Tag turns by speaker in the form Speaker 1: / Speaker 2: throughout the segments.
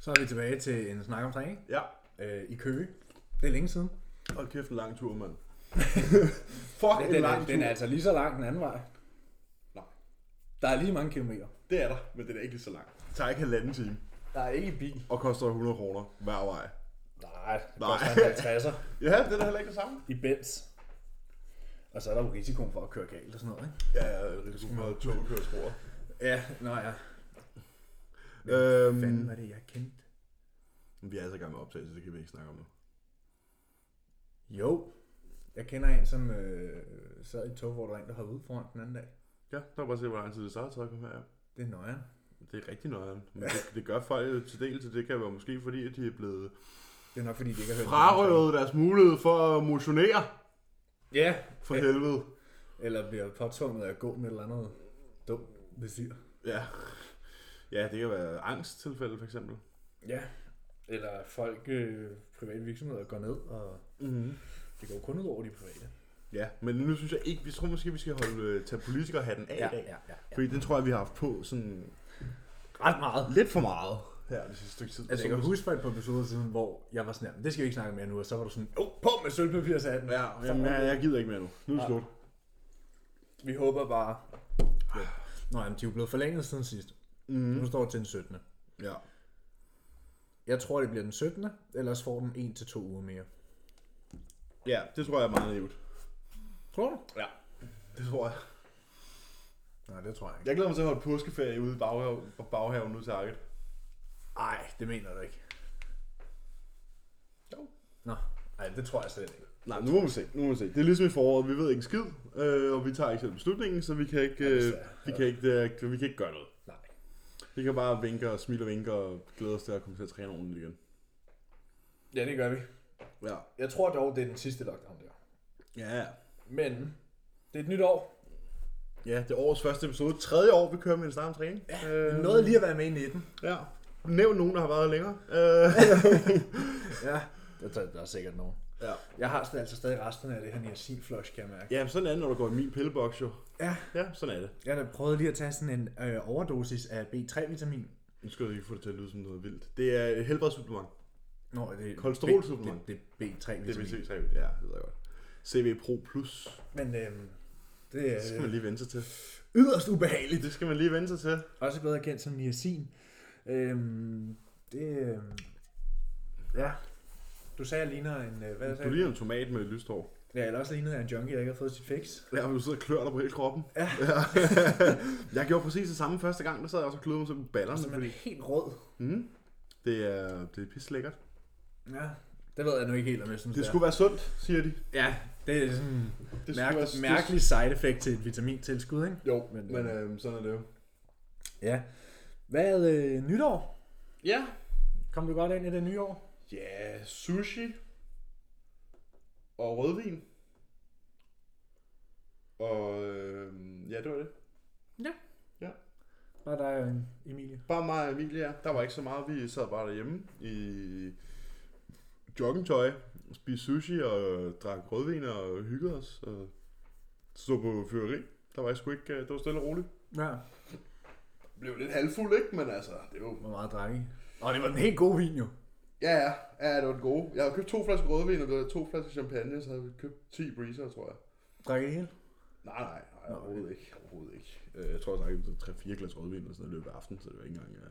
Speaker 1: Så er vi tilbage til en snak om træning
Speaker 2: Ja,
Speaker 1: øh, i Køge. Det er længe siden.
Speaker 2: hold kæft en lang tur, mand. Fuck
Speaker 1: Den,
Speaker 2: en
Speaker 1: den,
Speaker 2: lang
Speaker 1: er,
Speaker 2: tur.
Speaker 1: den er altså lige så lang den anden vej.
Speaker 2: Nej,
Speaker 1: Der er lige mange kilometer.
Speaker 2: det er der, men den er ikke lige så lang. Det tager ikke halvanden time
Speaker 1: Der er ikke bil.
Speaker 2: og koster 100 kroner hver vej.
Speaker 1: Nej, det
Speaker 2: Nej.
Speaker 1: koster en 50'er
Speaker 2: Ja, det er da heller ikke det samme.
Speaker 1: i Benz. Og så er der jo risikoen for at køre galt og sådan noget, ikke?
Speaker 2: Ja, ja, det er sgu meget togkørespor.
Speaker 1: Ja, nå ja. Mm. Fanden
Speaker 2: Øhm,
Speaker 1: var det, jeg kendte?
Speaker 2: vi er altså i gang med optagelse, det kan vi ikke snakke om nu.
Speaker 1: Jo. Jeg kender en, som øh, sad i et tog, hvor der var en, der hoppede ud foran den anden dag.
Speaker 2: Ja, der var bare se, hvor lang tid det starter, så jeg kommer her.
Speaker 1: Det er nøjeren.
Speaker 2: Det er rigtig nøjeren. Men det, det, gør folk jo til dels, og det kan være måske fordi, at de er blevet
Speaker 1: Det er nok, fordi de ikke har hørt
Speaker 2: frarøvet deres mulighed for at motionere.
Speaker 1: Ja,
Speaker 2: For helvede.
Speaker 1: eller bliver påtvunget at gå med et eller andet dumt besyr.
Speaker 2: Ja. Ja, det kan være angsttilfælde for eksempel.
Speaker 1: Ja, eller folk, øh, private virksomheder går ned, og
Speaker 2: Mm-hmm.
Speaker 1: det går kun ud over de private.
Speaker 2: Ja, men nu synes jeg ikke, vi tror måske, vi skal holde, øh, tage politikerhatten af ja, i dag. Ja.
Speaker 1: ja.
Speaker 2: Fordi den tror jeg, vi har haft på sådan
Speaker 1: Ret meget.
Speaker 2: lidt for meget her det sidste stykke tid.
Speaker 1: Altså, jeg kan huske for et par episoder siden, hvor jeg var sådan her, "Men det skal vi ikke snakke mere nu, og så var du sådan, oh, på med sølvpapirshatten.
Speaker 2: Ja, jamen, jeg, jeg gider ikke mere nu. Nu er det
Speaker 1: Ja.
Speaker 2: slut.
Speaker 1: Vi håber bare... Ja. Nå, jamen, de er jo blevet forlænget siden sidst.
Speaker 2: Mm.
Speaker 1: Nu står det til den 17.
Speaker 2: Ja.
Speaker 1: Jeg tror, det bliver den 17. Ellers får den 1 til to uger mere.
Speaker 2: ja, det tror jeg er meget naivt.
Speaker 1: Tror du?
Speaker 2: Ja. Det tror jeg.
Speaker 1: Nej, det tror jeg ikke.
Speaker 2: Jeg glæder mig til at holde påskeferie ude i baghaven, på baghaven nu til Arket.
Speaker 1: Nej, det mener du ikke.
Speaker 2: Jo.
Speaker 1: Nå, nej, det tror jeg slet ikke.
Speaker 2: Nej, nu må vi se. Nu må vi se. Det er ligesom i foråret. Vi ved ikke en skid, øh, og vi tager ikke selv beslutningen, så vi kan ikke, øh,
Speaker 1: desværre.
Speaker 2: vi kan ikke, øh, vi kan ikke gøre noget.
Speaker 1: Nej.
Speaker 2: Vi kan bare vinke og smile og vinke og glæde os til at komme til at træne ordentligt igen.
Speaker 1: Ja, det gør vi.
Speaker 2: Ja.
Speaker 1: Jeg tror dog, det er den sidste lockdown der.
Speaker 2: Ja.
Speaker 1: Men det er et nyt år.
Speaker 2: Ja, det er årets første episode. Tredje år, vi kører med en snak om træning. Ja, øh,
Speaker 1: Noget lige at være med i 19.
Speaker 2: Ja. Nævn nogen, der har været længere. Øh,
Speaker 1: Ja. Der, der, der er sikkert nogen.
Speaker 2: ja.
Speaker 1: Jeg har stadig- altså stadig resterne af det her niacin flush, kan jeg mærke.
Speaker 2: ja, sådan er det, når du går i min pilleboks jo.
Speaker 1: Ja.
Speaker 2: Ja, sådan er det.
Speaker 1: Jeg har da prøvet lige at tage sådan en øh, overdosis af B3-vitamin.
Speaker 2: Nu skal du ikke få det til at lyde som noget vildt. Det er et helbredssupplement.
Speaker 1: Nå, er det
Speaker 2: Kolesterolsupplement.
Speaker 1: Det, det er
Speaker 2: Det vil
Speaker 1: B3-vitamin.
Speaker 2: sige, ja, det ved jeg godt. CV Pro Plus.
Speaker 1: Men øhm, det
Speaker 2: Det skal man
Speaker 1: er
Speaker 2: lige vente sig til.
Speaker 1: yderst ubehageligt.
Speaker 2: Det skal man lige vente sig til.
Speaker 1: Også bedre kendt som niacin. Øhm, det... Øhm, ja. Du sagde, at jeg ligner en... øh, Hvad
Speaker 2: Du
Speaker 1: sagde du?
Speaker 2: ligner en tomat med et lyst hår.
Speaker 1: Ja, eller også lignede jeg en junkie, der ikke har fået sit fix.
Speaker 2: Ja, men du sidder og klør dig på hele kroppen.
Speaker 1: Ja.
Speaker 2: jeg gjorde præcis det samme første gang, der sad jeg også og kløede mig selv på
Speaker 1: Og så
Speaker 2: ballerne.
Speaker 1: er man helt rød.
Speaker 2: Mm. Det er, det er pisse lækkert.
Speaker 1: Ja. Det ved jeg nu ikke helt, om jeg synes,
Speaker 2: Det skulle være sundt, siger de.
Speaker 1: Ja, det er sådan en
Speaker 2: Det
Speaker 1: mærk,
Speaker 2: skulle være- det-
Speaker 1: mærkelig side effect til et vitamintilskud, ikke?
Speaker 2: Jo,
Speaker 1: Men,
Speaker 2: men, men øh, sådan er det jo.
Speaker 1: Ja. Hvad er øh, nytår?
Speaker 2: Ja.
Speaker 1: Kom du godt ind i det nye år?
Speaker 2: Ja, sushi. Og rødvin. Og øh, ja, det var det.
Speaker 1: Var der jo en Emilie?
Speaker 2: Bare mig og Emilie, ja. Der var ikke så meget. Vi sad bare derhjemme i joggingtøj, spiste sushi og drak rødvin og hyggede os. Og stod på fyreri. Der var jeg sgu ikke... øh, Det var stille og roligt.
Speaker 1: Ja.
Speaker 2: Blev lidt halvfuld, ikke? Men altså, det var
Speaker 1: Hvor meget drak I? Og det var den helt gode vin jo.
Speaker 2: Ja, ja, ja, det var det gode. Jeg havde købt to flasker rødvin og to flasker champagne, så havde vi købt 10 breezer, tror jeg.
Speaker 1: Drak I det hele?
Speaker 2: Nej, nej, nej, overhovedet ikke. Overhovedet ikke. Øh, Jeg tror, jeg drak 3-4 glas rødvin eller sådan noget i løbet af aftenen, så det var ikke engang... øh,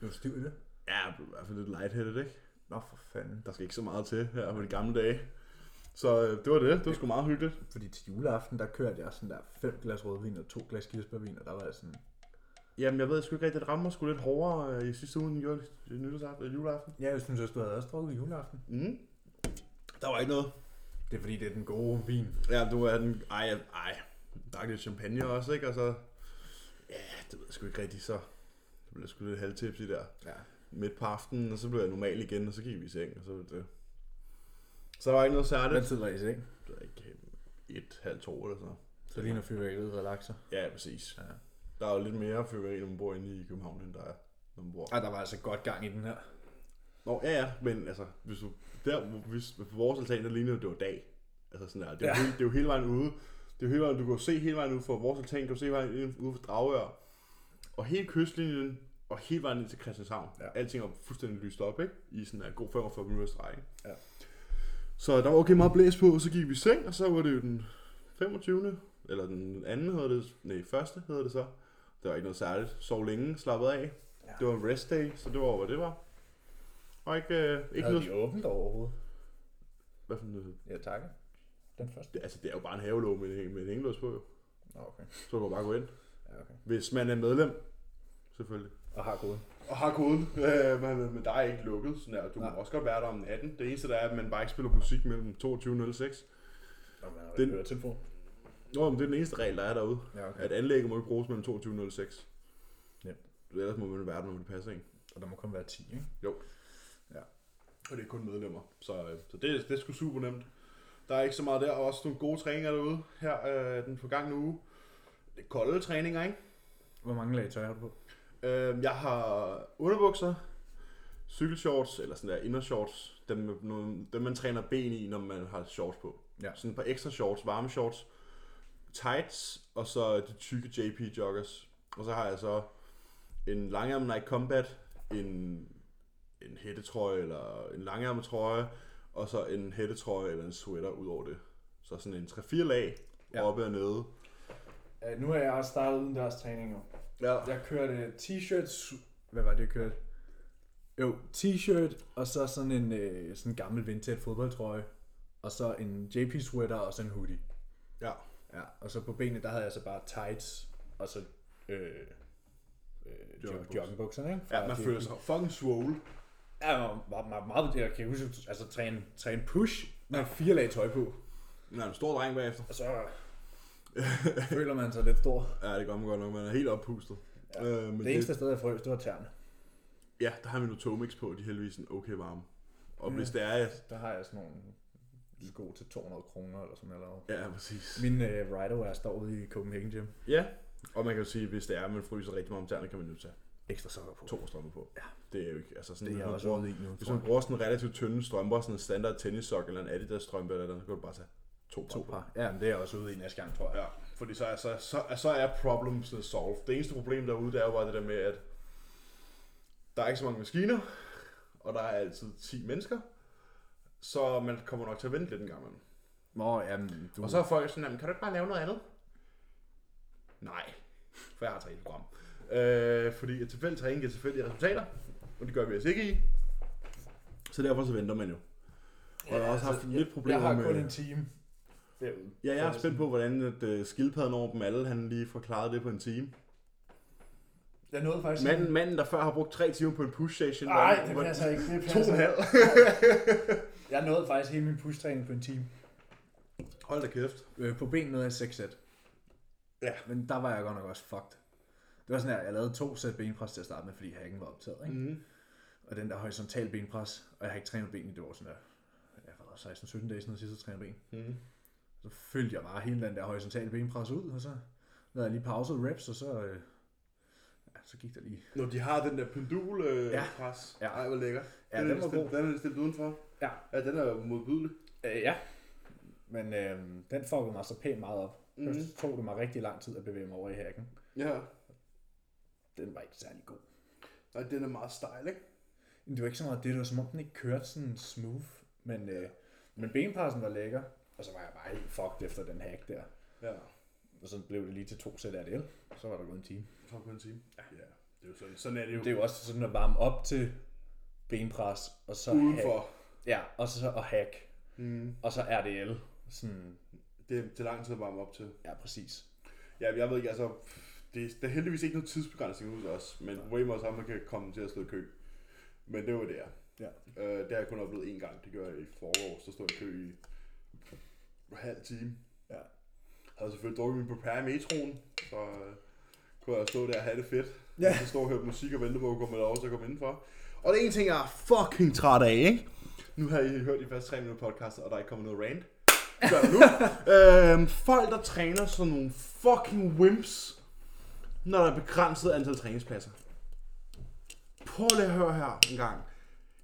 Speaker 1: Du var stiv i det.
Speaker 2: Ja, jeg blev i hvert fald lidt lightheaded, ikke?
Speaker 1: Nå for fanden.
Speaker 2: Der skal ikke så meget til her på de gamle dage. Så øh, det var det. Det var sgu meget hyggeligt.
Speaker 1: Fordi til juleaften, der kørte jeg sådan der fem glas rødvin og to glas kirsebærvin, og der var jeg sådan...
Speaker 2: Jamen, jeg ved sgu ikke rigtigt, det rammer mig sgu lidt hårdere øh, i sidste uge end jul- nytårsaften eller juleaften.
Speaker 1: Ja, jeg synes også, du havde også drukket juleaften.
Speaker 2: Mm. Der var ikke noget.
Speaker 1: Det er fordi, det er den gode vin.
Speaker 2: Ja, du er den... Ej, jeg- ej. Der er lidt champagne også, ikke? Og så... Ja, det ved jeg sgu ikke rigtigt, så... Det blev sgu lidt halvtips i der.
Speaker 1: Ja.
Speaker 2: Midt på aftenen, og så blev jeg normal igen, og så gik vi i seng, og så var det det. Så der var ikke noget særligt.
Speaker 1: Hvad tid var I i seng?
Speaker 2: Det var ikke et, halvt to eller sådan noget.
Speaker 1: Så lige når fyrværkeriet relakser.
Speaker 2: Ja, præcis.
Speaker 1: Ja.
Speaker 2: Der er jo lidt mere fyrværkeri, når man bor inde i København, end der er, når man bor.
Speaker 1: Ej, der var altså godt gang i den her.
Speaker 2: Nå, ja, ja, men altså, hvis du, der, hvor- hvis, på vores altan, der lignede det, det var dag. Altså sådan der, det er,
Speaker 1: Ja.
Speaker 2: ja. hele, det er jo hele vejen ude. Det er jo hele vejen, du kan jo se hele vejen ude for vores altan, du kan jo se hele vejen ude ude for Dragør. Og hele kystlinjen og hele vejen ind til Christianshavn.
Speaker 1: Ja.
Speaker 2: Ja. Alting var fuldstændig lyst op, ikke? I sådan en god 45 minutter streg, ikke?
Speaker 1: Ja.
Speaker 2: Så der var okay meget blæs på, så gik vi i seng, og så var det jo den 25. Eller den anden hedder det, nej, første hedder det så. Det var ikke noget særligt. Sov længe, slappet af.
Speaker 1: Ja.
Speaker 2: Ja. Det var en rest day, så det var, hvad det var. Og ikke, øh, ikke
Speaker 1: Havde
Speaker 2: noget...
Speaker 1: de åbent overhovedet?
Speaker 2: Hvad for noget?
Speaker 1: Ja, tak. Den første.
Speaker 2: Det, altså, det er jo bare en havelåg med, en- med en hængelås på, jo.
Speaker 1: Nå, okay.
Speaker 2: Så kan du bare gå ind.
Speaker 1: Ja, okay.
Speaker 2: Hvis man er medlem, selvfølgelig.
Speaker 1: Og har koden.
Speaker 2: Og har koden, øh, men, men der er ikke lukket. Sådan der. Du
Speaker 1: Nej.
Speaker 2: kan også godt være der om natten. Det eneste der er, at man bare ikke spiller musik mellem 22.06.
Speaker 1: Nå, man har
Speaker 2: Den-
Speaker 1: hørt telefon.
Speaker 2: Nå, men det er den eneste regel, der er derude.
Speaker 1: Ja, okay.
Speaker 2: At anlægget må ikke bruges mellem 22.06.
Speaker 1: Nemt.
Speaker 2: Ellers må man være der, når det passer en.
Speaker 1: Og der må kun være 10, ikke?
Speaker 2: Og det er kun medlemmer. Så, øh, så det, det er sgu super nemt. Der er ikke så meget der, og også nogle gode træninger derude her øh, den forgangne uge. Det er kolde træninger, ikke?
Speaker 1: Hvor mange lag tøj har du på?
Speaker 2: Øh, jeg har underbukser, cykelshorts, eller sådan der indershorts, dem, med nogle- dem man træner ben i, når man har shorts på.
Speaker 1: Ja.
Speaker 2: Sådan et par ekstra shorts, varme shorts, tights, og så de tykke JP joggers. Og så har jeg så en langarm Nike Combat, en, en hættetrøje, eller en langarm trøje, og så en hættetrøje eller en sweater ud over det. Så sådan en 3-4 lag,
Speaker 1: Ja.
Speaker 2: ja. oppe og nede.
Speaker 1: Uh, nu har jeg også startet uden dørs træning nu.
Speaker 2: Ja.
Speaker 1: Jeg kørte t-shirts. Hvad var det, jeg kørte? Jo, t-shirt, og så sådan en øh, sådan en gammel vindtæt fodboldtrøje. Og så en JP-sweater og så en hoodie.
Speaker 2: ja.
Speaker 1: Ja, og så på benene, der havde jeg så bare tights, og så øh, øh,
Speaker 2: Joggingbukser.
Speaker 1: jog- joggingbukserne, ikke?
Speaker 2: Ja, man føler sig fucking swole.
Speaker 1: Ja, jeg var meget, meget, jeg kan huske, altså træne, træne push med fire lag tøj på,
Speaker 2: Man er en stor dreng bagefter.
Speaker 1: og så føler man sig lidt stor.
Speaker 2: Ja, det gør man godt nok. Man er helt oppustet. Ja. Øh, men
Speaker 1: Det eneste sted, jeg frøs, det var tern.
Speaker 2: ja, der har vi nu Tomix på, de er heldigvis en okay varme. Og hvis det er, ja,
Speaker 1: Der har jeg sådan nogle sko til 200 kroner eller sådan noget.
Speaker 2: ja præcis.
Speaker 1: Min øh, riderwear står ude i Copenhagen Gym.
Speaker 2: Ja, og man kan jo sige, hvis det er, at man fryser rigtig meget om tæerne, kan man jo tage
Speaker 1: Ekstra sokker på.
Speaker 2: to strømper på. Ja. Det er jo ikke, altså sådan,
Speaker 1: Det er jeg
Speaker 2: hvis man
Speaker 1: også
Speaker 2: bruger,
Speaker 1: ude i nu,
Speaker 2: Hvis
Speaker 1: tror
Speaker 2: man
Speaker 1: jeg.
Speaker 2: bruger sådan relativt tynde strømper, sådan en standard tennissok eller en Adidas strømpe eller noget, så kan du bare tage to,
Speaker 1: To
Speaker 2: to på.
Speaker 1: par. Ja, men det er jeg også ude i næste gang, tror jeg.
Speaker 2: Ja, fordi så er, så, så, så er problemsene solved. Det eneste problem derude, det er jo bare det der med, at der er ikke så mange maskiner, og der er altid 10 mennesker, så man kommer nok til at vente lidt en gang imellem.
Speaker 1: Nå, jamen, du...
Speaker 2: Og så er folk sådan, "Jamen, kan du ikke bare lave noget andet? Nej, for jeg har tre i et program. Øh, fordi at tilfældig træning giver tilfældige resultater, og det gør vi altså ikke i. Så derfor så venter man jo. Og jeg har også haft lidt problemer
Speaker 1: altså, Jeg har
Speaker 2: med...
Speaker 1: kun en time derude.
Speaker 2: Ja, jeg er
Speaker 1: Så
Speaker 2: spændt på, hvordan at, uh, skildpadden over dem alle, han lige forklarede det på en time.
Speaker 1: Jeg nåede faktisk...
Speaker 2: Manden, manden der før har brugt 3 timer på en push session.
Speaker 1: Nej,
Speaker 2: hvor-
Speaker 1: det
Speaker 2: hvor-
Speaker 1: passer ikke. Det
Speaker 2: To og en
Speaker 1: passer.
Speaker 2: halv.
Speaker 1: Jeg nåede faktisk hele min push-træning på en time.
Speaker 2: Hold da kæft.
Speaker 1: Øh, på ben nåede jeg 6 sæt.
Speaker 2: Ja.
Speaker 1: Men der var jeg godt nok også fucked. Det var sådan her, jeg lavede to sæt benpres til at starte med, fordi hacken var optaget. Ikke?
Speaker 2: Mhm.
Speaker 1: Og den der horisontal benpres, og jeg har ikke trænet ben i det år sådan der. Jeg var 16-17 dage siden sidst, jeg trænede ben.
Speaker 2: Mhm.
Speaker 1: Så følte jeg bare hele den der horisontale benpres ud, og så lavede jeg lige pause reps, og så, øh, ja, så gik der lige.
Speaker 2: Når de har den der pendul øh,
Speaker 1: Ja.
Speaker 2: ja. pres.
Speaker 1: Ja.
Speaker 2: Ej, hvor lækker.
Speaker 1: Ja, den var god.
Speaker 2: Den er stillet udenfor.
Speaker 1: Ja.
Speaker 2: Ja, den er jo modbydelig.
Speaker 1: Øh, ja. Men øh, den fuckede mig så pænt meget op. Mm.
Speaker 2: Mhm.
Speaker 1: Først tog det mig rigtig lang tid at bevæge mig over i hacken.
Speaker 2: Ja.
Speaker 1: Den var ikke særlig god.
Speaker 2: Og den er meget stejl, ikke?
Speaker 1: Men det var ikke så meget det, det var som om den ikke kørte sådan smooth. Men, øh, men benpressen var lækker, og så var jeg bare helt fucked efter den hack der.
Speaker 2: Ja.
Speaker 1: Og så blev det lige til to sæt af det, så var der gået en time.
Speaker 2: Tak på en time. Ja. ja. Det er jo sådan, sådan er det jo.
Speaker 1: Det er jo også sådan at varme op til benpres, og så
Speaker 2: udenfor.
Speaker 1: Hack. Ja, og så og hack.
Speaker 2: Mm.
Speaker 1: Og så RDL. Sådan,
Speaker 2: Det er til lang tid at varme op til.
Speaker 1: ja, præcis.
Speaker 2: Ja, jeg ved ikke, altså... Det, der er heldigvis ikke noget tidsbegrænsning ud os, men problemet er så, at man kan komme til at slå i kø. Men det var det er.
Speaker 1: Ja.
Speaker 2: Øh, det har jeg kun oplevet én gang. Det gjorde jeg i forår. Så stod jeg i kø i en halv time.
Speaker 1: Ja.
Speaker 2: Jeg havde selvfølgelig drukket min prepare i metroen, så øh, kunne jeg stå der og have det fedt.
Speaker 1: Ja.
Speaker 2: Ja. Så stå og høre musik og vente på at komme lov til at komme indenfor. Og det er en ting, jeg er fucking træt af, ikke? Nu har I hørt de første tre minutter podcast, og der er ikke kommet noget rant. Det Gør jeg nu. øhm, folk, der træner sådan nogle fucking wimps, når der er begrænset antal træningspladser. Prøv lige at høre her en gang.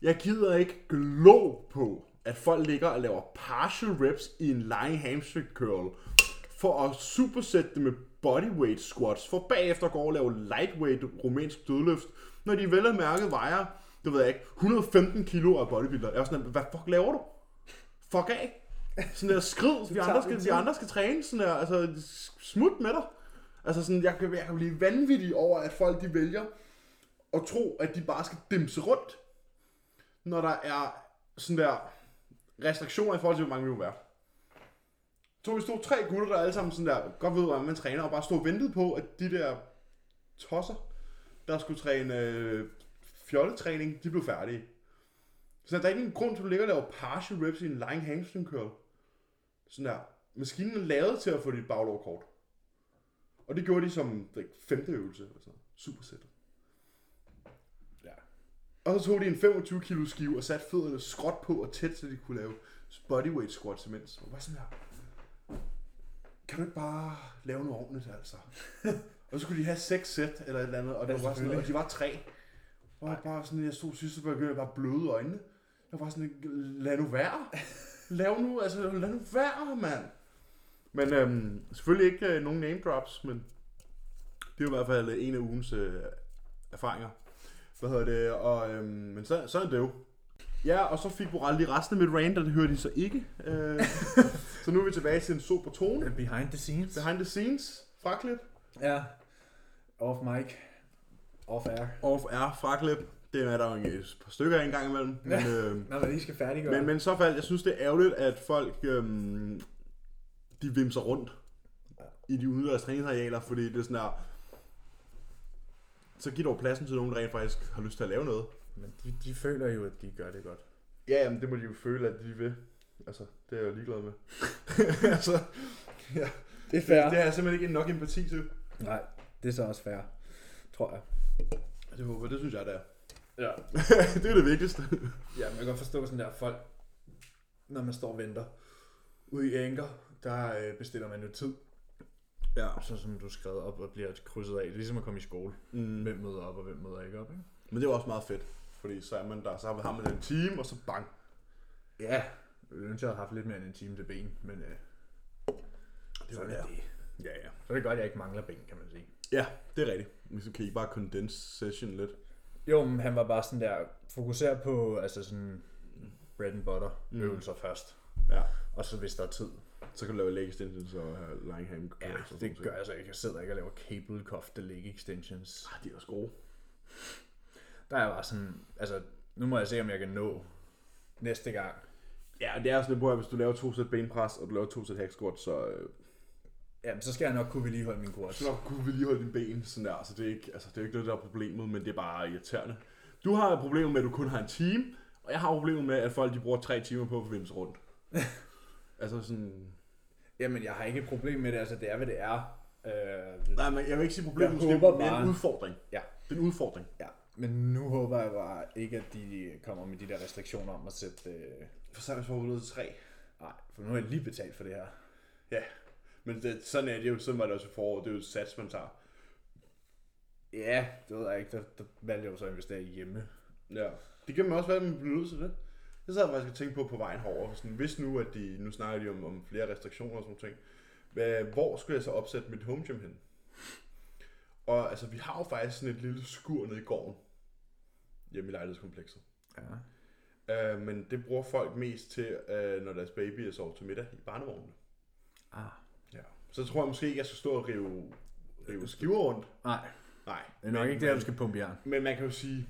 Speaker 2: Jeg gider ikke glo på, at folk ligger og laver partial reps i en lying hamstring curl, for at supersætte det med bodyweight squats, for bagefter at gå over og lave lightweight rumænsk dødløft, når de vel og mærket vejer, det ved jeg ikke, 115 kilo af bodybuilder. Jeg er sådan, hvad fuck laver du? Fuck af. Sådan der, skrid, vi
Speaker 1: tager
Speaker 2: andre,
Speaker 1: din
Speaker 2: skal, vi
Speaker 1: tid.
Speaker 2: andre skal træne, sådan der, altså smut med dig. Altså sådan, jeg kan, jeg kan blive vanvittig over, at folk de vælger at tro, at de bare skal dimse rundt, når der er sådan der restriktioner i forhold til, hvor mange vi må være. Så vi stod tre gutter, der alle sammen sådan der, godt ved, hvordan man træner, og bare stod og ventede på, at de der tosser, der skulle træne øh, fjolletræning, de blev færdige. Så der er ikke en grund til, at du ligger og laver partial reps i en lying hamstring curl. Sådan der. Maskinen er lavet til at få dit baglov kort. Og det gjorde de som det, femte øvelse. Eller sådan noget. Supersæt.
Speaker 1: Ja.
Speaker 2: Og så tog de en 25 kilo skive og satte fødderne skråt på og tæt, så de kunne lave bodyweight squats imens. Og var sådan her. Kan du ikke bare lave noget ordentligt, altså? og så skulle de have seks sæt eller et eller andet, og, det
Speaker 1: Ja,
Speaker 2: var bare sådan, noget,
Speaker 1: selvfølgelig.
Speaker 2: og de var tre. Og jeg bare sådan, jeg stod sidst, så begyndte jeg bare at bløde øjnene. Jeg var sådan, lad nu være. Lav nu, altså lad nu være, mand. Men øhm, selvfølgelig ikke øh, nogen name drops, men det er jo i hvert fald øh, en af ugens øh, erfaringer. Hvad hedder det? Og, øhm, men så, sådan er det jo. Ja, og så fik Moral lige resten af mit rant, og det hørte de så ikke. Øh, så nu er vi tilbage til en super tone.
Speaker 1: Behind the scenes.
Speaker 2: Behind the scenes, fraklip.
Speaker 1: Ja. Off mic. Off air.
Speaker 2: Off air, fraklip. Det er der jo en- et par stykker af en gang imellem. Men, øh,
Speaker 1: Når man lige skal færdiggøre.
Speaker 2: Men, men i så fald, jeg synes, det er ærgerligt, at folk øhm, de vimser rundt i de udendørs træningsarealer, fordi det er sådan der, så giver dog pladsen til nogen, der rent faktisk har lyst til at lave noget.
Speaker 1: men de, de føler jo, at de gør det godt.
Speaker 2: Ja, jamen, det må de jo føle, at de vil. Altså, det er jeg jo ligeglad med. altså,
Speaker 1: Det er fair.
Speaker 2: det har jeg simpelthen ikke nok empati til.
Speaker 1: Nej, det er så også fair. Tror jeg.
Speaker 2: Det håber Altså, jeg, det synes jeg, det er.
Speaker 1: Ja.
Speaker 2: det er det vigtigste.
Speaker 1: Ja, man kan godt forstå sådan der folk, når man står og venter. Ude i Anker, der øh, bestiller man jo tid.
Speaker 2: Ja.
Speaker 1: Så som du skrev op og bliver krydset af. Det er ligesom at komme i skole.
Speaker 2: Mm.
Speaker 1: Hvem møder op, og hvem møder ikke op, ikke?
Speaker 2: Men det er jo også meget fedt, fordi så er man der, så har man en time, og så bang.
Speaker 1: Ja. Jeg ville ønske, jeg havde haft lidt mere end en time til ben, men øh, det var
Speaker 2: Sådan
Speaker 1: det.
Speaker 2: er Ja, ja.
Speaker 1: Så er det godt, at jeg ikke mangler ben, kan man sige.
Speaker 2: Ja, det er rigtigt. Hvis du kan ikke bare condense session lidt.
Speaker 1: Jo, men han var bare sådan der, fokuser på altså sådan bread and butter
Speaker 2: Mm.
Speaker 1: mm. øvelser først.
Speaker 2: Ja.
Speaker 1: Og så hvis der er tid.
Speaker 2: Så kan du lave leg extensions og uh, lying ham
Speaker 1: Ja, det gør jeg så ikke. Jeg sidder ikke og laver cable kofte leg extensions.
Speaker 2: Ah, de er også gode.
Speaker 1: Der er jeg bare sådan, altså nu må jeg se, om jeg kan nå næste gang.
Speaker 2: Ja, det er også lidt på, at hvis du laver to sæt benpres, og du laver to sæt hack squat, så øh,
Speaker 1: Jamen, så skal jeg nok kunne vedligeholde min kurs.
Speaker 2: så nok kunne vedligeholde dine ben sådan der. Så det er ikke, altså, det er ikke det, der er problemet, men det er bare irriterende. Du har et problem med, at du kun har en time, og jeg har problemet med, at folk de bruger tre timer på at forvinde sig rundt. altså sådan...
Speaker 1: Jamen, jeg har ikke et problem med det. Altså, det er, hvad det er. Øh,
Speaker 2: Nej, men jeg vil ikke sige problemet,
Speaker 1: Jeg
Speaker 2: måske,
Speaker 1: håber
Speaker 2: men
Speaker 1: bare-
Speaker 2: en udfordring.
Speaker 1: Ja.
Speaker 2: Det er en udfordring.
Speaker 1: ja. Men nu håber jeg bare ikke, at de kommer med de der restriktioner om at sætte... Øh...
Speaker 2: For så er det for til tre.
Speaker 1: Nej, for nu har jeg lige betalt for det her.
Speaker 2: Ja, men det, sådan er det jo, sådan var det også i foråret, det er jo et sats, man tager.
Speaker 1: Ja, det ved jeg ikke. Der, der valgte jeg jo så at investere i hjemme.
Speaker 2: Ja. Det kan man også være, at man bliver nødt til det. Det sad jeg faktisk og tænkte på på vejen herover. Sådan, hvis nu, at de, nu snakker de om, om flere restriktioner og sådan nogle ting. Hvad, hvor skulle jeg så opsætte mit home gym hen? Og altså, vi har jo faktisk sådan et lille skur nede i gården. Hjemme i lejlighedskomplekset.
Speaker 1: Ja.
Speaker 2: Uh, men det bruger folk mest til, uh, når deres baby er sovet til middag i barnevognen.
Speaker 1: Ah.
Speaker 2: Ja. Så tror jeg måske ikke, jeg skal stå og rive, rive skiver rundt.
Speaker 1: Nej,
Speaker 2: Nej.
Speaker 1: det er nok
Speaker 2: men-
Speaker 1: ikke der, du skal pumpe jern.
Speaker 2: Men man kan jo sige,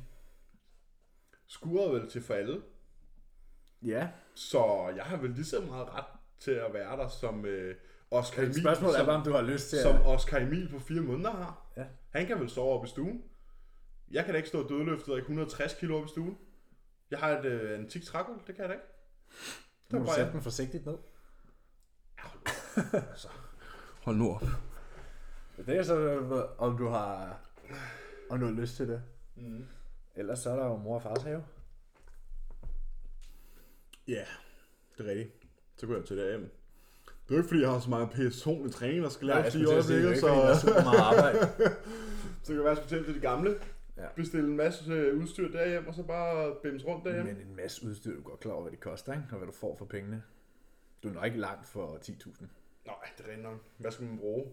Speaker 2: skuret er vel til for alle.
Speaker 1: Ja.
Speaker 2: Så jeg har vel lige så meget ret til at være der, som øh, Oscar Emil,
Speaker 1: Spørgsmålet er
Speaker 2: som,
Speaker 1: bare, om du har lyst til at...
Speaker 2: som Oscar Emil på fire måneder har.
Speaker 1: Ja.
Speaker 2: Han kan vel sove oppe i stuen. Jeg kan da ikke stå dødløftet og ikke 160 kilo oppe i stuen. Jeg har et øh, antikt trækul, det kan jeg da ikke.
Speaker 1: Nu må
Speaker 2: Der
Speaker 1: du
Speaker 2: var
Speaker 1: sætte
Speaker 2: jeg.
Speaker 1: den forsigtigt ned.
Speaker 2: Hold nu op.
Speaker 1: Det er så, øh, om du har... Om du har lyst til det.
Speaker 2: Mm.
Speaker 1: Ellers så er der jo mor og fars have.
Speaker 2: Ja, det er rigtigt. Så går jeg til det hjem. Det er jo ikke, fordi jeg har så meget personlig træning, der skal
Speaker 1: Nej, jeg
Speaker 2: laves lige
Speaker 1: skulle
Speaker 2: i
Speaker 1: til at sige, det er ikke, fordi der er
Speaker 2: øjeblikket, så...
Speaker 1: super meget arbejde.
Speaker 2: Så kan jeg være specielt til det gamle.
Speaker 1: Ja.
Speaker 2: Bestille en masse øh, udstyr derhjem, og så bare bims rundt derhjem.
Speaker 1: Men en masse udstyr, du er godt klar over, hvad det koster, ikke? og hvad du får for pengene. Du er nok ikke langt for 10.000.
Speaker 2: Nej, det er rent nok. Hvad skal man bruge?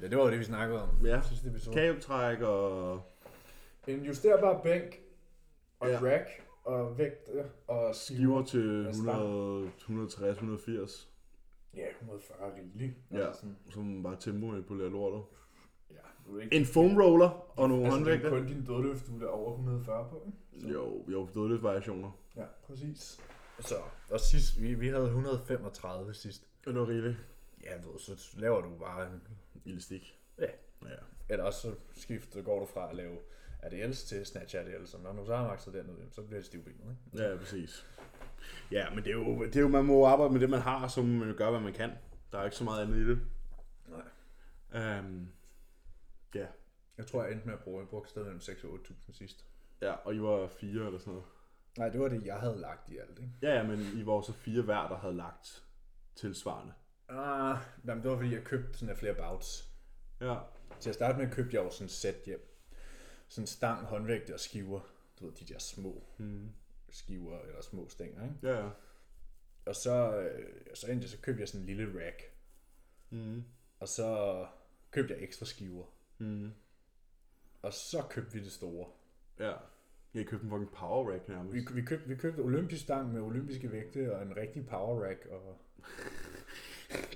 Speaker 1: Ja, det var jo det, vi snakkede om.
Speaker 2: Ja.
Speaker 1: i Sidste episode.
Speaker 2: Kabeltræk og...
Speaker 1: En justerbar bænk og
Speaker 2: Ja.
Speaker 1: ja. rack og vægt og skiver.
Speaker 2: Giver til
Speaker 1: Af
Speaker 2: 100, 160, 180.
Speaker 1: Ja, 140 rigeligt. Altså
Speaker 2: Ja,
Speaker 1: sådan,
Speaker 2: som bare tempomanipulere lortet.
Speaker 1: ja, du ved ikke.
Speaker 2: En foam roller og nogle
Speaker 1: Altså, det er
Speaker 2: håndvægte.
Speaker 1: kun din dødløft, du er over 140 på, ikke?
Speaker 2: Jo, jo, dødeligt variationer.
Speaker 1: Ja, præcis. Så, og sidst, vi, vi havde 135 sidst.
Speaker 2: Og noget rigeligt.
Speaker 1: Ja, du ved, så laver du bare en...
Speaker 2: Elastik.
Speaker 1: Ja.
Speaker 2: Ja.
Speaker 1: Eller også så skifter, går du fra at lave RDLs til snatch RDLs, og når du så har makset dernede, så bliver det stivbenet, ikke?
Speaker 2: Ja, præcis. Ja, men det er, jo, det er jo, man må arbejde med det, man har, så må man jo gøre, hvad man kan. Der er ikke så meget andet i det.
Speaker 1: Nej.
Speaker 2: Um, ja.
Speaker 1: Jeg tror, jeg endte med at bruge, jeg brugte stadig mellem 6 og 8.000 sidst.
Speaker 2: ja, og I var fire eller sådan noget.
Speaker 1: Nej, det var det, jeg havde lagt i alt, ikke?
Speaker 2: Ja, ja, men I var jo så fire hver, der havde lagt tilsvarende.
Speaker 1: Ah, jamen, det var fordi, jeg købte sådan af flere bouts.
Speaker 2: Ja.
Speaker 1: Til at starte med købte jeg jo sådan et sæt hjem. Sådan stang, håndvægte og skiver. Du ved, de der små
Speaker 2: Mm.
Speaker 1: skiver eller små stænger, ikke?
Speaker 2: Ja, ja.
Speaker 1: Og så, øh, så endte jeg, så købte jeg sådan en lille rack.
Speaker 2: Mm.
Speaker 1: Og så købte jeg ekstra skiver.
Speaker 2: Mm.
Speaker 1: Og så købte vi det store.
Speaker 2: Ja. Jeg købte en fucking power rack nærmest.
Speaker 1: Vi, vi, købte, vi købte olympisk stang med olympiske vægte og en rigtig power rack og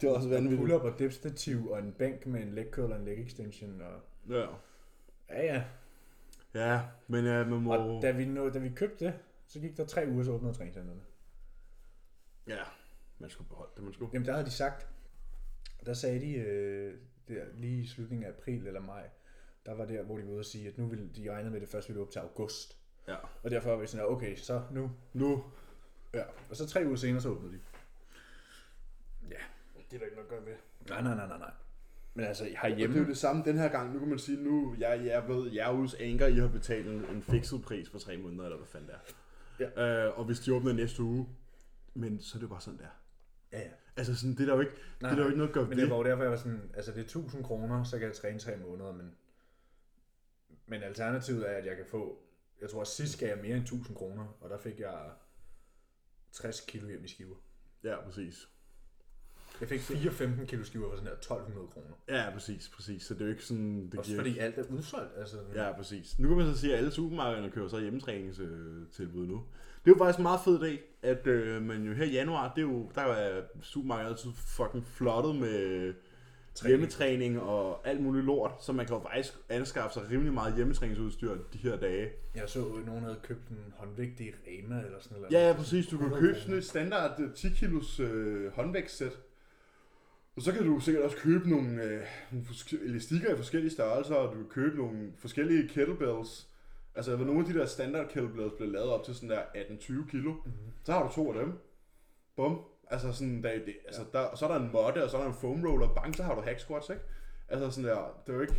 Speaker 2: Det var også
Speaker 1: pull-up og dipstativ og en bænk med en leg curl og en leg extension. Og...
Speaker 2: Ja.
Speaker 1: Ja, ja.
Speaker 2: Ja, men ja, man må...
Speaker 1: Og da vi, nå, da vi købte det, så gik der tre uger, så åbnede træningscenterne.
Speaker 2: Ja, man skulle beholde det, man skulle.
Speaker 1: Jamen, der havde de sagt, der sagde de øh, der, lige i slutningen af april eller maj, der var der, hvor de var ude at sige, at nu ville de regne med, at det først ville åbne til august.
Speaker 2: Ja.
Speaker 1: Og derfor var vi sådan, okay, så nu.
Speaker 2: Nu.
Speaker 1: Ja. Og så tre uger senere, så åbnede de. Ja.
Speaker 2: Det er der ikke noget at gøre med.
Speaker 1: Nej, nej, nej, nej, nej. Men altså,
Speaker 2: Jamen.
Speaker 1: herhjemme...
Speaker 2: Det er jo det samme den her gang. Nu kan man sige, nu jeg, jeg ved, jeg er hos Anker, I har betalt en, en fikset pris for tre måneder, eller hvad fanden det er. Ja. Øh, og hvis de åbner næste uge, men så er det jo bare sådan der.
Speaker 1: Ja, ja.
Speaker 2: Altså sådan, det er der jo ikke, Nej,
Speaker 1: Nej,
Speaker 2: det er der jo
Speaker 1: nej.
Speaker 2: ikke noget at gøre
Speaker 1: Men det var
Speaker 2: ved.
Speaker 1: jo derfor, jeg var sådan, altså det er 1000 kroner, så kan jeg træne tre måneder, men, men alternativet er, at jeg kan få, jeg tror sidst gav jeg mere end 1000 kroner, og der fik jeg 60 kilo hjem i skiver.
Speaker 2: Ja, præcis.
Speaker 1: Jeg fik 4-15 kilo skiver for sådan her 1200 kroner.
Speaker 2: Ja, præcis, præcis. Så det er jo ikke sådan, det
Speaker 1: Også
Speaker 2: giver...
Speaker 1: fordi alt er udsolgt, altså.
Speaker 2: Ja, præcis. Nu kan man så sige, at alle supermarkederne kører så hjemmetræningstilbud nu. Det er jo faktisk en meget fed dag, at øh, man jo her i januar, det er jo, der er supermarkedet altid fucking flottet med
Speaker 1: Træning.
Speaker 2: hjemmetræning og alt muligt lort, så man kan jo faktisk anskaffe sig rimelig meget hjemmetræningsudstyr de her dage.
Speaker 1: Jeg så, at nogen havde købt en håndvægt i Rema eller sådan noget.
Speaker 2: Ja, ja, præcis. Du kan
Speaker 1: 100
Speaker 2: købe sådan et standard øh, 10 kilos øh, håndvægtssæt. Og så kan du sikkert også købe nogle, øh, nogle forske- elastikker i forskellige størrelser, og du kan købe nogle forskellige kettlebells. Altså, hvor nogle af de der standard kettlebells bliver lavet op til sådan der 18-20 kilo, mm-hmm. så har du to af dem. Bum. Altså sådan, der, det, altså, der, og så er der en måtte, og så er der en foam roller, bang, så har du hack squats, ikke? Altså sådan der, det er jo ikke,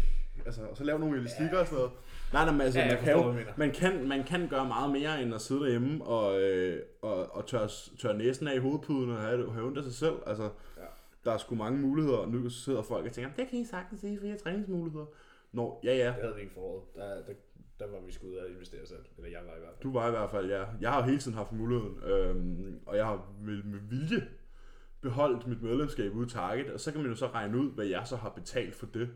Speaker 2: altså, og så lav nogle elastikker og sådan noget. Nej, nej, men altså,
Speaker 1: Ja,
Speaker 2: ja,
Speaker 1: jeg
Speaker 2: man, kan
Speaker 1: forstår, hvad
Speaker 2: jo,
Speaker 1: du mener.
Speaker 2: man, kan, man kan gøre meget mere, end at sidde derhjemme og, øh, og, og tørre, tørre næsen af i hovedpuden og have, have ondt af sig selv. Altså, ja.
Speaker 1: Ja.
Speaker 2: der er sgu mange muligheder, og nu sidder folk og tænker, det kan I sagtens se, for jeg har træningsmuligheder. Nå, ja, ja,
Speaker 1: Det havde vi ikke i foråret. Der, der, der var vi skulle ud og investere selv. Eller jeg var i hvert fald.
Speaker 2: Du var i hvert fald, ja. Jeg har jo hele tiden haft muligheden, øhm, og jeg har med, med vilje beholdt mit medlemskab ude i Target, og så kan man jo så regne ud, hvad jeg så har betalt for det.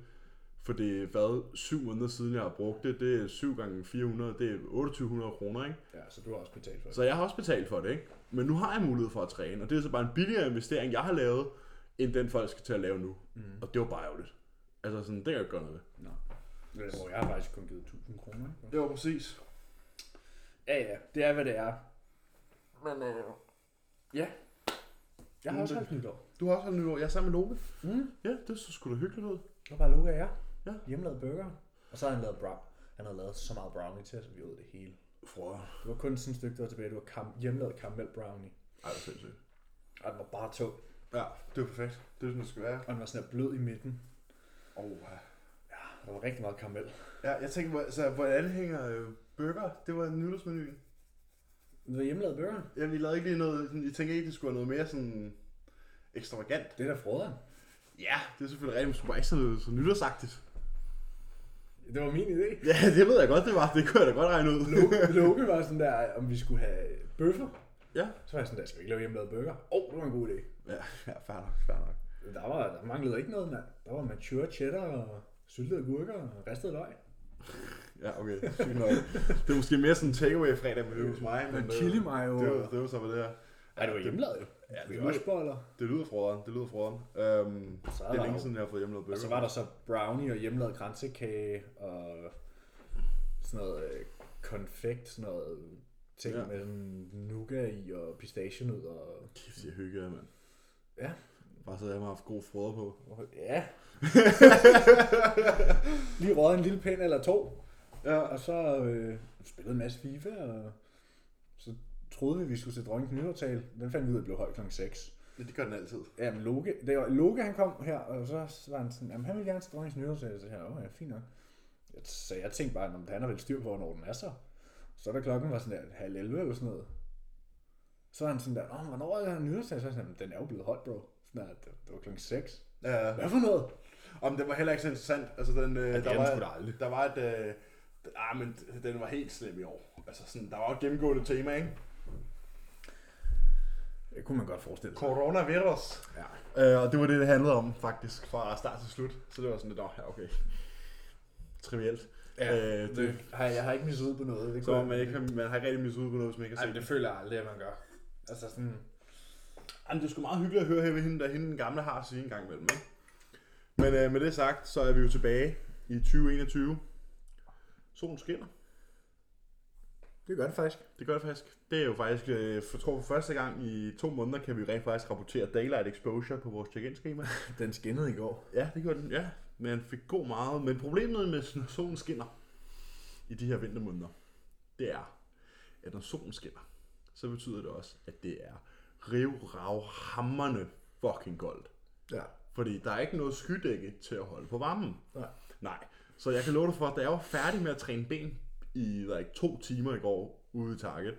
Speaker 2: For det er hvad, syv måneder siden, jeg har brugt det. Det er 7 gange 400, det er 2800 kroner, ikke?
Speaker 1: Ja, så du har også betalt for det.
Speaker 2: Så jeg har også betalt for det, ikke? Men nu har jeg mulighed for at træne, og det er så bare en billigere investering, jeg har lavet, end den folk skal til at lave nu. Mm. Og det var bare ærgerligt. Altså sådan, det kan jeg ikke gøre noget ved.
Speaker 1: Nå. Hvor jeg har faktisk kun givet 1000 kroner. Ikke?
Speaker 2: Det var præcis.
Speaker 1: Ja, ja, det er, hvad det er. Men øh... Ja. Jeg har
Speaker 2: Mm,
Speaker 1: også
Speaker 2: det-
Speaker 1: haft nytår.
Speaker 2: Du har også holdt nytår. Jeg er sammen med Loke.
Speaker 1: Mm.
Speaker 2: Ja, det så sgu da hyggeligt ud.
Speaker 1: Det var bare Luca og jeg.
Speaker 2: Ja.
Speaker 1: Hjemmelavede burger. Og så havde han lavet brown. Han havde lavet så meget brownie til os, at vi åd det hele.
Speaker 2: Frøer.
Speaker 1: Det var kun sådan et stykke, der var tilbage. Det var kam- hjemmelavet karamel brownie.
Speaker 2: Ej, det er sindssygt.
Speaker 1: Og den var bare tung.
Speaker 2: Ja, det er perfekt. Det er sådan, det skal være.
Speaker 1: Og den var sådan her blød i midten.
Speaker 2: Oh,
Speaker 1: Der var rigtig meget karamel.
Speaker 2: ja, jeg tænker, hvor, altså, hvordan hænger øh, burger? Det var nytårsmenuen.
Speaker 1: Det var hjemmelavet burger.
Speaker 2: Jamen, I lavede ikke lige noget, sådan, I tænker ikke, det skulle være noget mere sådan ekstravagant.
Speaker 1: Det er da frøderen.
Speaker 2: Ja, det er selvfølgelig rigtigt, men det skulle bare ikke så, så nytårsagtigt.
Speaker 1: Det var min idé.
Speaker 2: Ja, det ved jeg godt, det var. Det kunne jeg da godt regne ud.
Speaker 1: Loke var sådan der, om vi skulle have bøffer.
Speaker 2: ja.
Speaker 1: Så var jeg sådan der, skal vi ikke lave hjemmelavet burger? Åh, oh, det var en god idé.
Speaker 2: Ja, ja fair nok, fair nok.
Speaker 1: Der, var, der manglede ikke noget, mand. Der var mature cheddar og syltede gurker og ristet løg.
Speaker 2: Ja, okay. Sygt nok. det er måske mere sådan en takeaway fredag med hos mig.
Speaker 1: Men
Speaker 2: øh,
Speaker 1: chili mayo.
Speaker 2: Det var, det var så, hvad det er.
Speaker 1: Ja, det var hjemmelavet jo.
Speaker 2: Ja, det
Speaker 1: Ja,
Speaker 2: var-
Speaker 1: Briocheboller.
Speaker 2: Det lyder froderen, det lyder froderen. Øhm,
Speaker 1: Så er
Speaker 2: det
Speaker 1: der
Speaker 2: er længe
Speaker 1: jo-
Speaker 2: siden, jeg har fået hjemmelavet burger.
Speaker 1: Og så var der så brownie og hjemmelavet kransekage og sådan noget øh, konfekt, sådan noget ting
Speaker 2: Ja.
Speaker 1: ja. med sådan nougat i og pistachienød og...
Speaker 2: Kæft, jeg hygger, mand.
Speaker 1: Ja.
Speaker 2: Bare så jeg har haft god froder på.
Speaker 1: Ja. Lige røget en lille pind eller to,
Speaker 2: Ja,
Speaker 1: og så øh, spillede en masse FIFA, og så troede vi, vi skulle til dronningens nytårtal. Den fandt vi ud af, blev højt kl. 6.
Speaker 2: men det gør den altid.
Speaker 1: Jamen, Loke, det var, Loke han kom her, og så var han sådan, jamen han ville gerne til dronningens nytårsdag, så her, åh ja, fint nok. Jeg- Så jeg tænkte bare, om han har vel styr på, hvornår den er så. Så da klokken var sådan der, halv 11 eller sådan noget, så var han sådan der, åh, hvornår er den nytårsdag? Så var jeg sådan, "Jamen, den er jo blevet holdt, bro. Sådan der, det, det var klokken 6.
Speaker 2: Ja,
Speaker 1: Hvad for noget?
Speaker 2: om det var heller ikke så interessant. Altså, den, øh,
Speaker 1: det er
Speaker 2: der,
Speaker 1: den sgu da
Speaker 2: var,
Speaker 1: aldrig.
Speaker 2: der var et... Øh, d- ah, men den var helt slem i år. Altså, sådan, der var et gennemgående tema, ikke?
Speaker 1: Det kunne man godt forestille sig.
Speaker 2: Coronavirus.
Speaker 1: Ja.
Speaker 2: Øh, og det var det, det handlede om, faktisk, fra start til slut. Så det var sådan lidt, åh, ja, okay. Trivielt.
Speaker 1: Ja,
Speaker 2: Øh,
Speaker 1: øh, det, har jeg, jeg har ikke misset ud på noget. Det
Speaker 2: Så man, ikke, har- man har ikke rigtig misset ud på noget, hvis man ikke har
Speaker 1: Ej,
Speaker 2: set
Speaker 1: det føler jeg aldrig, at man gør. Altså sådan,
Speaker 2: Jamen, det er sgu meget hyggeligt at høre her, hvad hende, der hende den gamle har at sige en gang imellem. Ikke? Men øh, med det sagt, så er vi jo tilbage i 2021. Solen skinner.
Speaker 1: det gør det faktisk.
Speaker 2: Det gør det faktisk. Det er jo faktisk, øh, jeg tror for første gang i to måneder, kan vi rent faktisk rapportere daylight exposure på vores check-in-schema.
Speaker 1: Den skinnede i går.
Speaker 2: ja, det gjorde den. Ja, men han fik god meget. Men problemet med, når solen skinner i de her vintermåneder, det er, at når solen skinner, så betyder det også, at det er rivravhammerne fucking koldt.
Speaker 1: Ja.
Speaker 2: Fordi der er ikke noget skydække til at holde på varmen.
Speaker 1: Nej.
Speaker 2: Nej. Så jeg kan love dig for, at da jeg var færdig med at træne ben i like, to timer i går ude i Target,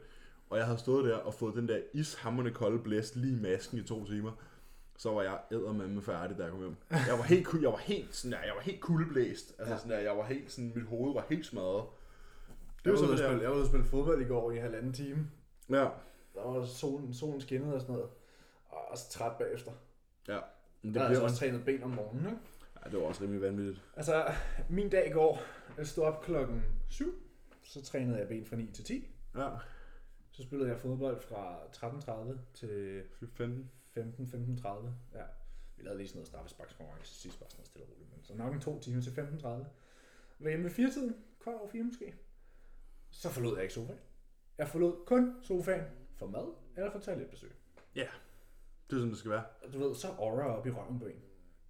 Speaker 2: og jeg havde stået der og fået den der ishammerne kolde blæst lige i masken i to timer, så var jeg eddermame færdig, da jeg kom hjem. Jeg var helt, kul- jeg var helt, sådan der, jeg var helt kuldeblæst. Altså ja. sådan der, jeg var helt sådan, mit hoved var helt smadret.
Speaker 1: Det
Speaker 2: Det
Speaker 1: var
Speaker 2: var
Speaker 1: jeg, var ude
Speaker 2: sådan
Speaker 1: at
Speaker 2: der.
Speaker 1: spille, jeg var ude at spille fodbold i går i halvanden time.
Speaker 2: Ja.
Speaker 1: Der var solen, solen skinnede og sådan noget. Og også træt bagefter.
Speaker 2: Ja.
Speaker 1: Det
Speaker 2: Men det,
Speaker 1: jeg har
Speaker 2: bliver
Speaker 1: altså
Speaker 2: også,
Speaker 1: også trænet ben om morgenen, ikke?
Speaker 2: ja, det var også rimelig vanvittigt.
Speaker 1: Altså, min dag i går, jeg stod op klokken 7. Så trænede jeg ben fra 9 til 10.
Speaker 2: Ja.
Speaker 1: Så spillede jeg fodbold fra 13.30 til
Speaker 2: Fy fanden.
Speaker 1: 15, 15.30. Ja. Vi lavede lige sådan noget straffesparkskonkurrence sidst, bare sådan noget stille og roligt. Men så nok en to timer til 15.30. Var hjemme ved firetiden, kvart over fire måske. Så forlod jeg ikke sofaen. Jeg forlod kun sofaen for mad eller for toiletbesøg.
Speaker 2: Ja. Det er sådan, det skal være.
Speaker 1: Og Du ved, så aura op i røven på en.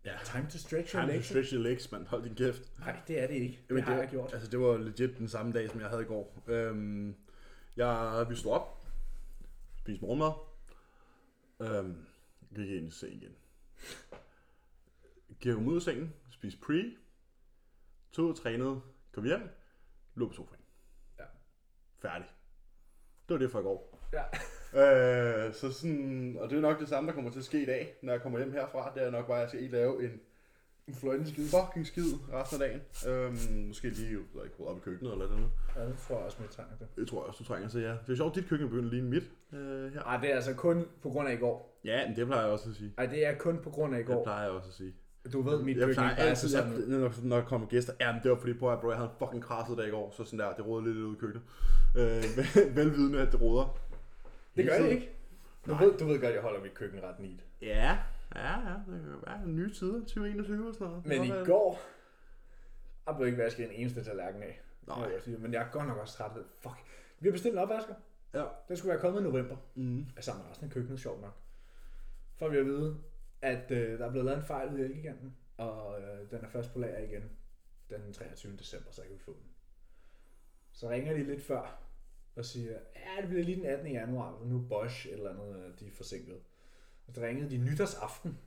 Speaker 2: Ja.
Speaker 1: Time to stretch your
Speaker 2: Time to
Speaker 1: legs.
Speaker 2: stretch your legs, mand. Hold din kæft.
Speaker 1: Nej, det er det ikke. Det
Speaker 2: Jamen,
Speaker 1: har jeg gjort.
Speaker 2: Altså, det var legit den samme dag, som jeg havde i går. Øhm, jeg, vi stod op, spiste morgenmad, øhm, gik ind i seng igen. Gik ud af sengen, spiste pre, tog ud og trænede, kom hjem, lå på sofaen.
Speaker 1: Ja.
Speaker 2: Færdig. Det var det for i går.
Speaker 1: Ja.
Speaker 2: Øh, så sådan, og det er nok det samme, der kommer til at ske i dag, når jeg kommer hjem herfra. Det er nok bare, at jeg skal ikke lave en
Speaker 1: En fløjtende skid.
Speaker 2: fucking skid resten af dagen. Øhm, måske lige ved ikke, op i køkkenet eller noget.
Speaker 1: Ja, det tror jeg også, mit tanker.
Speaker 2: Det tror jeg også, du trænger til, ja. Det er sjovt, dit køkken begynder lige midt øh, her.
Speaker 1: Nej, det er altså kun på grund af i går.
Speaker 2: Ja, men det plejer jeg også at sige.
Speaker 1: Nej, det er kun på grund af i
Speaker 2: Det
Speaker 1: går.
Speaker 2: plejer jeg også at sige.
Speaker 1: Du ved, mit
Speaker 2: Jeg
Speaker 1: køkken
Speaker 2: plejer
Speaker 1: er altså
Speaker 2: altid,
Speaker 1: sådan.
Speaker 2: jeg, når, når der kommer gæster, ja, men det var fordi, prøv at bro, jeg havde en fucking krasset dag i går, så sådan der, det råder lidt ud i køkkenet. Øh, vel- velvidende, at det råder.
Speaker 1: Det gør
Speaker 2: Hele
Speaker 1: det
Speaker 2: tiden.
Speaker 1: ikke. Du ved, du ved godt, jeg holder mit køkken ret neat.
Speaker 2: Ja, ja, ja, det kan jo være nye tider, 2021 og sådan noget.
Speaker 1: Men
Speaker 2: Nå,
Speaker 1: i
Speaker 2: hvad-
Speaker 1: går, jeg blev ikke vasket en eneste tallerken af.
Speaker 2: Nej.
Speaker 1: Det vil jeg sige. Men jeg er godt nok også træt. af- Fuck. Vi har bestilt en opvasker.
Speaker 2: Ja.
Speaker 1: Den skulle være kommet i november.
Speaker 2: Mm.
Speaker 1: Altså, sammen med resten af køkkenet, sjovt nok. Får vi at vide, at øh, der er blevet lavet en fejl ude i Elgiganten, og øh, den er først på lager igen den 23. december, så kan vi få den. Så ringer de lidt før og siger, ja, det bliver lige den 18. januar, men nu er Bosch et eller andet, øh, de er forsinket. Og så ringede de nytårsaften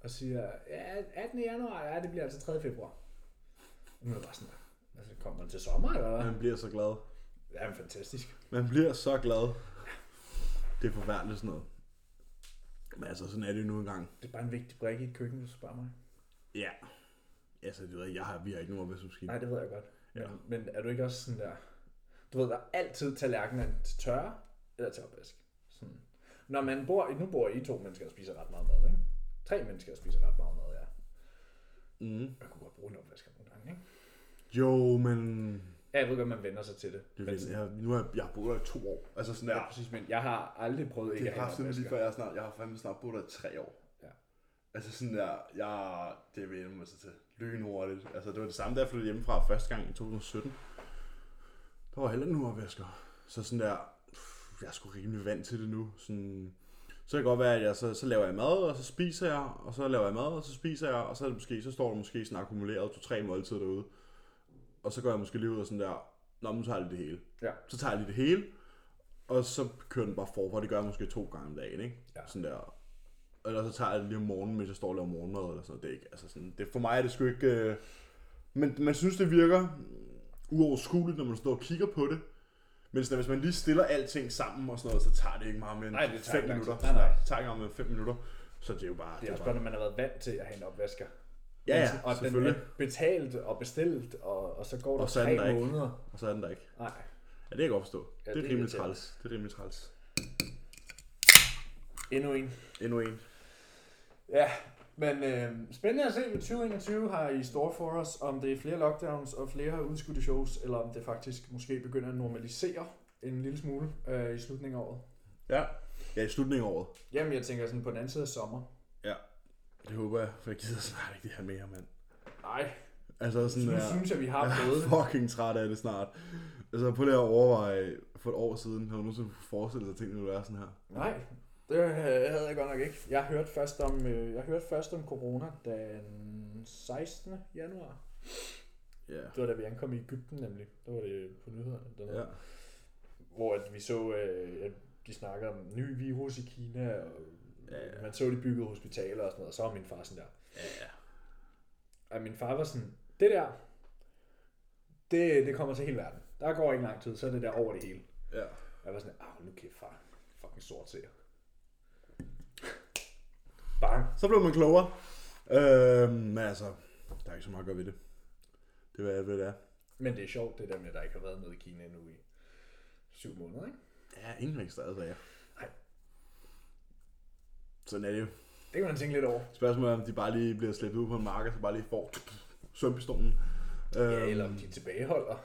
Speaker 1: og siger, ja, 18. januar, ja, det bliver altså 3. februar. Og nu er det bare sådan, altså kommer den til sommer, eller hvad?
Speaker 2: Man bliver så glad.
Speaker 1: Ja, men fantastisk.
Speaker 2: Man bliver så glad. Det er forfærdeligt sådan noget. Men altså, sådan er det jo nu engang.
Speaker 1: Det er bare en vigtig brik i et køkken, hvis du spørger mig.
Speaker 2: Ja. Altså, det ved jeg, jeg har, vi har ikke nogen opvaskemaskine.
Speaker 1: Nej, det ved jeg godt. Men,
Speaker 2: Ja.
Speaker 1: ja. men er du ikke også sådan der... Du ved, der er altid tallerkener til tørre eller til opvask. Sådan. Når man bor... Nu bor I to mennesker og spiser ret meget mad, ikke? Tre mennesker spiser ret meget mad, ja.
Speaker 2: Mm.
Speaker 1: Jeg kunne godt bruge en opvasker nogle gange, ikke?
Speaker 2: Jo, men...
Speaker 1: Ja, jeg ved godt, man vender sig til det.
Speaker 2: Det
Speaker 1: men,
Speaker 2: vil, jeg, nu har jeg, jeg har boet der i to år. Altså sådan der.
Speaker 1: ja, præcis, men jeg har aldrig prøvet
Speaker 2: Det
Speaker 1: ikke
Speaker 2: er
Speaker 1: at have en
Speaker 2: kraftigt lige før
Speaker 1: opvasker.
Speaker 2: jeg er snart, jeg har fandme snart boet der i tre år.
Speaker 1: Ja.
Speaker 2: Altså sådan der, jeg, det vil jeg mig sig til. Lynhurtigt. Altså det var det samme, da jeg flyttede hjemmefra første gang i 2017. Der var heller ikke nogen opvasker. Så sådan der, pff, jeg er sgu rimelig vant til det nu. Sådan, så kan det godt være, at jeg så, så laver jeg mad, og så spiser jeg, og så laver jeg mad, og så spiser jeg, og så, er det måske, så står der måske sådan akkumuleret to-tre måltider derude. Og så går jeg måske lige ud og sådan der, nå, men nu tager jeg lige det hele.
Speaker 1: Ja.
Speaker 2: Så tager jeg lige det hele, og så kører den bare forfra. Det gør jeg måske to gange om dagen, ikke?
Speaker 1: Ja.
Speaker 2: Sådan der. Eller så tager jeg det lige om morgenen, mens jeg står og laver morgenmad eller sådan noget. Det er ikke, altså sådan, det, for mig er det sgu ikke... Øh, men man synes, det virker mm, uoverskueligt, når man står og kigger på det. Men sådan, hvis man lige stiller alting sammen og sådan noget, så tager det ikke meget mere end
Speaker 1: Nej, det tager
Speaker 2: fem
Speaker 1: ikke lang tid.
Speaker 2: minutter.
Speaker 1: Nej, nej.
Speaker 2: Det tager ikke meget mere end fem minutter. Så det er jo bare...
Speaker 1: Det er også
Speaker 2: bare
Speaker 1: godt, at man har været vant til at have en opvasker.
Speaker 2: ja,
Speaker 1: Men
Speaker 2: ja,
Speaker 1: sådan- og den
Speaker 2: selvfølgelig.
Speaker 1: er betalt og bestilt, og, og så går der
Speaker 2: Og så er
Speaker 1: tre
Speaker 2: den der ikke.
Speaker 1: måneder.
Speaker 2: Og så er den der ikke.
Speaker 1: Nej.
Speaker 2: Ja, det kan jeg godt forstå.
Speaker 1: Ja,
Speaker 2: Ja, det,
Speaker 1: det
Speaker 2: er
Speaker 1: er
Speaker 2: rimelig
Speaker 1: irriterende.
Speaker 2: træls. Det er rimelig træls.
Speaker 1: Endnu en.
Speaker 2: Endnu en.
Speaker 1: Ja, men øh, spændende at se, hvad 2021 har i store for os. Om det er flere lockdowns og flere udskudte shows, eller om det faktisk måske begynder at normalisere en lille smule øh, i slutningen af året.
Speaker 2: Ja. Ja, i slutningen af året.
Speaker 1: Jamen, jeg tænker sådan på den anden side af sommer.
Speaker 2: Det håber jeg, for jeg gider snart ikke det her mere, mand.
Speaker 1: Nej,
Speaker 2: Altså sådan
Speaker 1: nu
Speaker 2: der,
Speaker 1: synes jeg, vi har
Speaker 2: jeg
Speaker 1: fået
Speaker 2: er fucking træt af det snart. Altså prøv lige at overveje, for et år siden, havde du nogensinde kunne forestille dig ting, når du er sådan her?
Speaker 1: Nej, det øh, havde jeg godt nok ikke. Jeg hørte først om, øh, jeg hørte først om corona den 16. januar.
Speaker 2: Ja.
Speaker 1: Det var da vi ankom i Ægypten nemlig. Det var det på nyhederne. Den
Speaker 2: Ja.
Speaker 1: ja. Hvor at vi så, øh, at de snakker om ny virus i Kina, og
Speaker 2: Ja, ja.
Speaker 1: man så, de byggede hospitaler og sådan noget, og så var min far sådan der.
Speaker 2: Ja.
Speaker 1: Og min far var sådan, det der, det, det kommer til hele verden. Der går ikke lang tid, så er det der over det hele.
Speaker 2: Ja.
Speaker 1: Og jeg var sådan, ah, nu kæft far, fucking sort ser. Bang.
Speaker 2: Så blev man klogere. Øhm, men altså, der er ikke så meget at gøre ved det. Det er, hvad det er.
Speaker 1: Men det er sjovt, det der med, at der ikke har været noget i Kina endnu i syv måneder, ikke?
Speaker 2: Ja, ingen registreret sager.
Speaker 1: Nej.
Speaker 2: Sådan er det jo.
Speaker 1: Det kan man tænke lidt over.
Speaker 2: Spørgsmålet er, om de bare lige bliver slæbt ud på en marked, så bare lige får sømpistolen. Øhm.
Speaker 1: Ja, eller om de tilbageholder.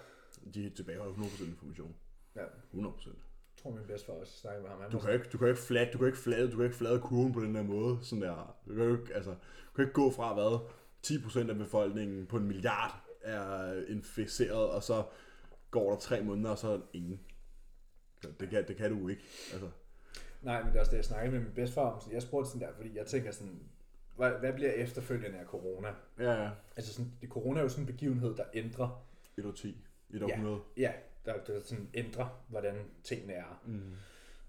Speaker 2: de tilbageholder 100% information.
Speaker 1: Ja,
Speaker 2: 100%.
Speaker 1: jeg tror min bedstefar også snakkede med ham. Han
Speaker 2: Du
Speaker 1: var
Speaker 2: kan ikke, du kan ikke flade, du kan ikke flade, du kan ikke flade kurven på den der måde, sådan der. Du kan jo ikke, altså, du kan ikke gå fra hvad 10% af befolkningen på en milliard er inficeret, og så går der tre måneder, og så er der ingen. Så Det kan, det kan du jo ikke. Altså,
Speaker 1: Nej, men det er også det, jeg snakkede med min bedstefar om. Så Jeg spurgte sådan der, fordi jeg tænker sådan, hvad, hvad bliver efterfølgende af corona?
Speaker 2: ja, ja.
Speaker 1: Altså sådan, det, corona er jo sådan en begivenhed, der ændrer,
Speaker 2: 1 år 10, 1 år 100.
Speaker 1: ja, der, der sådan ændrer, hvordan tingene er. Mm.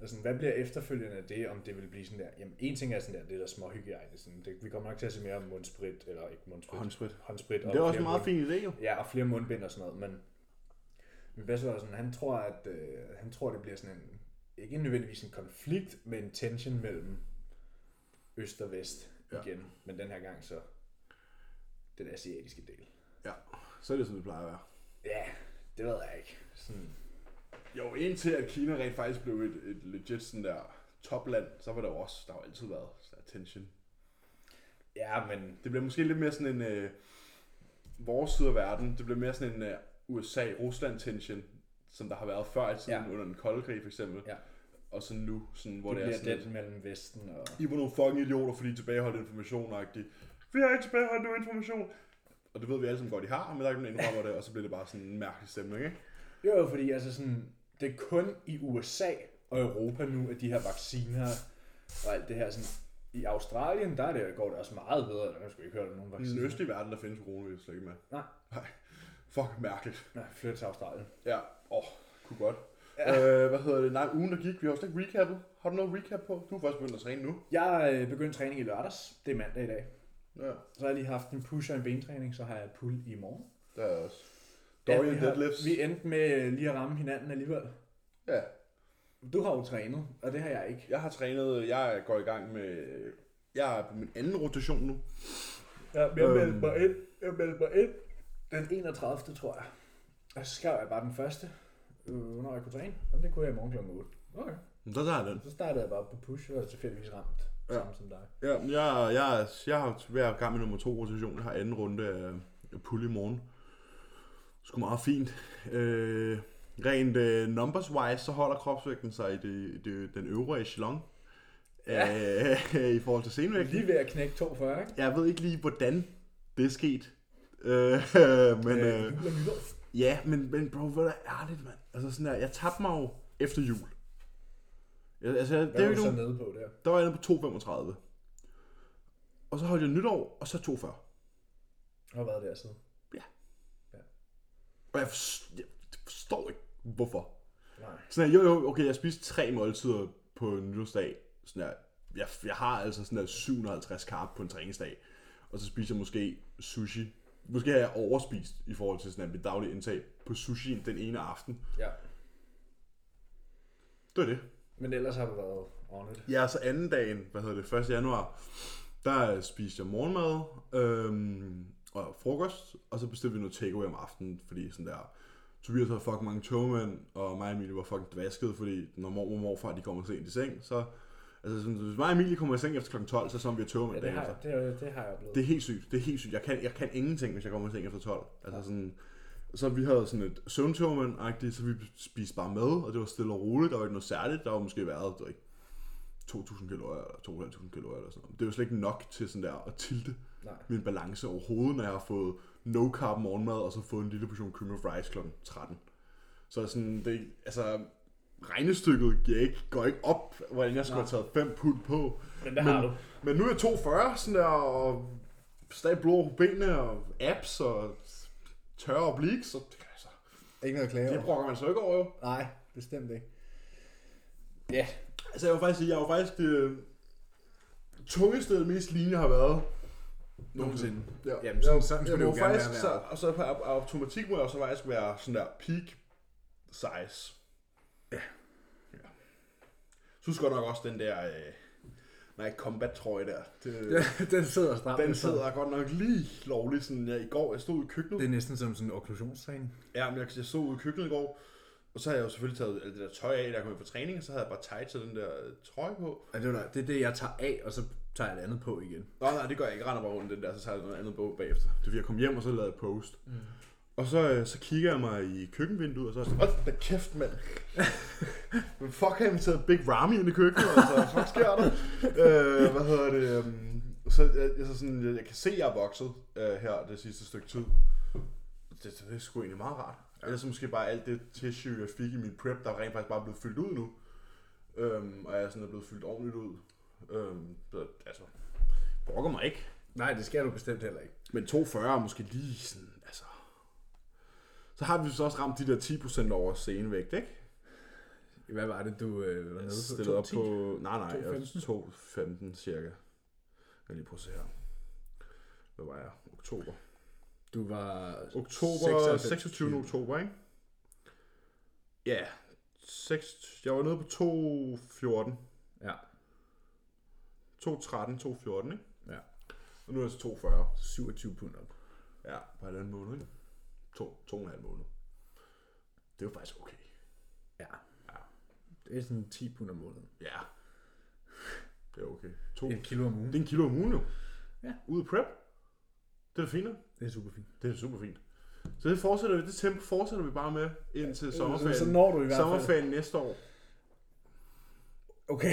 Speaker 1: Og sådan, hvad bliver efterfølgende af det, om det vil blive sådan der, jamen en ting er sådan der, det der småhygiejne, sådan, det, vi kommer nok til at se mere om mundsprit, eller ikke mundsprit,
Speaker 2: Håndsprit.
Speaker 1: håndsprit og
Speaker 2: Det er også
Speaker 1: flere
Speaker 2: en meget
Speaker 1: mund-
Speaker 2: fin idé, jo.
Speaker 1: Ja, og flere mundbind og sådan noget, men min bedste var sådan, han tror, at øh, han tror, det bliver sådan en, ikke nødvendigvis en konflikt, men en tension mellem øst og vest
Speaker 2: Ja.
Speaker 1: ja. igen. Men den her gang så den asiatiske del.
Speaker 2: Ja, så er det, som det plejer at være.
Speaker 1: Ja, det ved jeg ikke. Sådan,
Speaker 2: Jo, indtil at Kina rent faktisk blev et, et legit sådan der topland, så var der jo også, der har jo altid været sådan der tension.
Speaker 1: ja, men
Speaker 2: Det bliver måske lidt mere sådan en, øh, vores side af verden, det bliver mere sådan en øh, USA-Rusland-tension, som der har været før i tiden, ja.
Speaker 1: Ja.
Speaker 2: under den kolde krig for eksempel.
Speaker 1: Ja.
Speaker 2: Og så nu, sådan, hvor
Speaker 1: det
Speaker 2: det, det er sådan,
Speaker 1: bliver
Speaker 2: lidt,
Speaker 1: den mellem vesten og...
Speaker 2: I var nogle fucking idioter, fordi I tilbageholdt information -agtigt. Vi har ikke tilbageholdt nogen information. Og det ved vi alle sammen godt, de har, men der er ikke nogen, der indrømmer det, og så bliver det bare sådan en mærkelig stemning, ikke?
Speaker 1: Jo, fordi altså sådan, det er kun i USA og Europa nu, at de her vacciner og alt det her sådan... I Australien, der er det, går det også meget bedre. Der har jeg sgu ikke hørt om nogen
Speaker 2: I den
Speaker 1: vacciner.
Speaker 2: østlige verden, der findes coronavirus slet ikke med.
Speaker 1: Nej.
Speaker 2: Nej. Fuck mærkeligt.
Speaker 1: Nej, flytte til Australien.
Speaker 2: Ja, åh, kunne godt. Ja. Øh, hvad hedder det? Nej, ugen der gik, vi har jo slet ikke recappet. Har du noget recap på? Du er først begyndt at træne nu.
Speaker 1: Jeg øh, begyndte træning i lørdags. Det er mandag i dag.
Speaker 2: Ja,
Speaker 1: Så har jeg lige haft en push og en bentræning, så har jeg pull i morgen.
Speaker 2: der er også.
Speaker 1: vi,
Speaker 2: Dorian ja, deadlifts.
Speaker 1: vi endte med øh, lige at ramme hinanden alligevel.
Speaker 2: Ja,
Speaker 1: Du har jo trænet, og det har jeg ikke.
Speaker 2: jeg har trænet, jeg går i gang med, jeg er på min anden rotation nu.
Speaker 1: Jeg, jeg
Speaker 2: Øhm.
Speaker 1: meldte mig ind. Jeg meldte mig ind. Den 31. tror jeg. Og så skrev jeg bare den første, øh, hvornår jeg kunne træne. Og det kunne jeg i morgen kl. 8. Okay.
Speaker 2: Så tager jeg den.
Speaker 1: Så startede jeg bare på push, og så tilfældigvis ramt Ja. Samme som dig.
Speaker 2: Ja, men jeg, jeg, jeg har hver gang med nummer to rotation. Jeg har anden runde af pull i morgen. Sgu meget fint. Øh, rent øh, numbers wise, så holder kropsvægten sig i det, det, den øvre echelon. Ja. Øh, I forhold til
Speaker 1: Du er
Speaker 2: senvægten.
Speaker 1: lige ved at knække 42, ikke?
Speaker 2: Jeg ved ikke lige, hvordan det er sket. Øh, men,
Speaker 1: Øh, jul
Speaker 2: øh,
Speaker 1: og nytår.
Speaker 2: ja, men, men bro, hvor er det ærligt, mand. Altså sådan der, jeg tabte mig jo efter jul. Jeg, altså, det
Speaker 1: Hvad er
Speaker 2: er jo
Speaker 1: du
Speaker 2: ikke
Speaker 1: så
Speaker 2: nogen,
Speaker 1: nede på der?
Speaker 2: der var jeg nede på 2,35. Og så holdt jeg nytår, og så 2,40.
Speaker 1: Har været der siden.
Speaker 2: Og jeg forstår, jeg forstår ikke, hvorfor.
Speaker 1: Nej.
Speaker 2: Sådan her, jo jo, okay, jeg spiste tre måltider på nytårsdag. Sådan her, jeg, jeg har altså sådan her 750 carb på en træningsdag. Og så spiser jeg måske sushi. Måske har jeg overspist i forhold til sådan her, mit daglige indtag på sushi den ene aften.
Speaker 1: Ja.
Speaker 2: Det var det.
Speaker 1: Men ellers har du været on it.
Speaker 2: Ja, så anden dagen, hvad hedder det, 1. januar, der spiste jeg morgenmad øhm, og frokost, og så bestilte vi noget takeaway om aftenen, fordi sådan der, Tobias havde fucking mange togmænd, og mig og Emilie var fucking dvasket, fordi når mor og morfar de kommer sent i seng, så... Altså, sådan, hvis mig og Emilie kommer i seng efter kl. 12, så sådan vi har togmænd
Speaker 1: Ja, det
Speaker 2: dagen
Speaker 1: har,
Speaker 2: efter.
Speaker 1: det, har- det har jeg oplevet.
Speaker 2: Det er helt sygt. Det er helt sygt. Jeg kan, jeg kan ingenting, hvis jeg kommer i seng efter 12. Altså sådan, så vi havde sådan et søvntogmand-agtigt, så vi spiste bare mad, og det var stille og roligt. Der var ikke noget særligt. Der var måske været, det var ikke 2.000 kalorier eller 2.500 kalorier eller sådan noget. Men Det er jo slet ikke nok til sådan der at tilte
Speaker 1: Nej.
Speaker 2: min balance overhovedet, når jeg har fået no carb morgenmad, og så fået en lille portion cream of rice kl. 13. Så sådan, det, altså, regnestykket giver ikke, går ikke op, hvordan jeg skulle have taget 5 pund på.
Speaker 1: Men det har du.
Speaker 2: Men nu er jeg 240, sådan der, og stadig blå på benene, og abs, og tørre obliques, så det, altså,
Speaker 1: Ikke noget at klage
Speaker 2: det brokker man så ikke over, jo.
Speaker 1: Nej, bestemt ikke. Ja.
Speaker 2: Altså, jeg var faktisk, sige, jeg var faktisk det tungeste og mest lignende jeg har været.
Speaker 1: Nogensinde.
Speaker 2: Ja.
Speaker 1: Jamen, sådan- sådan
Speaker 2: jeg,
Speaker 1: skulle
Speaker 2: jeg
Speaker 1: det jo
Speaker 2: må
Speaker 1: gerne
Speaker 2: faktisk,
Speaker 1: være,
Speaker 2: så, og så på au- automatik må jeg så faktisk være sådan der peak size. Ja. ja. Synes godt nok også den der øh, nej, combat trøje der. Det, ja.
Speaker 1: den sidder stramt.
Speaker 2: Den sidder godt nok lige lovligt sådan, jeg i går, jeg stod ude i køkkenet.
Speaker 1: Det er næsten som sådan en okklusionstræning.
Speaker 2: Ja, men jeg, jeg stod ude i køkkenet i går, og så havde jeg jo selvfølgelig taget alt det der tøj af, der kom ind fra træning, og så havde jeg bare tightet den der øh, trøje på.
Speaker 1: Ja, det, er, det, det, jeg tager af, og så tager jeg et andet på igen.
Speaker 2: Nå, nej, det gør jeg ikke. Jeg render bare rundt i den der, så tager jeg noget andet bog bagefter. Det er fordi, jeg kom hjem, og så lavede jeg post. Mm. Og så, øh, så kigger jeg mig i køkkenvinduet, og så er jeg sådan, hold da kæft, mand. Men fuck, har jeg inviteret Big Ramy ind i køkkenet, altså, fuck sker der? øh, hvad hedder det? øhm, Så, jeg, jeg, så sådan, jeg, jeg kan se, at jeg er vokset øh, her det sidste stykke tid. Det, det, det er sgu egentlig meget rart. Ja. Ellers er måske bare alt det tissue, jeg fik i min prep, der rent faktisk bare er blevet fyldt ud nu. Øhm, og jeg er sådan er blevet fyldt ordentligt ud. Øhm, så, altså, brokker mig ikke.
Speaker 1: Nej, det skal du bestemt heller ikke.
Speaker 2: Men 240 er måske lige sådan, altså... Så har vi så også ramt de der 10% over scenevægt, ikke?
Speaker 1: Hvad var det, du øh, var
Speaker 2: Jeg
Speaker 1: nede på?
Speaker 2: stillede op
Speaker 1: 210?
Speaker 2: på... Nej, nej,
Speaker 1: 2,15?
Speaker 2: 2,15 cirka. Jeg kan lige prøve at se her. Hvad var jeg? Oktober.
Speaker 1: Du var...
Speaker 2: Oktober,
Speaker 1: 96.
Speaker 2: 26. oktober, ikke? Ja. 6, jeg var nede på 2,14.
Speaker 1: Ja.
Speaker 2: 2,13, 2,14, ikke?
Speaker 1: Ja.
Speaker 2: Og nu er jeg så 2,40.
Speaker 1: 27 pund op.
Speaker 2: Ja, på halvanden måned, ikke? To, to og en halv måned. Det er jo faktisk okay.
Speaker 1: Ja. Det er sådan 10 pund om måneden.
Speaker 2: Ja. Det er okay. To.
Speaker 1: Et kilo om ugen.
Speaker 2: Det er en kilo om ugen jo.
Speaker 1: Ja.
Speaker 2: Ude i prep. Det er da fint. nok.
Speaker 1: Det er super fint.
Speaker 2: Det er super fint. Så det fortsætter vi, det tempo fortsætter vi bare med indtil sommerferien.
Speaker 1: Så når du i hvert fald.
Speaker 2: sommerferien næste år.
Speaker 1: Okay.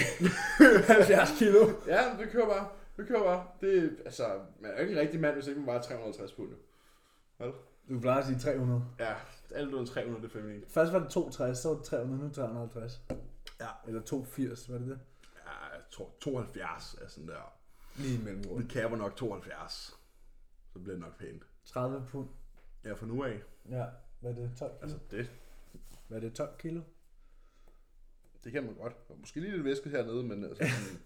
Speaker 1: 70 kilo.
Speaker 2: Ja, det kører bare. Det kører bare. Det, altså, man er jo ikke en rigtig mand, hvis ikke man bare er 350 pund. jo.
Speaker 1: Du plejer at sige 300.
Speaker 2: Ja, alt under 300, det er feminint.
Speaker 1: Først var det 62, så var det 300, nu 350.
Speaker 2: Ja.
Speaker 1: Eller 280, var det det?
Speaker 2: Ja, jeg tror 72 er sådan der.
Speaker 1: Lige mellem
Speaker 2: Vi kæber nok 72. Så bliver det nok pænt.
Speaker 1: 30 pund.
Speaker 2: Ja, fra nu af.
Speaker 1: Ja. Hvad er det? 12 kilo?
Speaker 2: Altså, det,
Speaker 1: Hvad er det? 12 kilo?
Speaker 2: det kan man godt. Og Måske lige lidt væske hernede, men altså... sådan-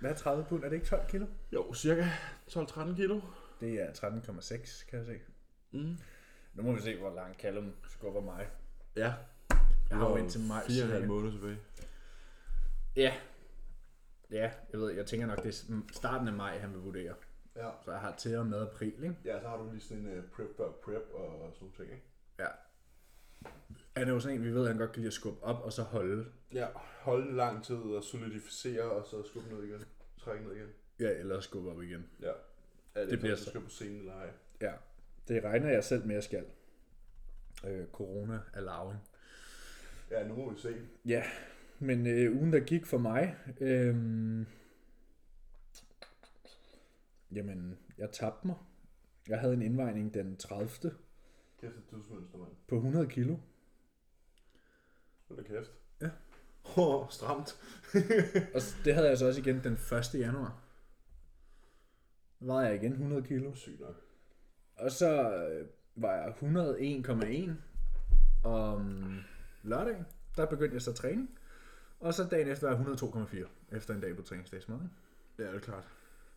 Speaker 1: Hvad er 30 pund? Er det ikke 12 kilo?
Speaker 2: jo, cirka 12-13 kilo.
Speaker 1: Det er 13,6, kan jeg se.
Speaker 2: Mm.
Speaker 1: Nu må vi se, hvor langt Callum skubber mig.
Speaker 2: Ja.
Speaker 1: Jeg har jo indtil maj.
Speaker 2: Fire og en
Speaker 1: cirka.
Speaker 2: halv måned tilbage.
Speaker 1: Ja. Ja, jeg ved, jeg tænker nok, det er s- starten af maj, han vil vurdere.
Speaker 2: Ja.
Speaker 1: Så jeg har til og med april, ikke?
Speaker 2: Ja, så har du lige sådan en uh, prep før prep og sådan nogle ting, ikke?
Speaker 1: Ja. Han er jo sådan en, vi ved, at han godt kan lide at skubbe op og så holde.
Speaker 2: Ja, holde en lang tid og solidificere, og så skubbe ned igen. Trække ned igen.
Speaker 1: Ja, eller skubbe op igen.
Speaker 2: Ja. Er det,
Speaker 1: Det
Speaker 2: det
Speaker 1: bliver
Speaker 2: bliver så.
Speaker 1: så.
Speaker 2: Skal på scenen eller ej.
Speaker 1: Ja, det regner jeg selv med, at jeg skal. Øh, corona allowing.
Speaker 2: Ja, nu må vi se.
Speaker 1: Ja, men øh, ugen der gik for mig, øh, jamen, jeg tabte mig. Jeg havde en indvejning den 30.
Speaker 2: Kæft et dødsmønster, mand.
Speaker 1: på 100 kilo.
Speaker 2: Hold da kæft.
Speaker 1: Ja.
Speaker 2: Åh, stramt.
Speaker 1: Og s- det havde jeg så også igen den 1. januar. Der vejede jeg igen 100 kilo.
Speaker 2: Sygt nok.
Speaker 1: Og så øh, var jeg 101,1 om lørdagen. Der begyndte jeg så træning. Og så dagen efter var jeg 102,4 efter en dag på træningsdagsmad.
Speaker 2: Ja, det er klart.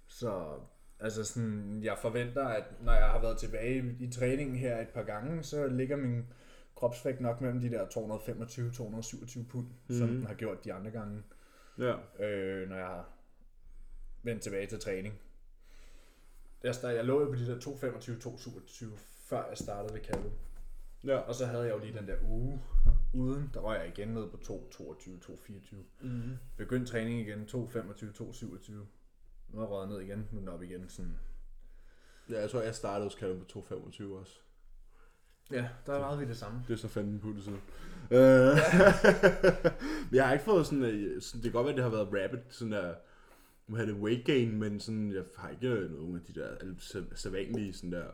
Speaker 1: Så altså sådan, jeg forventer, at når jeg har været tilbage i træningen her et par gange, så ligger min kropsvægt nok mellem de der 225-227 pund, mm. som den har gjort de andre gange,
Speaker 2: Ja.
Speaker 1: øh, når jeg har vendt tilbage til træning. Jeg, start, jeg lå jo på de der 225-227, før jeg startede ved kaldet.
Speaker 2: Ja.
Speaker 1: Og så havde jeg jo lige den der uge uden, der røg jeg igen ned på 222-224.
Speaker 2: Mm-hmm.
Speaker 1: Begyndte træning igen, 225, 227. Nu har jeg røget ned igen, nu er den op igen. Sådan.
Speaker 2: Ja, jeg tror, jeg startede hos Callum på 2,25 også.
Speaker 1: Ja, der vejede vi det samme.
Speaker 2: Det er så fandme pund siden. Øh, men jeg har ikke fået sådan, øh, sådan, det kan godt være, at det har været rapid, sådan der, nu har det weight gain, men sådan, jeg har ikke øh, nogen af de der al- sæ- sædvanlige sådan der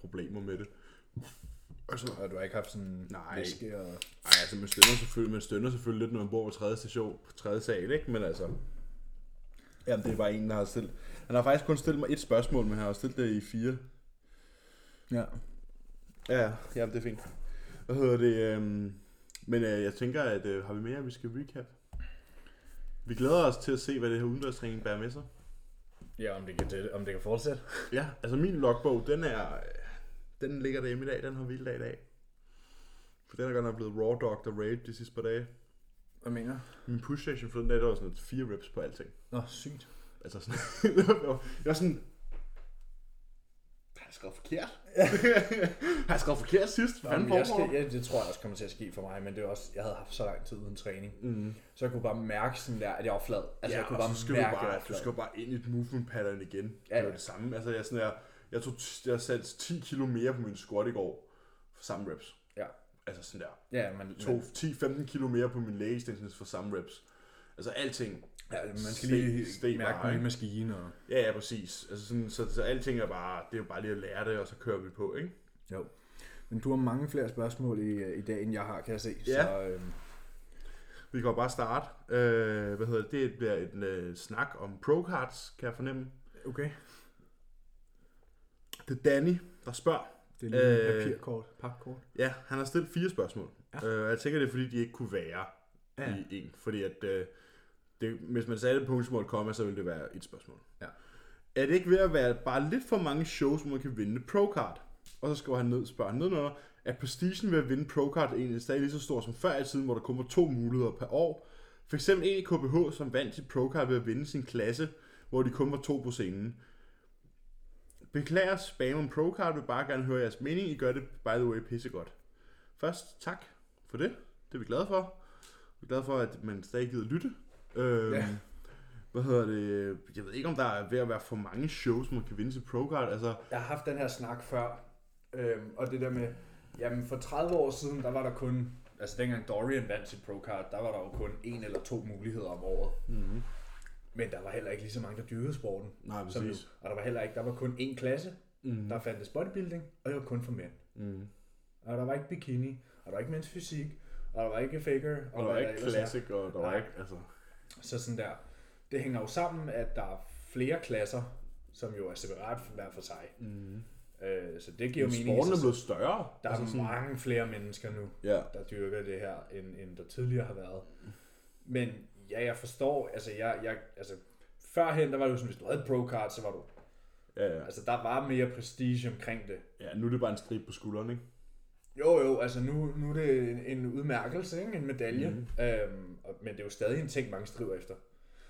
Speaker 2: problemer med det.
Speaker 1: Altså, og du har ikke haft sådan
Speaker 2: Nej.
Speaker 1: væske og...
Speaker 2: Ej, altså man stønner selvfølgelig, man stønner selvfølgelig lidt, når man bor på tredje station, på tredje sal, ikke? Men altså, jamen det er bare en, der har stillet. Han har faktisk kun stillet mig et spørgsmål, men han har stillet det i fire.
Speaker 1: Ja.
Speaker 2: Ja, jamen det er fint. Hvad hedder det? Øhm, men øh, jeg tænker, at øh, har vi mere, vi skal recap? Vi glæder os til at se, hvad det her udendørstræning bærer med sig.
Speaker 1: Ja, om det kan, det, om det kan fortsætte.
Speaker 2: Ja, altså min logbog, den er... øh, Den ligger derhjemme i dag, den har vild dag i dag. For den er godt nok blevet raw dog og raid de sidste par dage.
Speaker 1: Hvad mener
Speaker 2: Min push session for den dag, der var sådan et fire reps på alting.
Speaker 1: Nå, sygt.
Speaker 2: Altså sådan... jeg var sådan... Har jeg skrevet forkert? har jeg skrevet forkert sidst? Hvad
Speaker 1: Jamen,
Speaker 2: fanden
Speaker 1: jeg
Speaker 2: foregår
Speaker 1: skal,
Speaker 2: der?
Speaker 1: ja, det tror jeg også kommer til at ske for mig, men det er også, jeg havde haft så lang tid uden træning.
Speaker 2: Mm.
Speaker 1: Så jeg kunne bare mærke sådan der, at jeg var flad. Altså, jeg kunne
Speaker 2: og
Speaker 1: bare
Speaker 2: så skal
Speaker 1: mærke,
Speaker 2: du
Speaker 1: at jeg
Speaker 2: bare,
Speaker 1: var
Speaker 2: du
Speaker 1: flad.
Speaker 2: skal bare ind i et movement pattern igen.
Speaker 1: Ja,
Speaker 2: Ja, det
Speaker 1: altså. ja.
Speaker 2: er jo det samme. Altså, jeg, er sådan, jeg, jeg tog t- jeg satte 10 kilo mere på min squat i går for samme reps.
Speaker 1: Ja.
Speaker 2: Altså sådan der.
Speaker 1: Ja, man,
Speaker 2: Tog 10-15 kilo mere på min leg extensions for samme reps. Altså alting.
Speaker 1: ja, man skal
Speaker 2: Steg-
Speaker 1: lige
Speaker 2: steg
Speaker 1: mærke
Speaker 2: bare,
Speaker 1: den lille
Speaker 2: ikke?
Speaker 1: maskine. Og...
Speaker 2: Ja, ja, præcis. Altså sådan, så, så alting er bare, det er jo bare lige at lære det, og så kører vi på, ikke?
Speaker 1: Jo. Men du har mange flere spørgsmål i, i dag, end jeg har, kan jeg se.
Speaker 2: Ja.
Speaker 1: Så, øhm,
Speaker 2: Vi kan jo bare starte. Øh, hvad hedder det? Det bliver en øh, snak om pro cards, kan jeg fornemme.
Speaker 1: okay.
Speaker 2: Det er Danny, der spørger.
Speaker 1: Det er lige øh,
Speaker 2: Øh,
Speaker 1: papirkort, papkort.
Speaker 2: Ja, han har stillet fire spørgsmål.
Speaker 1: Ja.
Speaker 2: Ja. Øh, og jeg tænker, det er fordi, de ikke kunne være
Speaker 1: Ja.
Speaker 2: ja. i en. Fordi at, øh, det, hvis man sagde det punktsmål komma, så ville det være et spørgsmål.
Speaker 1: Ja.
Speaker 2: Er det ikke ved at være bare lidt for mange shows, hvor man kan vinde pro-card? Og så skriver han ned, spørger han nedenunder, at prestigen ved at vinde pro-card egentlig stadig lige så stor som før i tiden, hvor der kun var to muligheder per år. For eksempel en i KBH, som vandt sit pro-card ved at vinde sin klasse, hvor de kun var to på scenen. Beklager spam om pro-card, vil bare gerne høre jeres mening. I gør det, by the way, pissegodt. Først, tak for det. Det er vi glade for. Vi er glade for, at man stadig gider lytte. Øhm,
Speaker 1: Ja.
Speaker 2: ja. Hvad hedder det? Jeg ved ikke, om der er ved at være for mange shows, man kan vinde til pro-card. Altså,
Speaker 1: Jeg har haft den her snak før, øhm, og det der med, jamen for 30 år siden, der var der kun, altså dengang Dorian vandt sit pro-card, der var der jo kun en eller to muligheder om året.
Speaker 2: mm-hmm.
Speaker 1: Men der var heller ikke lige så mange, der dyrkede sporten.
Speaker 2: Nej,
Speaker 1: Mhm. Som nu.
Speaker 2: præcis.
Speaker 1: Og der var heller ikke, der var kun én klasse,
Speaker 2: Mm.
Speaker 1: der fandtes bodybuilding, og det var kun for mænd.
Speaker 2: Mm.
Speaker 1: Og der var ikke bikini, og der var ikke mænds fysik, og der var ikke faker. Og,
Speaker 2: Og
Speaker 1: hvad
Speaker 2: der var ikke
Speaker 1: ellers er.
Speaker 2: classic, og der var
Speaker 1: Nej.
Speaker 2: ikke... Altså,
Speaker 1: Så sådan der, det hænger jo sammen, at der er flere klasser, som jo er separat hver for sig.
Speaker 2: mm.
Speaker 1: Øh, så det giver jo mening. i
Speaker 2: Sporten
Speaker 1: sig
Speaker 2: er blevet større.
Speaker 1: Der
Speaker 2: altså,
Speaker 1: er mange flere mennesker nu,
Speaker 2: Ja.
Speaker 1: der dyrker det her, end, end der tidligere har været. Men ja, jeg forstår, altså, jeg, jeg, altså førhen, der var det jo sådan, hvis du havde et pro-card, så var du,
Speaker 2: Ja, ja.
Speaker 1: altså der var mere prestige omkring det.
Speaker 2: ja, nu er det bare en strip på skulderen, ikke?
Speaker 1: Jo, jo, altså nu, nu er det en, en udmærkelse, ikke? en medalje,
Speaker 2: Mhm.
Speaker 1: mm. øhm, og- men det er jo stadig en ting, mange striver efter.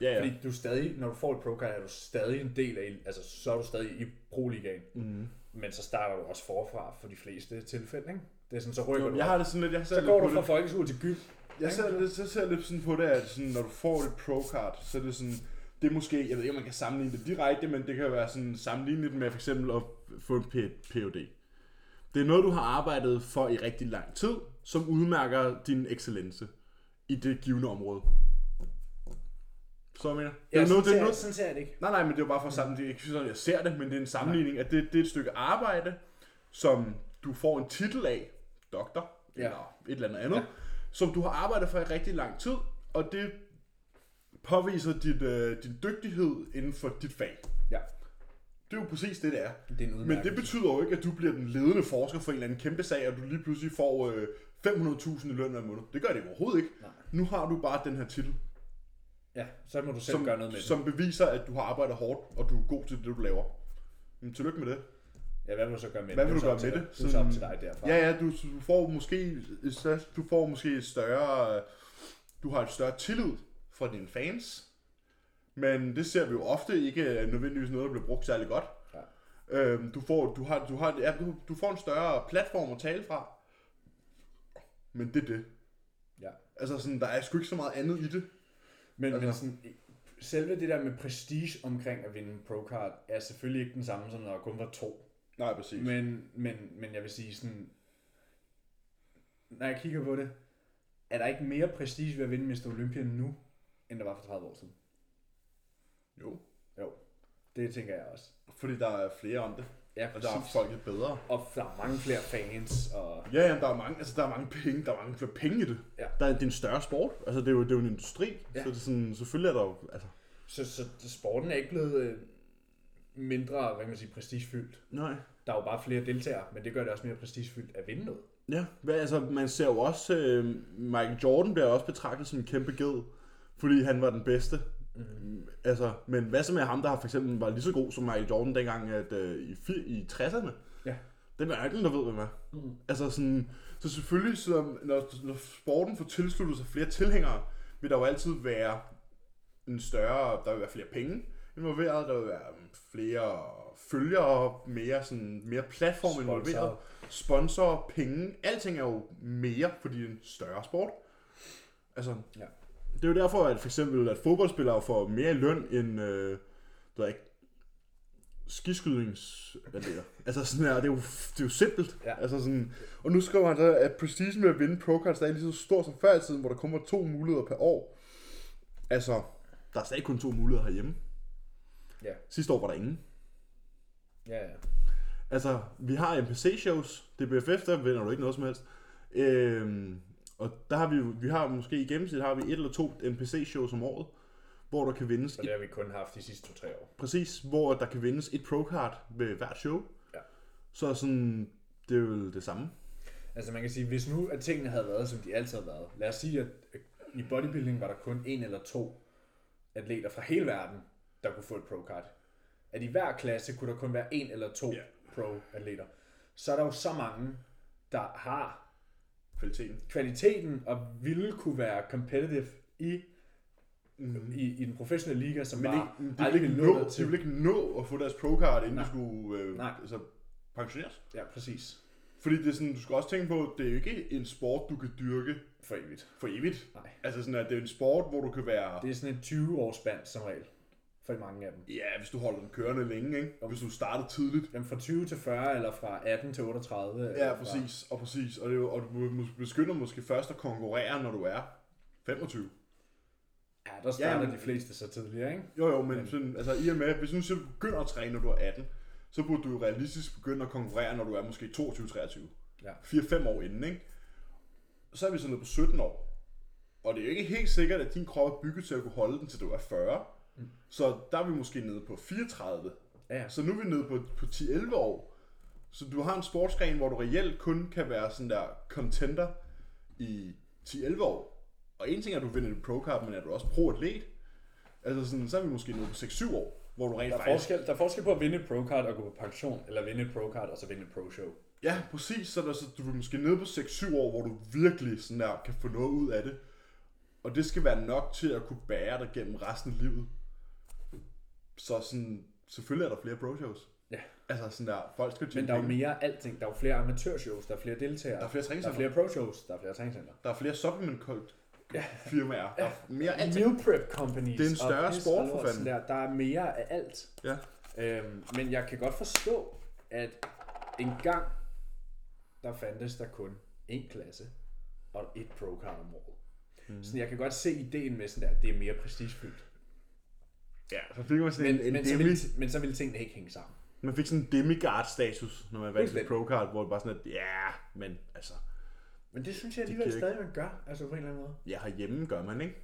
Speaker 2: Ja,
Speaker 1: Ja.
Speaker 2: ja.
Speaker 1: Fordi du er stadig, når du får et pro-card, er du stadig en del af, altså så er du stadig i pro-ligaen,
Speaker 2: Mm.
Speaker 1: men så starter du også forfra for de fleste tilfælde, ikke? Det er sådan, så rykker du.
Speaker 2: Jeg
Speaker 1: op.
Speaker 2: har det sådan lidt, jeg ser
Speaker 1: Så
Speaker 2: lidt
Speaker 1: går
Speaker 2: på
Speaker 1: du
Speaker 2: det-
Speaker 1: fra folkeskole til gym.
Speaker 2: Jeg ser, lidt, så ser jeg lidt sådan på det, at sådan, når du får et pro-card, så er det sådan, det er måske, jeg ved ikke, om man kan sammenligne det direkte, men det kan være sådan sammenlignet med for eksempel at få en P- PhD. Det er noget, du har arbejdet for i rigtig lang tid, som udmærker din excellence i det givende område. Så mener jeg. Det er noget, det er noget,
Speaker 1: sådan ser jeg det ikke.
Speaker 2: Nej, nej, men det er jo bare for sammen. Det er ikke sådan, jeg ser det, men det er en sammenligning, at det, det er et stykke arbejde, som du får en titel af, doktor,
Speaker 1: Ja.
Speaker 2: eller et eller andet andet, ja. som du har arbejdet for i rigtig lang tid, og det påviser dit, øh, din dygtighed inden for dit fag.
Speaker 1: Ja,
Speaker 2: Det er jo præcis det, det er.
Speaker 1: det er en
Speaker 2: Men det
Speaker 1: udmærkelse.
Speaker 2: betyder jo ikke, at du bliver den ledende forsker for en eller anden kæmpe sag, og du lige pludselig får øh, 500.000 i løn hver måned. Det gør det overhovedet ikke.
Speaker 1: Nej.
Speaker 2: Nu har du bare den her titel
Speaker 1: Ja, så må du selv
Speaker 2: som,
Speaker 1: gøre noget med det.
Speaker 2: som beviser, at du har arbejdet hårdt, og du er god til det, du laver. Men tillykke med det.
Speaker 1: Ja, hvad vil du så gøre med det?
Speaker 2: Hvad vil
Speaker 1: Det er
Speaker 2: du
Speaker 1: så
Speaker 2: gøre
Speaker 1: op til
Speaker 2: med det?
Speaker 1: dig. Det er så op
Speaker 2: Sådan-
Speaker 1: til dig derfra.
Speaker 2: Ja, ja, du, du får måske et større, du får måske et større, øh, du har et større tillid fra dine fans, men det ser vi jo ofte ikke er nødvendigvis noget, der bliver brugt særlig godt.
Speaker 1: Ja.
Speaker 2: Øhm, du, får, du, har, du, har, ja, du, du får en større platform at tale fra, men det er det.
Speaker 1: ja.
Speaker 2: Altså sådan, der er sgu ikke så meget andet i det.
Speaker 1: Men, altså. men
Speaker 2: Altså-
Speaker 1: sådan, selve det der med prestige omkring at vinde en pro-card, er selvfølgelig ikke den samme, som når der kun var to.
Speaker 2: Nej, præcis. Men,
Speaker 1: Men, men, men jeg vil sige sådan, når jeg kigger på det, er der ikke mere prestige ved at vinde Mr. Olympia nu, end der var for 30 år siden?
Speaker 2: jo,
Speaker 1: Jo, det tænker jeg også.
Speaker 2: fordi der er flere om det,
Speaker 1: Ja,
Speaker 2: og der er
Speaker 1: præcis.
Speaker 2: folk lidt bedre.
Speaker 1: Og der er mange flere fans, og
Speaker 2: Ja, ja, der er mange, altså der er mange penge, der er mange flere penge i det.
Speaker 1: Ja.
Speaker 2: Der er, det er en større sport, altså det er jo, det er jo en industri,
Speaker 1: Ja.
Speaker 2: ja. så det er sådan, selvfølgelig er der jo, altså...
Speaker 1: så, så sporten er ikke blevet øh, mindre, hvad kan man sige, prestigefyldt.
Speaker 2: Nej.
Speaker 1: Der er jo bare flere deltagere, men det gør det også mere prestigefyldt at vinde noget.
Speaker 2: Ja, hvad, altså man ser jo også, øh, Michael Jordan bliver også betragtet som en kæmpe ged, fordi han var den bedste. Mm. Altså, men hvad så med ham, der for eksempel var lige så god som Michael Jordan dengang at, øh, i, fi- i 60'erne?
Speaker 1: Ja.
Speaker 2: Det er der ikke nogen, der ved, hvem er. Mm. Altså sådan, så selvfølgelig, så når, når sporten får tilsluttet sig flere tilhængere, vil der jo altid være en større, der vil være flere penge involveret, der vil være mm, flere følgere, mere, sådan, mere platform
Speaker 1: Sponsorer.
Speaker 2: involveret, sponsorer, penge, alting er jo mere, fordi det er en større sport. Altså,
Speaker 1: Ja.
Speaker 2: det er jo derfor, at for eksempel, at fodboldspillere får mere i løn end, øh, der ikke, skiskydningsatleter. altså sådan her, det er jo, det er jo simpelt.
Speaker 1: Ja.
Speaker 2: Altså sådan, og nu skriver han så, at prestigen med at vinde ProCard stadig er lige så stor som før i tiden, hvor der kun var to muligheder per år. Altså, der er stadig kun to muligheder herhjemme.
Speaker 1: Ja,
Speaker 2: Sidste år var der ingen.
Speaker 1: ja, ja.
Speaker 2: Altså, vi har NPC-shows. DBFF, der vinder du ikke noget som helst. Øhm, og der har vi, jo- vi har måske i gennemsnit har vi et eller to NPC-shows om året, hvor der kan vindes
Speaker 1: Og det har vi kun haft de sidste to-tre år.
Speaker 2: Præcis, hvor der kan vindes et pro-card ved hvert show.
Speaker 1: Ja.
Speaker 2: Så sådan, det er jo det samme.
Speaker 1: Altså man kan sige, hvis nu at tingene havde været, som de altid har været. Lad os sige, at øh, i bodybuilding var der kun en eller to atleter fra hele verden, der kunne få et pro-card. At i hver klasse kunne der kun være en eller to
Speaker 2: Ja.
Speaker 1: yeah. pro-atleter. Så er der jo så mange, der har
Speaker 2: Kvaliteten.
Speaker 1: kvaliteten og ville kunne være competitive i, mm. i, i den professionelle liga, som
Speaker 2: Men
Speaker 1: bare
Speaker 2: Ah, det, de,
Speaker 1: aldrig
Speaker 2: vil ikke
Speaker 1: ville
Speaker 2: nå,
Speaker 1: nå
Speaker 2: de
Speaker 1: til.
Speaker 2: vil ikke nå at få deres pro-card, inden Nej. de
Speaker 1: Nej.
Speaker 2: skulle øh,
Speaker 1: Nej.
Speaker 2: altså, pensioneres.
Speaker 1: Ja, præcis.
Speaker 2: Fordi det er sådan, du skal også tænke på, at det er jo ikke en sport, du kan dyrke
Speaker 1: For evigt.
Speaker 2: for evigt.
Speaker 1: Nej.
Speaker 2: Altså sådan, at det er en sport, hvor du kan være...
Speaker 1: Det er sådan et 20-årsband som regel. For mange af dem.
Speaker 2: Ja, hvis du holder den kørende længe, ikke? Hvis du starter tidligt.
Speaker 1: Jamen fra 20 til 40, eller fra 18 til 38. eller
Speaker 2: Ja,
Speaker 1: fra-
Speaker 2: præcis. Og præcis. Og, det er jo, og du må- begynder måske først at konkurrere, når du er 25.
Speaker 1: Ja, der starter
Speaker 2: Jamen.
Speaker 1: de fleste så tidligere, ikke?
Speaker 2: Jo, jo, men sådan, altså, i og med, hvis nu siger, du begynder at træne, når du er 18, så burde du jo realistisk begynde at konkurrere, når du er måske 22-23.
Speaker 1: Ja.
Speaker 2: 4-5 år inden, ikke? Så er vi sådan noget på 17 år. Og det er jo ikke helt sikkert, at din krop er bygget til at kunne holde den, til du er 40. Mm. Så der er vi måske nede på 34.
Speaker 1: Ja, ja.
Speaker 2: Så nu er vi nede på, på 10-11 år. Så du har en sportsgren, hvor du reelt kun kan være sådan der contender i 10-11 år. Og en ting er, at du vinder en pro cup, men er du også pro-atlet? Altså sådan, så er vi måske nede på 6-7 år, hvor du rent
Speaker 1: Der er,
Speaker 2: faktisk...
Speaker 1: forskel, der er forskel på at vinde et pro-card og gå på pension, eller vinde et pro-card og så vinde et pro-show.
Speaker 2: Ja, præcis. Så, er der, så du er måske nede på 6-7 år, hvor du virkelig sådan der, kan få noget ud af det. Og det skal være nok til at kunne bære dig gennem resten af livet. Så sådan, selvfølgelig er der flere pro-shows.
Speaker 1: Ja.
Speaker 2: Altså sådan der, folk skal tjene
Speaker 1: Men der er jo
Speaker 2: penge.
Speaker 1: mere alting. Der er jo flere amatørshows, der er flere deltagere.
Speaker 2: Der er flere
Speaker 1: der er
Speaker 2: træningscenter.
Speaker 1: flere pro-shows, der er flere træningscenter.
Speaker 2: Der er flere supplement cult
Speaker 1: Ja.
Speaker 2: firmaer. Der er mere alt.
Speaker 1: Meal prep companies.
Speaker 2: Det er en
Speaker 1: og
Speaker 2: større
Speaker 1: pis
Speaker 2: sport,
Speaker 1: og
Speaker 2: for
Speaker 1: lort,
Speaker 2: fanden.
Speaker 1: sådan Der, der er mere af alt.
Speaker 2: Ja.
Speaker 1: Øhm, men jeg kan godt forstå, at en gang, der fandtes der kun en klasse og et pro-card om året. Mm. Sådan, jeg kan godt se ideen med sådan der, at det er mere prestigefyldt.
Speaker 2: ja, så fik man sådan
Speaker 1: Men,
Speaker 2: en, en
Speaker 1: men, så
Speaker 2: demi,
Speaker 1: ville, men så ville tingene ikke hænge sammen.
Speaker 2: man fik sådan en demigod-status, når man vandt til
Speaker 1: Fuldstændig.
Speaker 2: pro-card, hvor det bare sådan, at ja, men altså,
Speaker 1: Men det synes jeg alligevel
Speaker 2: giver ikke-
Speaker 1: stadig, man gør, altså på en eller anden måde.
Speaker 2: ja, herhjemme gør man, ikke?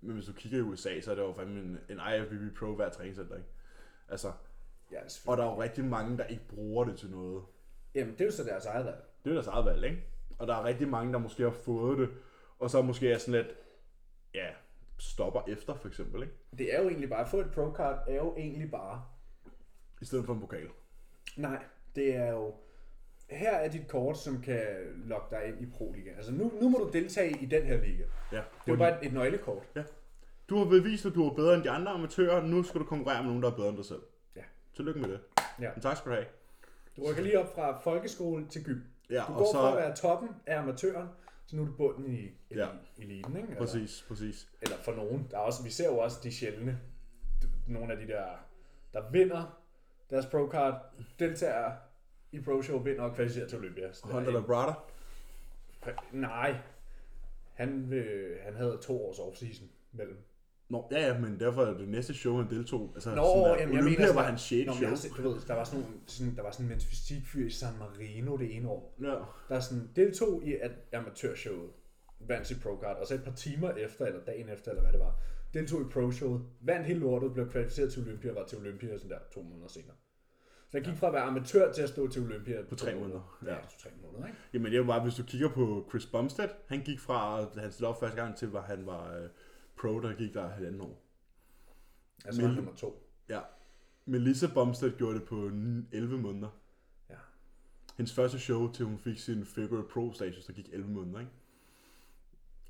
Speaker 2: Men hvis du kigger i USA, så er det jo fandme en, en IFBB Pro hver træningscenter, ikke? Altså,
Speaker 1: Ja, selvfølgelig.
Speaker 2: og der er jo rigtig mange, der ikke bruger det til noget.
Speaker 1: Jamen, det er jo så deres eget valg.
Speaker 2: Det er jo deres eget valg, ikke? Og der er rigtig mange, der måske har fået det, og så måske er sådan lidt, ja, stopper efter, for eksempel, ikke?
Speaker 1: Det er jo egentlig bare, at få et pro-card er jo egentlig bare
Speaker 2: I stedet for en pokal.
Speaker 1: Nej, det er jo... Her er dit kort, som kan lokke dig ind i pro -liga. Altså nu, nu må du deltage i den her liga.
Speaker 2: Ja,
Speaker 1: Det er bare et, et nøglekort.
Speaker 2: Ja. Du har bevist, at du er bedre end de andre amatører. Nu skal du konkurrere med nogen, der er bedre end dig selv.
Speaker 1: Ja.
Speaker 2: Tillykke med det.
Speaker 1: Ja.
Speaker 2: Men tak skal du have.
Speaker 1: Du rykker lige op fra folkeskole til gym.
Speaker 2: Ja,
Speaker 1: Du
Speaker 2: og
Speaker 1: går
Speaker 2: så-
Speaker 1: fra at være toppen af amatøren, så nu er du bunden i, i
Speaker 2: Ja.
Speaker 1: eliten, ikke? Eller,
Speaker 2: Præcis, præcis.
Speaker 1: eller for nogen. Der er også, vi ser jo også de sjældne. D- Nogle af de der, der vinder deres pro-card, deltager i pro-show, vinder og kvalificerer til Olympia. Så der er
Speaker 2: Hunter Labrada.
Speaker 1: en- Nej. Han, øh, han havde to års off-season mellem
Speaker 2: Nå, ja, ja, men derfor er det næste show, han deltog. Altså,
Speaker 1: Nå,
Speaker 2: der,
Speaker 1: jamen, jeg
Speaker 2: Olympia
Speaker 1: mener,
Speaker 2: var hans sjette
Speaker 1: Nå, men
Speaker 2: show.
Speaker 1: jeg har set- du ved, der var sådan, nogle, sådan, der var sådan en mens fysikfyr i San Marino det ene år,
Speaker 2: Ja.
Speaker 1: der sådan deltog i at- amatørshowet, vandt sit pro-card, og så et par timer efter, eller dagen efter, eller hvad det var, deltog i pro-showet, vandt hele lortet, blev kvalificeret til Olympia, og var til Olympia sådan der to måneder senere. Så jeg gik fra at være amatør til at stå til Olympia på
Speaker 2: tre måneder,
Speaker 1: Ja,
Speaker 2: ja.
Speaker 1: ja tre måneder, ikke?
Speaker 2: Jamen, det er jo bare, hvis du kigger på Chris Bumstead. Han gik fra, da han stillede op første gang til, hvor han var øh, pro, der gik der halvanden år.
Speaker 1: Altså var han
Speaker 2: Men-
Speaker 1: nummer to.
Speaker 2: Ja. Melissa Bumstead gjorde det på n- 11 måneder.
Speaker 1: Ja.
Speaker 2: hendes første show, til hun fik sin Figure Pro status, der gik 11 måneder, ikke?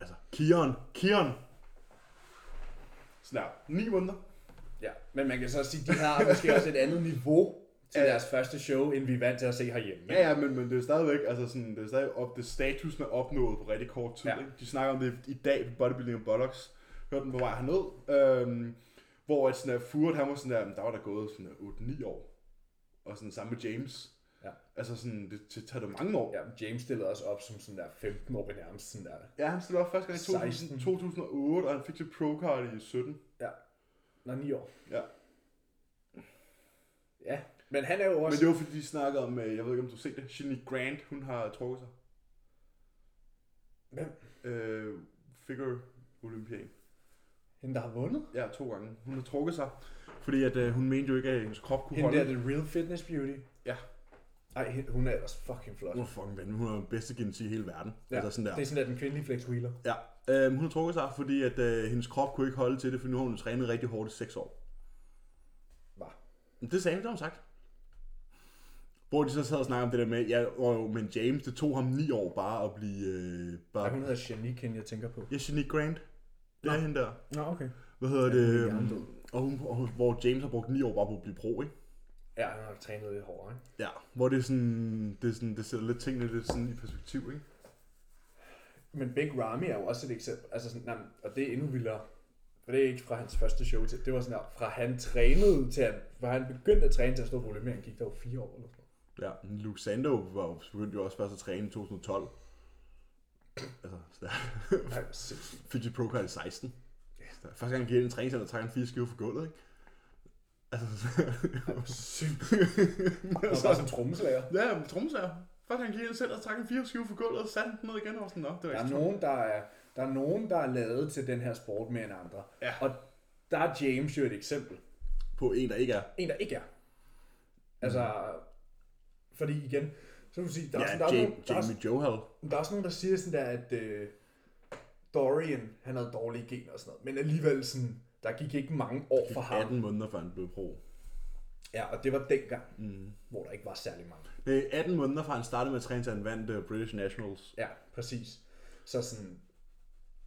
Speaker 2: Altså, Kion, Kion! Snart 9 måneder.
Speaker 1: ja. Men man kan så sige, de har måske også et andet niveau til
Speaker 2: Ja.
Speaker 1: deres første show, end vi er vant til at se herhjemme. ikke?
Speaker 2: Ja, ja, men, men det er stadigvæk, altså sådan, det er stadig op, det statusen er opnået på rigtig kort tid.
Speaker 1: Ja.
Speaker 2: Ja. Ikke? De snakker om det i dag på Bodybuilding og Buttocks. Hørte den på vej herned. Øhm, hvor at sådan der, Furet, han var sådan der, "Men der var der gået sådan der 8-9 år. Og sådan samme med James.
Speaker 1: Ja.
Speaker 2: Altså sådan, det, det tager det mange år.
Speaker 1: Ja, James stillede også op som sådan der 15 år nærmest sådan der.
Speaker 2: Ja, han stillede op første gang i
Speaker 1: 16.
Speaker 2: 2000, 2008, og han fik sit pro-card i 17.
Speaker 1: Ja. Nå, 9 år.
Speaker 2: Ja.
Speaker 1: Ja, men han er jo
Speaker 2: Men
Speaker 1: også...
Speaker 2: det var fordi, de snakkede om, øh, jeg ved ikke om du har set det, Jenny Grant, hun har trukket sig.
Speaker 1: Hvem?
Speaker 2: Øh, figure Olympian.
Speaker 1: Hende, der har vundet?
Speaker 2: Ja, to gange. Hun har trukket sig, fordi at, øh, hun mente jo ikke, at hendes krop kunne
Speaker 1: Hende der,
Speaker 2: holde.
Speaker 1: The Real Fitness Beauty.
Speaker 2: Ja.
Speaker 1: Ej, hende- hun er ellers fucking flot.
Speaker 2: Hun er fucking vanvittig. Hun er den bedste gensi i hele verden. Ja. Altså sådan der.
Speaker 1: Det er sådan der, den kvindelige Flex Wheeler.
Speaker 2: Ja. Øhm, hun har trukket sig, fordi at, øh, hendes krop kunne ikke holde til det, for nu har hun trænet rigtig hårdt i 6 år.
Speaker 1: Var.
Speaker 2: Men det sagde hun, det har hun sagt. Hvor de så sad og snakkede om det der med, ja, og, men James, det tog ham 9 år bare at blive... Øh, bare...
Speaker 1: Ej, hun hedder Janique, hende jeg tænker på.
Speaker 2: Ja, Jenny Grant. Det er hende der.
Speaker 1: Nå, okay.
Speaker 2: Hvad hedder
Speaker 1: Ja, hun er
Speaker 2: det?
Speaker 1: hjernedød.
Speaker 2: øhm, Og, hun, og hun, hvor James har brugt 9 år bare på at blive pro, ikke?
Speaker 1: Ja, han har trænet lidt hårdere, ikke?
Speaker 2: Ja. Hvor det er sådan, det, er sådan, det sætter lidt tingene lidt sådan i perspektiv, ikke?
Speaker 1: Men Big Ramy er jo også et eksempel. Altså sådan, nej, men- og det er endnu vildere. For det er ikke fra hans første show til. Det var sådan der, fra han trænede til, han, fra han begyndte at træne til at stå på Olympia, gik der jo fire år eller sådan noget.
Speaker 2: Ja. Luke Sando var jo, begyndte jo også først at træne i 2012. Altså, så
Speaker 1: Ej, hvor sindssygt.
Speaker 2: Fiji Pro Card i 16. Så Første gang, han gik ind i en træningscenter, trak han fire skiver for gulvet, ikke? Altså,
Speaker 1: Sygt.
Speaker 2: så,
Speaker 1: Han var bare sådan en trommeslager.
Speaker 2: ja, men trommeslager. Første gang, han gik ind i center, trak han fire skiver for gulvet, og satte den ned igen, og sådan, nå, det var
Speaker 1: Der er
Speaker 2: ikke
Speaker 1: nogen, der er, der er nogen, der er lavet til den her sport mere end andre.
Speaker 2: Ja.
Speaker 1: Og der er James jo et eksempel.
Speaker 2: på en, der ikke er.
Speaker 1: En, der ikke er. Altså, fordi igen, så vil du sige, der, er,
Speaker 2: Ja,
Speaker 1: sådan, der, er,
Speaker 2: Jamie,
Speaker 1: nogen, der, er,
Speaker 2: Jamie Johal.
Speaker 1: sådan- der er sådan nogen, der siger sådan der, at øh, Dorian, han havde dårlige gener og sådan noget, men alligevel sådan, der gik ikke mange år for ham.
Speaker 2: 18 måneder, før han blev pro.
Speaker 1: Ja, og det var dengang, mm. hvor der ikke var særlig mange.
Speaker 2: Det er 18 måneder fra han startede med at træne, til han vandt øh, British Nationals.
Speaker 1: Ja, præcis. Så sådan,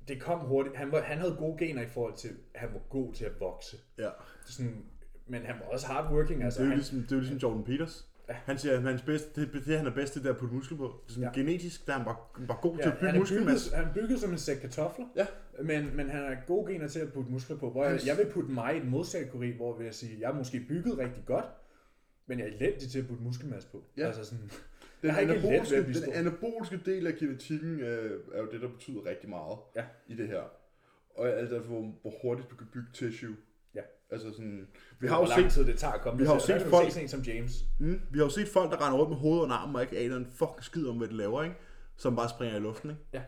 Speaker 1: det kom hurtigt. Han, var, han havde gode gener i forhold til, at han var god til at vokse.
Speaker 2: Ja.
Speaker 1: sådan Men han var også hardworking. Altså,
Speaker 2: det er jo
Speaker 1: han,
Speaker 2: ligesom, det er jo ligesom Jordan Peters.
Speaker 1: Ja.
Speaker 2: Han siger, at hans bedste, det, det, han er bedst til, det er at putte muskel på. Det er sådan,
Speaker 1: Ja.
Speaker 2: Genetisk, der er han bare, bare god
Speaker 1: ja,
Speaker 2: til at
Speaker 1: han,
Speaker 2: bygge
Speaker 1: er bygget,
Speaker 2: muskelmasse.
Speaker 1: han er bygget som en sæk kartofler,
Speaker 2: Ja.
Speaker 1: men, men han har gode gener til at putte muskler på. Hvor jeg,
Speaker 2: Hans-
Speaker 1: jeg vil putte mig i et modsat kuri, hvor vil jeg sige, jeg er måske bygget rigtig godt, men jeg er elendig til at putte muskelmasse på.
Speaker 2: Ja.
Speaker 1: Altså sådan,
Speaker 2: Den,
Speaker 1: jeg har ikke let ved at
Speaker 2: anaboliske,
Speaker 1: blive
Speaker 2: den
Speaker 1: stor.
Speaker 2: anaboliske del af genetikken øh, er jo det, der betyder rigtig meget
Speaker 1: Ja.
Speaker 2: i det her. Og alt det, hvor, hvor hurtigt du kan bygge tissue.
Speaker 1: Ja.
Speaker 2: Altså sådan, vi
Speaker 1: vi
Speaker 2: har
Speaker 1: har
Speaker 2: jo
Speaker 1: hvor lang
Speaker 2: set,
Speaker 1: tid det tager at komme
Speaker 2: vi har jo
Speaker 1: dertil. Og
Speaker 2: set
Speaker 1: der kan
Speaker 2: folk-
Speaker 1: du se sådan en som James.
Speaker 2: mm, vi har jo set folk, der render rundt med hovedet under armen og ikke aner en fucking skid om, hvad de laver, ikke? Som bare springer i luften, ikke?
Speaker 1: Ja.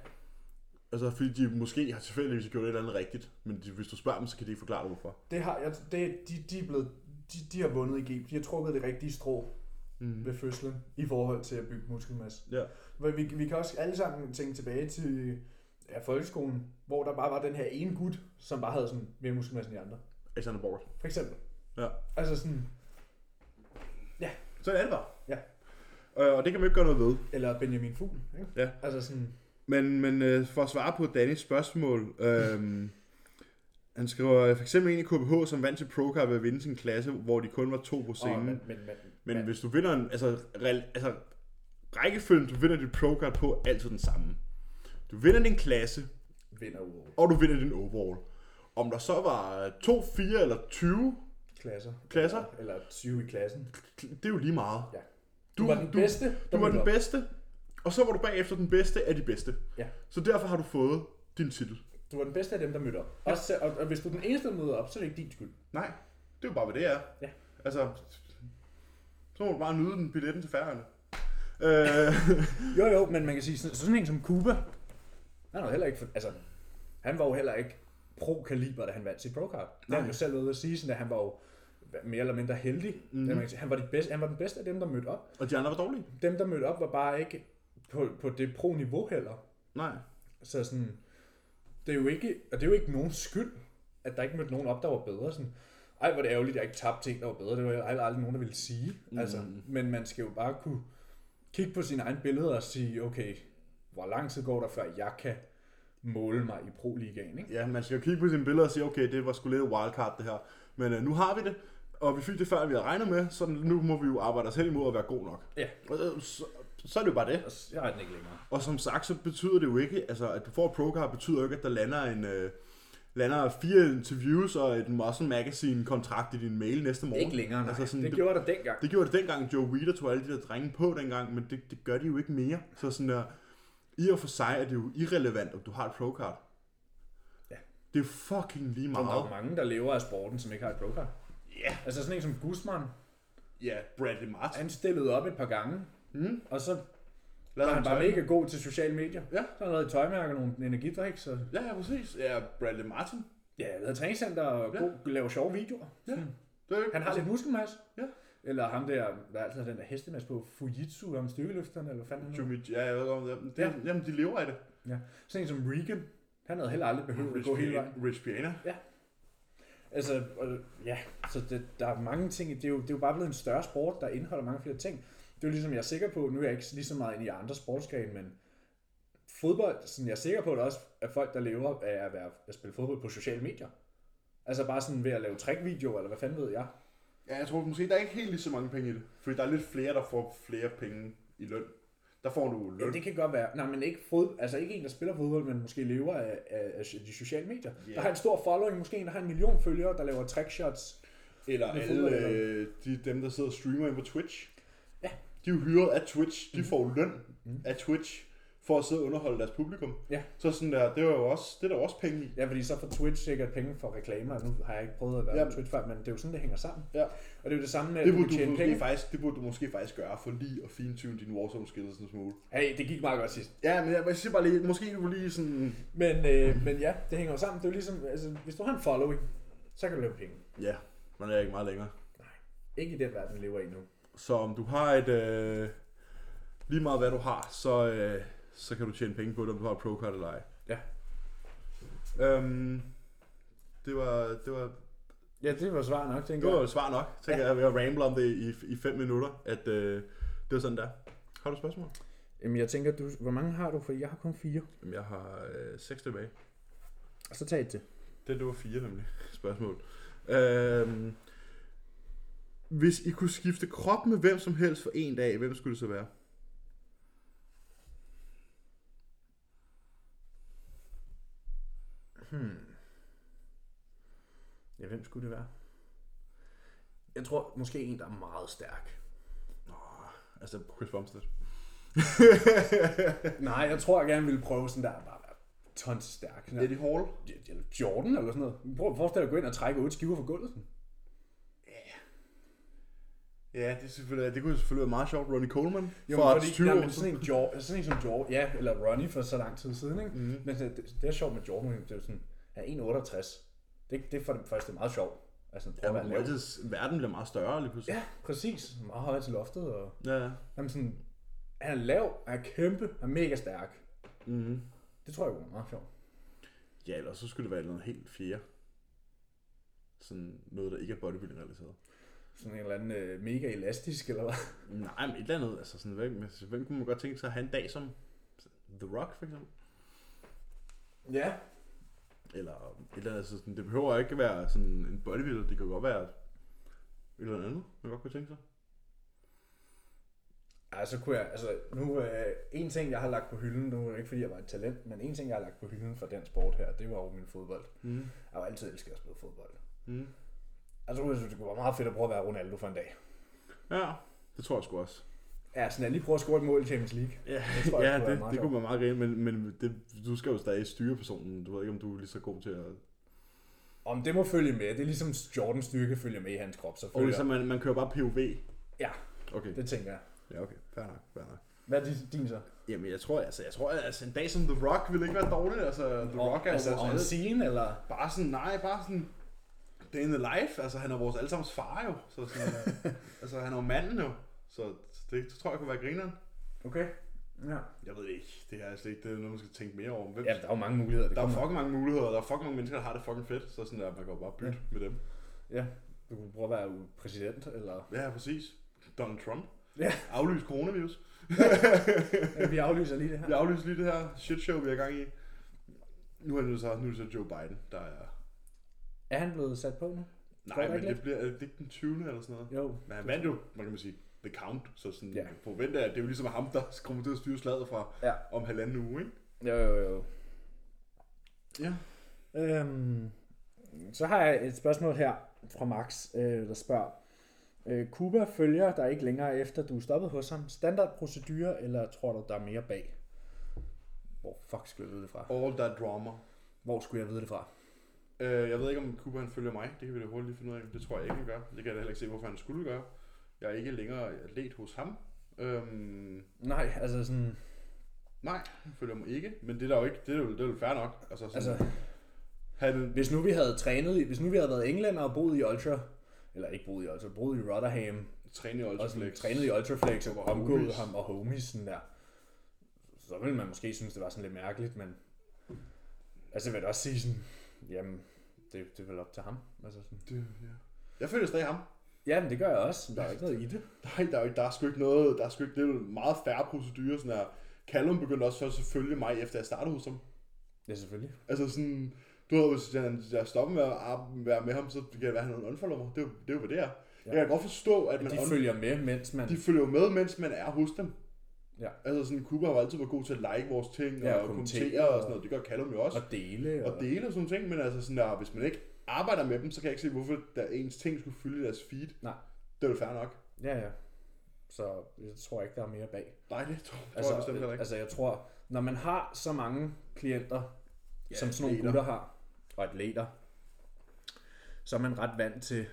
Speaker 2: Altså, fordi de måske har tilfældigvis gjort et eller andet rigtigt, men de, hvis du spørger dem, så kan de ikke forklare dig, hvorfor.
Speaker 1: Det har, jeg, det, de, de, er blevet, de, de har vundet i game. De har trukket det rigtige strå
Speaker 2: Mm.
Speaker 1: ved fødslen i forhold til at bygge muskelmasse.
Speaker 2: Ja.
Speaker 1: Men vi, vi kan også alle sammen tænke tilbage til ja, folkeskolen, hvor der bare var den her ene gut, som bare havde sådan mere muskelmasse end de andre.
Speaker 2: Alexander Borg.
Speaker 1: For eksempel.
Speaker 2: Ja.
Speaker 1: Altså sådan,
Speaker 2: Så er det bare.
Speaker 1: Ja.
Speaker 2: Øh, og det kan man jo ikke gøre noget ved.
Speaker 1: eller Benjamin Fugl, ikke?
Speaker 2: Ja.
Speaker 1: Altså sådan,
Speaker 2: Men, men øh, for at svare på Dannys spørgsmål, øh, han skriver øh, for eksempel en i KBH, som vandt til Procar ved at vinde sin klasse, hvor de kun var to på
Speaker 1: åh,
Speaker 2: scenen.
Speaker 1: men,
Speaker 2: Oh,
Speaker 1: men, men,
Speaker 2: men hvis du vinder en, altså, rel, altså rækkefølgen, du vinder dit Procar på, er altid den samme. Du vinder din klasse,
Speaker 1: vinder udover
Speaker 2: og du vinder din overall. Om der så var 2, 4 eller 20,
Speaker 1: klasser.
Speaker 2: Klasser?
Speaker 1: Eller, eller 20 i klassen.
Speaker 2: det er jo lige meget.
Speaker 1: Ja.
Speaker 2: Du,
Speaker 1: var den bedste,
Speaker 2: Du
Speaker 1: der
Speaker 2: var
Speaker 1: mødte
Speaker 2: den
Speaker 1: op.
Speaker 2: bedste, og så var du bagefter den bedste af de bedste.
Speaker 1: Ja.
Speaker 2: Så derfor har du fået din titel.
Speaker 1: Du var den bedste af dem, der mødte op. Også, selv- og, og, hvis du er den eneste, der møder op, så er det ikke din skyld.
Speaker 2: Nej, det er jo bare, hvad det er.
Speaker 1: Ja.
Speaker 2: Altså, så må du bare nyde den billetten til færgerne. Øh,
Speaker 1: Jo, jo, men man kan sige, sådan, sådan en som Kuba, han var heller ikke, for- altså, han var jo heller ikke pro-kaliber, da han vandt sit pro-card. Det har han
Speaker 2: Nej.
Speaker 1: jo selv været ude at sige, sådan, at han var jo mere eller mindre heldig. Mm. Man kan sige, han, var de bedste, han var den bedste af dem, der mødte op.
Speaker 2: og de andre var dårlige.
Speaker 1: Dem, der mødte op, var bare ikke på, på det pro-niveau heller.
Speaker 2: Nej.
Speaker 1: Så sådan, det er jo ikke, og det er jo ikke nogen skyld, at der ikke mødte nogen op, der var bedre. Sådan, ej, hvor er det ærgerligt, at jeg ikke tabte ting, der var bedre. Det var jo aldrig, aldrig nogen, der ville sige. Mm. Altså, men man skal jo bare kunne kigge på sine egne billeder og sige, okay, hvor lang tid går der, før jeg kan måle mig i Pro-ligaen, ikke?
Speaker 2: Ja, man skal jo kigge på sine billeder og sige, okay, det var sgu lidt et wildcard det her. Men øh, nu har vi det, og vi fik det før, vi havde regnet med, så nu må vi jo arbejde os hen imod at være god nok.
Speaker 1: Ja.
Speaker 2: Og, øh, så, så er det jo bare det.
Speaker 1: Og s- Jeg har den ikke længere.
Speaker 2: Og som sagt, så betyder det jo ikke, altså at du får et program, betyder jo ikke, at der lander en... Øh, lander fire interviews og et Muscle Magazine kontrakt i din mail næste morgen.
Speaker 1: Ikke længere, nej.
Speaker 2: Altså sådan,
Speaker 1: det
Speaker 2: det-
Speaker 1: gjorde der dengang.
Speaker 2: Det gjorde det dengang, Joe Weider tog alle de der drenge på dengang, men det, det gør de jo ikke mere. Så sådan der, i og for sig er det jo irrelevant, om du har et pro-card.
Speaker 1: Ja.
Speaker 2: Det er fucking lige
Speaker 1: Og der er jo
Speaker 2: meget.
Speaker 1: mange, der lever af sporten, som ikke har et pro -card.
Speaker 2: Ja,
Speaker 1: Altså sådan en som Guzman,
Speaker 2: ja, Bradley Martin.
Speaker 1: han stillede op et par gange, mm. og så
Speaker 2: Lad
Speaker 1: var han bare mega god til sociale medier.
Speaker 2: Ja.
Speaker 1: Så har han lavet et tøjmærke og nogle energidrik, så
Speaker 2: Ja, ja, præcis. Ja, Bradley Martin.
Speaker 1: Ja, jeg lavede træningscenter og
Speaker 2: Ja.
Speaker 1: ja. god, laver sjove videoer.
Speaker 2: Ja, det er jo
Speaker 1: Han har
Speaker 2: altså,
Speaker 1: lidt muskelmasse.
Speaker 2: Ja.
Speaker 1: Eller ham der, hvad er altså den der hestemasse på, Fujitsu, om styrkeløfterne, eller hvad fanden han
Speaker 2: Jimmy, ja, jeg ved godt, om det.
Speaker 1: Ja.
Speaker 2: Det, jamen, de lever af det.
Speaker 1: hedder. Ja. Sådan en som Regan, han havde heller aldrig behøvet at gå hele vejen.
Speaker 2: Rich Piana.
Speaker 1: Altså, og, ja, så det, der er mange ting. Det er, jo, det er jo bare blevet en større sport, der indeholder mange flere ting. Det er jo ligesom, jeg er sikker på, nu er jeg ikke lige så meget inde i andre sportsgrene, men fodbold, sådan, jeg er sikker på, at der også er folk, der lever af at, være, at spille fodbold på sociale medier. Altså bare sådan ved at lave trickvideoer, eller hvad fanden ved jeg.
Speaker 2: Ja, jeg tror måske, der er ikke helt lige så mange penge i det. Fordi der er lidt flere, der får flere penge i løn. Der får du løn.
Speaker 1: Ja, det kan godt være. Nej, men ikke, fod, altså ikke en, der spiller fodbold, men måske lever af, af, af de sociale medier.
Speaker 2: Ja.
Speaker 1: Yeah. Der har en stor following, måske en, der har en million følgere, der laver trickshots.
Speaker 2: Eller
Speaker 1: Med
Speaker 2: alle
Speaker 1: fodbold,
Speaker 2: øh, de, dem, der sidder og streamer ind på Twitch.
Speaker 1: Ja. Mhm.
Speaker 2: De er jo hyret af Twitch. De får løn af Twitch for at sidde og underholde deres publikum.
Speaker 1: Ja.
Speaker 2: Så sådan der, det er jo også, det er der også penge i.
Speaker 1: Ja, fordi så får Twitch sikkert penge for reklamer. Nu har jeg ikke prøvet at være
Speaker 2: Ja.
Speaker 1: ja. på Twitch før, men det er jo sådan, det hænger sammen.
Speaker 2: Ja.
Speaker 1: Og det er jo det samme med, at
Speaker 2: Det
Speaker 1: du kan
Speaker 2: burde, du
Speaker 1: tjene
Speaker 2: måske
Speaker 1: penge.
Speaker 2: faktisk, det burde du måske faktisk gøre, for lige at fintune din Warzone skills en smule.
Speaker 1: Hey, det gik meget godt sidst.
Speaker 2: Ja, men jeg, jeg siger bare lige, måske du lige sådan...
Speaker 1: Men, øh, men ja, det hænger jo sammen. Det er jo ligesom, altså, hvis du har en following, så kan du lave penge.
Speaker 2: Ja, man er ikke meget længere.
Speaker 1: Ikke i den verden, vi lever i nu.
Speaker 2: Så om du har et... Øh, lige meget hvad du har, så, øh, så kan du tjene penge på det, om du har et pro-card eller ej.
Speaker 1: Ja.
Speaker 2: Øhm, det var, det var,
Speaker 1: Ja, det var svar nok,
Speaker 2: det
Speaker 1: tænker
Speaker 2: var
Speaker 1: jeg.
Speaker 2: jo svar nok. Så ja. jeg ved at ramble om det i, i fem minutter, at øh, det var sådan der. Har du et spørgsmål?
Speaker 1: Jamen, jeg tænker, du, hvor mange har du? For jeg har kun fire.
Speaker 2: Jamen, jeg har øh, seks tilbage.
Speaker 1: Og så tag et til.
Speaker 2: Det, det var fire nemlig spørgsmål. Øhm, Hvis I kunne skifte krop med hvem som helst for en dag, hvem skulle det så være?
Speaker 1: Ja, hvem skulle det være? Jeg tror måske en, der er meget stærk.
Speaker 2: Altså Chris Bumstead.
Speaker 1: Nej, jeg tror, jeg gerne ville prøve sådan der, bare være tons stærk. Sådan der,
Speaker 2: Eddie Hall?
Speaker 1: eller Jordan eller sådan noget. Prøv at forestille dig at gå ind og trække otte skiver fra gulvet. sådan.
Speaker 2: Ja, det, er selvfølgelig, det kunne selvfølgelig være meget sjovt. Ronnie Coleman
Speaker 1: Jo,
Speaker 2: fra
Speaker 1: men fordi,
Speaker 2: 20
Speaker 1: nej,
Speaker 2: år
Speaker 1: men sådan en, Jordan, sådan en som Jordan, ja, eller Ronnie for så lang tid siden, ikke? Mm. Men sådan, det, det, er sjovt med Jordan, det er jo sådan, han er 1,68. Det, det er for det første meget sjovt. Altså, prøv at være lav.
Speaker 2: siden. Verden bliver meget større lige pludselig.
Speaker 1: Ja, præcis. Meget højt til loftet, og
Speaker 2: Ja, ja.
Speaker 1: Jamen sådan, han er lav, han er kæmpe, han er mega stærk.
Speaker 2: Mm-hmm.
Speaker 1: Det tror jeg kunne være meget sjovt.
Speaker 2: Ja, eller så skulle det være noget helt fjerde. Sådan noget, der ikke er bodybuilding-relateret.
Speaker 1: Sådan en eller anden øh, mega elastisk, eller hvad?
Speaker 2: Nej, men et eller andet. Altså, sådan, hvem, altså, hvem kunne man godt tænke sig at have en dag som The Rock, for eksempel?
Speaker 1: Ja.
Speaker 2: Eller et eller andet. Altså, sådan, det behøver ikke være sådan en bodybuilder. Det kan godt være et eller andet, man godt kunne tænke sig.
Speaker 1: Altså kunne jeg, altså nu, øh, en ting jeg har lagt på hylden, nu er det ikke fordi jeg var et talent, men en ting jeg har lagt på hylden for den sport her, det var jo min fodbold.
Speaker 2: Mm.
Speaker 1: Jeg har jo altid elsket at spille fodbold.
Speaker 2: Mm.
Speaker 1: Altså jeg synes, det kunne være meget fedt at prøve at være Ronaldo for en dag.
Speaker 2: Ja, det tror jeg sgu også.
Speaker 1: Ja, sådan jeg lige prøver at score et mål i Champions League.
Speaker 2: Ja,
Speaker 1: Det tror jeg
Speaker 2: ja
Speaker 1: kunne være
Speaker 2: det,
Speaker 1: meget
Speaker 2: det
Speaker 1: sjovt.
Speaker 2: kunne være meget rent, men, men det, du skal jo stadig styre personen. Du ved ikke, om du er lige så god til at...
Speaker 1: Om det må følge med, det er ligesom Jordans styrke følger med i hans krop, så
Speaker 2: Og
Speaker 1: følger
Speaker 2: ligesom, man, man kører bare POV.
Speaker 1: Ja,
Speaker 2: Okay,
Speaker 1: det tænker jeg.
Speaker 2: ja, okay. Fair nok, fair nok.
Speaker 1: Hvad er din- din så?
Speaker 2: Jamen, jeg tror, altså, jeg tror, altså, en dag som The Rock ville ikke være dårlig. Altså, The Rock er
Speaker 1: altså,
Speaker 2: altså,
Speaker 1: on
Speaker 2: vores alle,
Speaker 1: scene, eller?
Speaker 2: bare sådan, nej, bare sådan, day in the life. Altså, han er vores allesammens far jo. Så sådan, øh, altså, han er jo manden jo. Så det, det tror jeg kunne være grineren.
Speaker 1: Okay. Ja.
Speaker 2: Jeg ved det ikke, det her er slet ikke det er noget, man skal tænke mere over. Hvem,
Speaker 1: Ja, der er jo mange muligheder. Det
Speaker 2: der er
Speaker 1: kommer-
Speaker 2: fucking mange muligheder, og der er fucking mange mennesker, der har det fucking fedt. Så sådan der, man kan jo bare bytte med dem.
Speaker 1: Ja, du kunne prøve at være præsident, eller...
Speaker 2: Ja, præcis. Donald Trump.
Speaker 1: Ja.
Speaker 2: Aflys coronavirus.
Speaker 1: Ja, vi aflyser lige det her.
Speaker 2: Vi aflyser lige det her shit show, vi er i gang i. Nu er det så, nu er det så Joe Biden, der er...
Speaker 1: Er han blevet sat på nu? Tror
Speaker 2: Nej,
Speaker 1: du
Speaker 2: men
Speaker 1: ikke
Speaker 2: det bliver er det ikke den 20. eller sådan noget.
Speaker 1: Jo.
Speaker 2: Men han vandt jo, man kan man sige, the count. Så sådan,
Speaker 1: Ja.
Speaker 2: ja. forventer jeg, at det er jo ligesom ham, der kommer til at styre slaget fra
Speaker 1: Ja.
Speaker 2: om halvanden uge, ikke?
Speaker 1: Jo, jo, jo.
Speaker 2: Ja.
Speaker 1: Øhm, så har jeg et spørgsmål her fra Max, øh, der spørger. Øh, Cuba følger dig ikke længere efter, du er stoppet hos ham. Standardprocedurer, eller tror du, der er mere bag? Hvor fuck skulle jeg vide det fra?
Speaker 2: All that drama.
Speaker 1: Hvor skulle jeg vide det fra?
Speaker 2: Øh, jeg ved ikke, om Cooper han følger mig. Det kan vi da hurtigt lige finde ud af. Det tror jeg ikke, han gør. Det kan jeg da heller ikke se, hvorfor han skulle gøre. Jeg er ikke længere atlet hos ham. Øhm,
Speaker 1: Nej, altså sådan...
Speaker 2: nej, han følger mig ikke. Men det er der jo ikke. Det er jo, det er jo fair nok. Altså, sådan,
Speaker 1: Altså,
Speaker 2: Han,
Speaker 1: Hvis nu vi havde trænet, i- hvis nu vi havde været englænder og boet i Ultra, eller ikke boet i Ultra, boet i Rotherham,
Speaker 2: træne i
Speaker 1: og sådan,
Speaker 2: Ultraflex.
Speaker 1: trænet i Ultraflex og
Speaker 2: Og
Speaker 1: omgået
Speaker 2: homies.
Speaker 1: ham og homies sådan der, så ville man måske synes, det var sådan lidt mærkeligt, men altså jeg vil da også sige sådan, jamen, det, det er vel op til ham. Altså sådan.
Speaker 2: Det, ja. Jeg følger stadig ham.
Speaker 1: Ja, men det gør jeg også, men der er jo ikke noget i det.
Speaker 2: Nej, der er, jo ikke, der er sgu ikke noget, der er sgu ikke, det er jo en meget færre procedure, sådan her. Callum begyndte også først at følge mig, efter jeg startede hos ham.
Speaker 1: Ja, selvfølgelig.
Speaker 2: Altså sådan, du ved, hvis jeg, hvis jeg stopper med at ar- være med ham, så kan det være, at han unfollower mig. Det er jo, det er jo, hvad det er. Ja. Jeg kan godt forstå, at man
Speaker 1: De
Speaker 2: un-
Speaker 1: følger med, mens man...
Speaker 2: de følger jo med, mens man er hos dem.
Speaker 1: Ja.
Speaker 2: Altså sådan, Cooper har jo altid været god til at like vores ting,
Speaker 1: Ja,
Speaker 2: ja,
Speaker 1: og
Speaker 2: og, kommentere,
Speaker 1: kommentere
Speaker 2: og sådan noget. Det gør Callum jo også.
Speaker 1: Og dele. Og,
Speaker 2: og dele og sådan nogle ting, men altså sådan der, hvis man ikke arbejder med dem, så kan jeg ikke se, hvorfor der ens ting skulle fylde deres feed.
Speaker 1: Nej.
Speaker 2: Det er jo fair nok.
Speaker 1: Ja, ja. Så jeg tror ikke, der er mere bag.
Speaker 2: Nej, det tror, altså,
Speaker 1: Altså,
Speaker 2: tror jeg bestemt heller ikke.
Speaker 1: altså jeg tror, når man har så mange klienter, ja, som sådan nogle
Speaker 2: atleter.
Speaker 1: gutter har, og atleter, så er man ret vant til,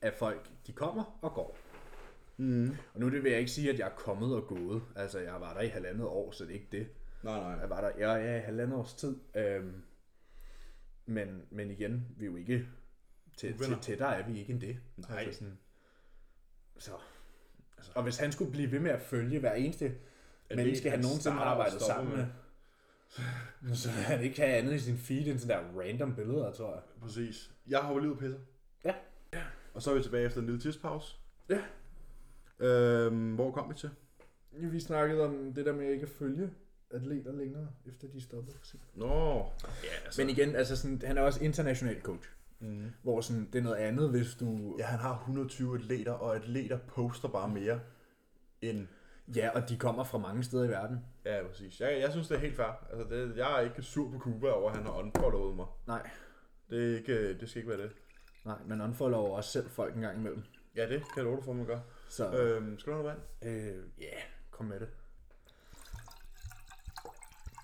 Speaker 1: at folk de kommer og går.
Speaker 2: Mm.
Speaker 1: Og nu det vil jeg ikke sige, at jeg er kommet og gået. Altså, jeg var der i halvandet år, så det er ikke det.
Speaker 2: Nej, nej.
Speaker 1: Jeg var der jeg, jeg, i halvandet års tid. Øhm, men, men igen, vi er jo ikke til, til,
Speaker 2: Uvenner.
Speaker 1: tættere er vi ikke end det. Altså
Speaker 2: Nej.
Speaker 1: sådan, så. Altså. Og hvis han skulle blive ved med at følge hver eneste menneske, han
Speaker 2: det, han
Speaker 1: nogensinde har
Speaker 2: starter og
Speaker 1: arbejdet
Speaker 2: stopper
Speaker 1: sammen med, med. så vil han ikke have andet i sin feed end sådan der random billeder, tror jeg.
Speaker 2: Præcis. Jeg har jo lige ud pisser.
Speaker 1: Ja.
Speaker 2: Og så er vi tilbage efter en lille tidspause.
Speaker 1: Ja.
Speaker 2: Øhm, hvor kom vi til?
Speaker 1: Vi snakkede om det der med ikke at følge atleter længere, efter de stoppede.
Speaker 2: Nå. Ja, altså.
Speaker 1: Men igen, altså sådan, han er også international coach. Mm. Hvor sådan, det er noget andet, hvis du...
Speaker 2: Ja, han har 120 atleter, og atleter poster bare mere end...
Speaker 1: Ja, og de kommer fra mange steder i verden.
Speaker 2: Ja, præcis. Jeg, jeg synes, det er helt fair. Altså, det, jeg er ikke sur på Cuba over, at han har unfollowet mig.
Speaker 1: Nej,
Speaker 2: Det, er ikke, øh, det skal ikke være det.
Speaker 1: nej, man unfollower også selv folk en gang imellem.
Speaker 2: Ja, det kan jeg love dig for, man gør.
Speaker 1: Så øh,
Speaker 2: Øhm, skal du have noget vand?
Speaker 1: øh, yeah, kom med det.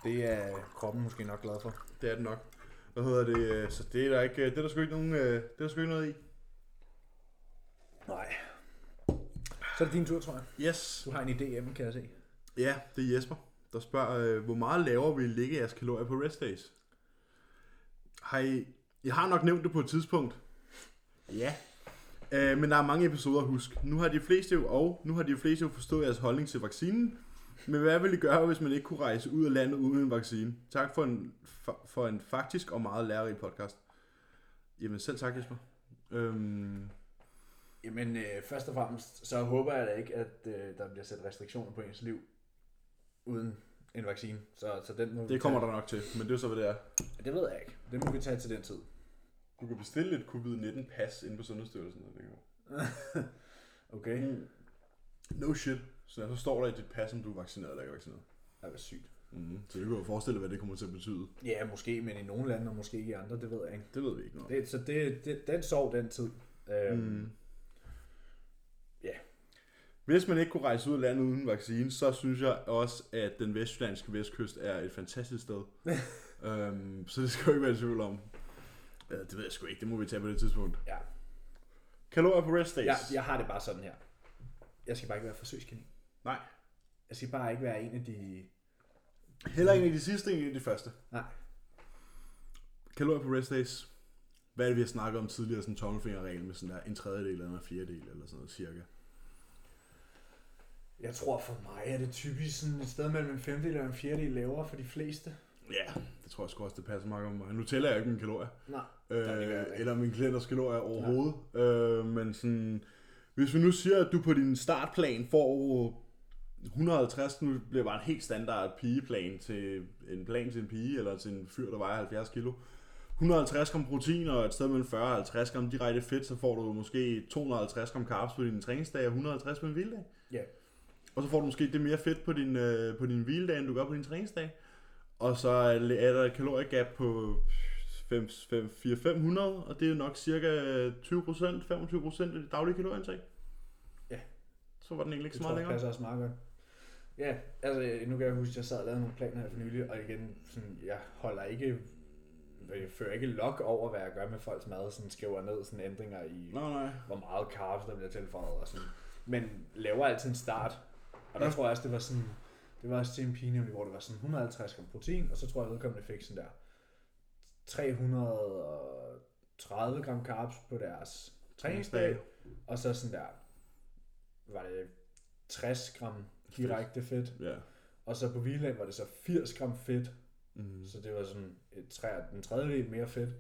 Speaker 1: Det er kroppen måske nok glad for.
Speaker 2: Det er det nok. Hvad hedder det? øh, Så det er der ikke, det er der sgu ikke nogen, øh, det er der sgu ikke noget i.
Speaker 1: Nej. Så er det din tur, tror jeg.
Speaker 2: Yes.
Speaker 1: Du har en idé hjemme, kan jeg se.
Speaker 2: Ja, det er Jesper, der spørger, øh, hvor meget lavere vil I ligge jeres kalorier på rest days? Har I, jeg har nok nævnt det på et tidspunkt. Ja. Øh, men der er mange episoder at huske. Nu har de fleste jo, og nu har de fleste jo forstået jeres holdning til vaccinen. Men hvad ville I gøre, hvis man ikke kunne rejse ud af landet uden en vaccine? Tak for en, fa- for en faktisk og meget lærerig podcast. Jamen selv tak, Jesper. Øhm,
Speaker 1: Jamen, øh, først og fremmest, så håber jeg da ikke, at øh, der bliver sat restriktioner på ens liv uden en vaccine. Så, så den må vi
Speaker 2: det kommer
Speaker 1: tage.
Speaker 2: der nok til, men det er så, hvad det er.
Speaker 1: der. Det ved jeg ikke. Det må vi tage til den tid.
Speaker 2: Du kan bestille et covid-19-pas inde på Sundhedsstyrelsen. eller Det kan
Speaker 1: Okay? Mm.
Speaker 2: No shit. Så, så står der i dit pas, om du er vaccineret eller ikke vaccineret.
Speaker 1: Det var sygt.
Speaker 2: Mm-hmm. Så det kan jo forestille dig, hvad det kommer til at betyde.
Speaker 1: Ja, måske, men i nogle lande og måske ikke i andre, det ved jeg ikke.
Speaker 2: Det ved vi ikke noget. om.
Speaker 1: Det, så det, det, den sov den tid. Øhm, mm.
Speaker 2: Hvis man ikke kunne rejse ud af landet uden vaccine, så synes jeg også, at den vestjyllandske vestkyst er et fantastisk sted. øhm, så det skal jo ikke være i tvivl om. Ja, det ved jeg sgu ikke. Det må vi tage på det tidspunkt.
Speaker 1: Ja.
Speaker 2: Kalorier på rest days.
Speaker 1: Jeg, jeg har det bare sådan her. Jeg skal bare ikke være forsøgskanin.
Speaker 2: Nej.
Speaker 1: Jeg skal bare ikke være en af de...
Speaker 2: Heller en af de sidste, en af de første.
Speaker 1: Nej.
Speaker 2: Kalorier på rest days. Hvad er det, vi har snakket om tidligere? Sådan en tommelfingerregel med sådan der en tredjedel eller en fjerdedel eller sådan noget cirka.
Speaker 1: Jeg tror for mig er det typisk sådan et sted mellem en femtedel og en fjerdedel lavere for de fleste.
Speaker 2: Ja, det tror jeg sgu også, det passer meget godt med mig. Nu tæller jeg ikke mine kalorier.
Speaker 1: Nej. Der ligger jeg
Speaker 2: øh,
Speaker 1: ikke.
Speaker 2: eller min klienters kalorier overhovedet. Øh, men sådan, hvis vi nu siger, at du på din startplan får 150, nu bliver bare en helt standard pigeplan til en plan til en pige, eller til en fyr, der vejer 70 kilo. 150 gram protein og et sted mellem 40 og 50 gram direkte fedt, så får du måske 250 gram carbs på din træningsdag og 150 på din hviledag.
Speaker 1: Ja.
Speaker 2: Og så får du måske det mere fedt på din, øh, på din hviledag, end du gør på din træningsdag. Og så er er der et kaloriegab på 5, 5, 4, 500, og det er nok cirka 20%, 25% af det daglige kalorieindtag.
Speaker 1: Ja.
Speaker 2: Så var den egentlig ikke
Speaker 1: Det
Speaker 2: så
Speaker 1: tror
Speaker 2: meget
Speaker 1: jeg
Speaker 2: længere.
Speaker 1: passer også meget godt. Ja, altså nu kan jeg huske, at jeg sad og lavede nogle planer her for nylig, og igen, sådan, jeg holder ikke, jeg fører ikke log over, hvad jeg gør med folks mad, sådan skriver ned sådan ændringer i,
Speaker 2: Nej, nej.
Speaker 1: hvor meget carbs, der bliver tilføjet og sådan. Men laver altid en start, og der
Speaker 2: Ja.
Speaker 1: tror jeg også, det var sådan, det var også til en pige nemlig, hvor det var sådan 150 gram protein, og så tror jeg, vedkommende fik sådan der 330 gram carbs på deres træningsdag, og så sådan der, var det 60 gram direkte fedt,
Speaker 2: Ja.
Speaker 1: og så på hviledag var det så 80 gram fedt,
Speaker 2: Mm.
Speaker 1: så det var sådan et tre, en tredjedel mere fedt,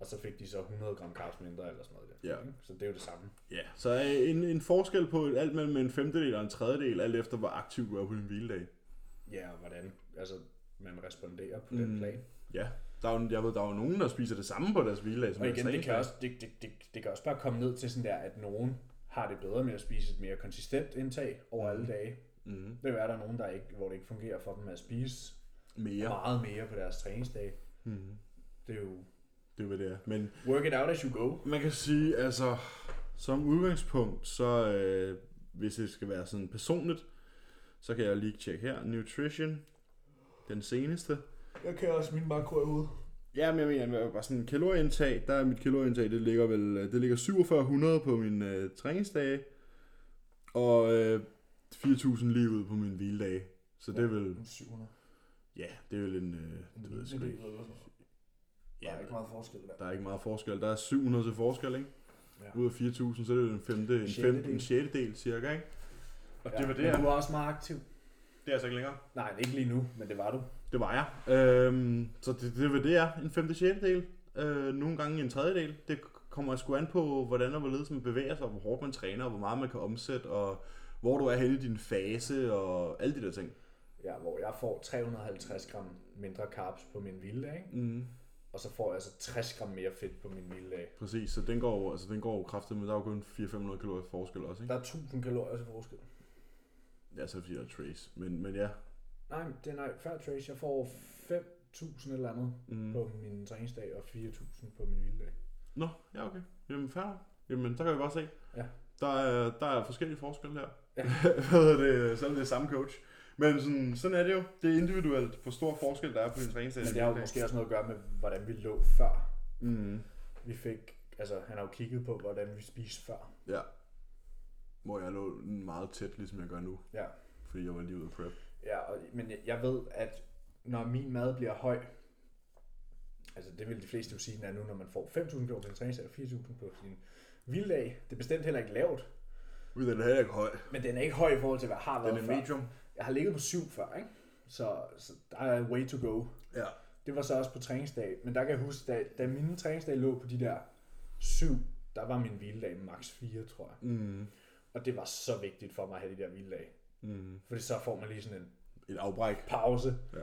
Speaker 1: og så fik de så 100 gram carbs mindre eller sådan noget. Der.
Speaker 2: Ja.
Speaker 1: Så det er jo det samme.
Speaker 2: ja. Så øh, en, en forskel på alt mellem en femtedel og en tredjedel, alt efter hvor aktiv du er på din hviledag.
Speaker 1: Ja, og hvordan altså, man responderer på mm. den
Speaker 2: Mm.
Speaker 1: plan.
Speaker 2: Ja. Der er jo, jeg ved, der er jo nogen, der spiser det samme på deres hviledag, som
Speaker 1: Og
Speaker 2: deres
Speaker 1: igen, det kan,
Speaker 2: træningsdag.
Speaker 1: også, det, det, det, det kan også bare komme ned til sådan der, at nogen har det bedre med at spise et mere konsistent indtag over alle dage.
Speaker 2: Mm.
Speaker 1: Det kan være, at der er nogen, der ikke, hvor det ikke fungerer for dem at spise ja.
Speaker 2: Mere.
Speaker 1: meget mere på deres træningsdag.
Speaker 2: Mm.
Speaker 1: Det er jo
Speaker 2: Det er, hvad det er. Men
Speaker 1: work it out as you go.
Speaker 2: Man kan sige, altså, som udgangspunkt, så øh, hvis det skal være sådan personligt, så kan jeg lige tjekke her. Nutrition, den seneste.
Speaker 1: Jeg kan også min makro ud.
Speaker 2: Ja, men jeg mener, bare sådan kalorieindtag, der er mit kalorieindtag, det ligger vel, øh, det ligger 4700 på min øh, træningsdage, og øh, 4000 lige ud på min hviledage. Så det er vel,
Speaker 1: 700.
Speaker 2: ja, det er vel en, øh, det ved jeg sgu ikke.
Speaker 1: Der
Speaker 2: Ja,
Speaker 1: er ikke meget forskel der.
Speaker 2: der er ikke meget forskel. Der er 700 til forskel, ikke?
Speaker 1: Ja.
Speaker 2: Ud af 4.000, så er det jo en femte, en,
Speaker 1: Sjettedel.
Speaker 2: femte, en sjette del cirka, ikke? Og det var det,
Speaker 1: men
Speaker 2: jeg-
Speaker 1: du var også meget aktiv.
Speaker 2: Det er altså ikke længere.
Speaker 1: Nej, ikke lige nu, men det var du.
Speaker 2: Det var jeg. Øhm, så det, det var det er. En femte sjældel. Øh, nogle gange en tredjedel. Det kommer sgu an på, hvordan og hvorledes man bevæger sig, og hvor hårdt man træner, og hvor meget man kan omsætte, og hvor du er henne i din fase, og alle de der ting.
Speaker 1: Ja, hvor jeg får 350 gram mindre carbs på min vilde, ikke?
Speaker 2: Mm.
Speaker 1: og så får jeg altså 60 gram mere fedt på min hviledag.
Speaker 2: Præcis, så den går, jo- altså, den går jo kraftigt, men der er jo kun 400-500 kalorier forskel også, ikke?
Speaker 1: Der er 1000 kalorier til forskel.
Speaker 2: Ja, så er det fordi der er trace, men, men ja.
Speaker 1: Nej, men det er nej, fair trace. Jeg får 5.000 eller andet
Speaker 2: Mm.
Speaker 1: på min træningsdag og 4.000 på min hviledag.
Speaker 2: Nå, ja okay. Jamen fair. Jamen, der kan vi bare se.
Speaker 1: Ja.
Speaker 2: Der er, der er forskellige forskelle her.
Speaker 1: Ja.
Speaker 2: Hvad hedder det, selvom det er samme coach. Men sådan, sådan er det jo. Det er individuelt, hvor stor forskel der er på din træningsdag.
Speaker 1: Men det har jo måske også noget at gøre med, hvordan vi lå før.
Speaker 2: Mm.
Speaker 1: Vi fik, altså han har jo kigget på, hvordan vi spiste før.
Speaker 2: Ja. Hvor jeg lå meget tæt, ligesom jeg gør nu.
Speaker 1: Ja.
Speaker 2: Fordi jeg var lige ude af prep.
Speaker 1: Ja, og, men jeg, jeg ved, at når min mad bliver høj, altså det vil de fleste jo sige, den er nu, når man får 5.000 kr. på sin træningsdag og 4.000 på sin vilddag. Det er bestemt heller ikke lavt,
Speaker 2: Uden den er heller ikke høj.
Speaker 1: men den er ikke høj i forhold til, hvad jeg har været
Speaker 2: Den er
Speaker 1: før.
Speaker 2: medium.
Speaker 1: Jeg har ligget på 7 før, ikke? Så, så der er way to go.
Speaker 2: Ja.
Speaker 1: Det var så også på træningsdag, men der kan jeg huske, da, da mine træningsdage lå på de der 7, der var min hviledag maks 4, tror jeg.
Speaker 2: Mm.
Speaker 1: Og det var så vigtigt for mig at have de der hviledage.
Speaker 2: Mm.
Speaker 1: Fordi så får man lige sådan en
Speaker 2: Et afbræk.
Speaker 1: pause,
Speaker 2: Ja.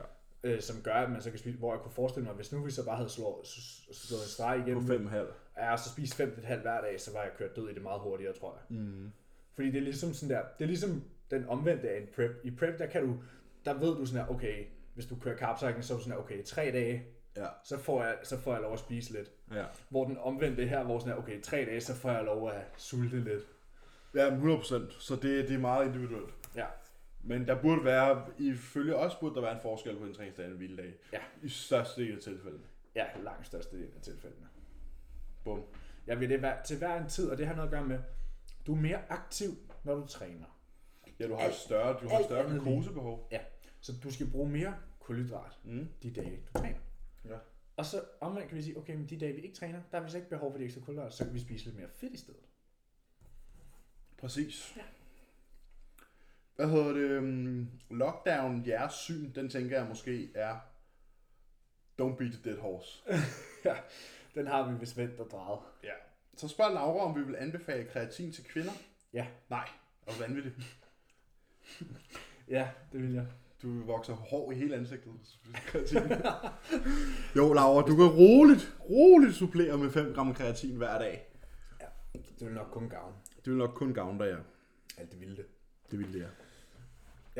Speaker 1: øh, som gør, at man så kan spise, hvor jeg kunne forestille mig, hvis nu vi så bare havde slået, s- slået en streg
Speaker 2: På
Speaker 1: igennem,
Speaker 2: fem og halv.
Speaker 1: ja, og så spiste fem et halvt hver dag, så var jeg kørt død i det meget hurtigere, tror jeg.
Speaker 2: Mm.
Speaker 1: Fordi det er ligesom sådan der, det er ligesom den omvendte af en prep. I prep, der kan du, der ved du sådan her, okay, hvis du kører carb så er du sådan her, okay, tre dage,
Speaker 2: Ja.
Speaker 1: så får jeg, så får jeg lov at spise lidt.
Speaker 2: Ja.
Speaker 1: Hvor den omvendte her, hvor sådan her, okay, tre dage, så får jeg lov at sulte lidt.
Speaker 2: Ja, 100%. Så det, det er meget individuelt.
Speaker 1: Ja,
Speaker 2: Men der burde være, ifølge os burde der være en forskel på en træningsdag og en hviledag.
Speaker 1: Ja.
Speaker 2: I største del af tilfældene.
Speaker 1: ja langt størstedelen af tilfældene.
Speaker 2: Bum.
Speaker 1: Jeg vil det være, til hver en tid, og det har noget at gøre med, du er mere aktiv, når du træner.
Speaker 2: Ja, du har et større, du har et
Speaker 1: alt
Speaker 2: større
Speaker 1: andet lige.
Speaker 2: glukosebehov.
Speaker 1: Ja, så du skal bruge mere kulhydrat
Speaker 2: Mm.
Speaker 1: de dage, du træner.
Speaker 2: Ja.
Speaker 1: Og så omvendt kan vi sige, okay, men de dage, vi ikke træner, der har vi så ikke behov for de ekstra kulhydrater, så kan vi spise lidt mere fedt i stedet.
Speaker 2: Præcis.
Speaker 1: Ja.
Speaker 2: Hvad hedder det? øhm, Lockdown, jeres syn, den tænker jeg måske er... Don't beat a dead horse.
Speaker 1: ja, den har vi vist vendt og drejet.
Speaker 2: ja. Så spørger Laura, om vi vil anbefale kreatin til kvinder.
Speaker 1: Ja,
Speaker 2: Nej, er du vanvittig?
Speaker 1: ja, det vil jeg.
Speaker 2: Du vokser hår i hele ansigtet. jo, Laura, du kan roligt, roligt supplere med 5 gram kreatin hver dag.
Speaker 1: Det vil nok kun gavne
Speaker 2: Det vil nok kun gavne dig, ja.
Speaker 1: alt det vilde.
Speaker 2: Det vil det, ja.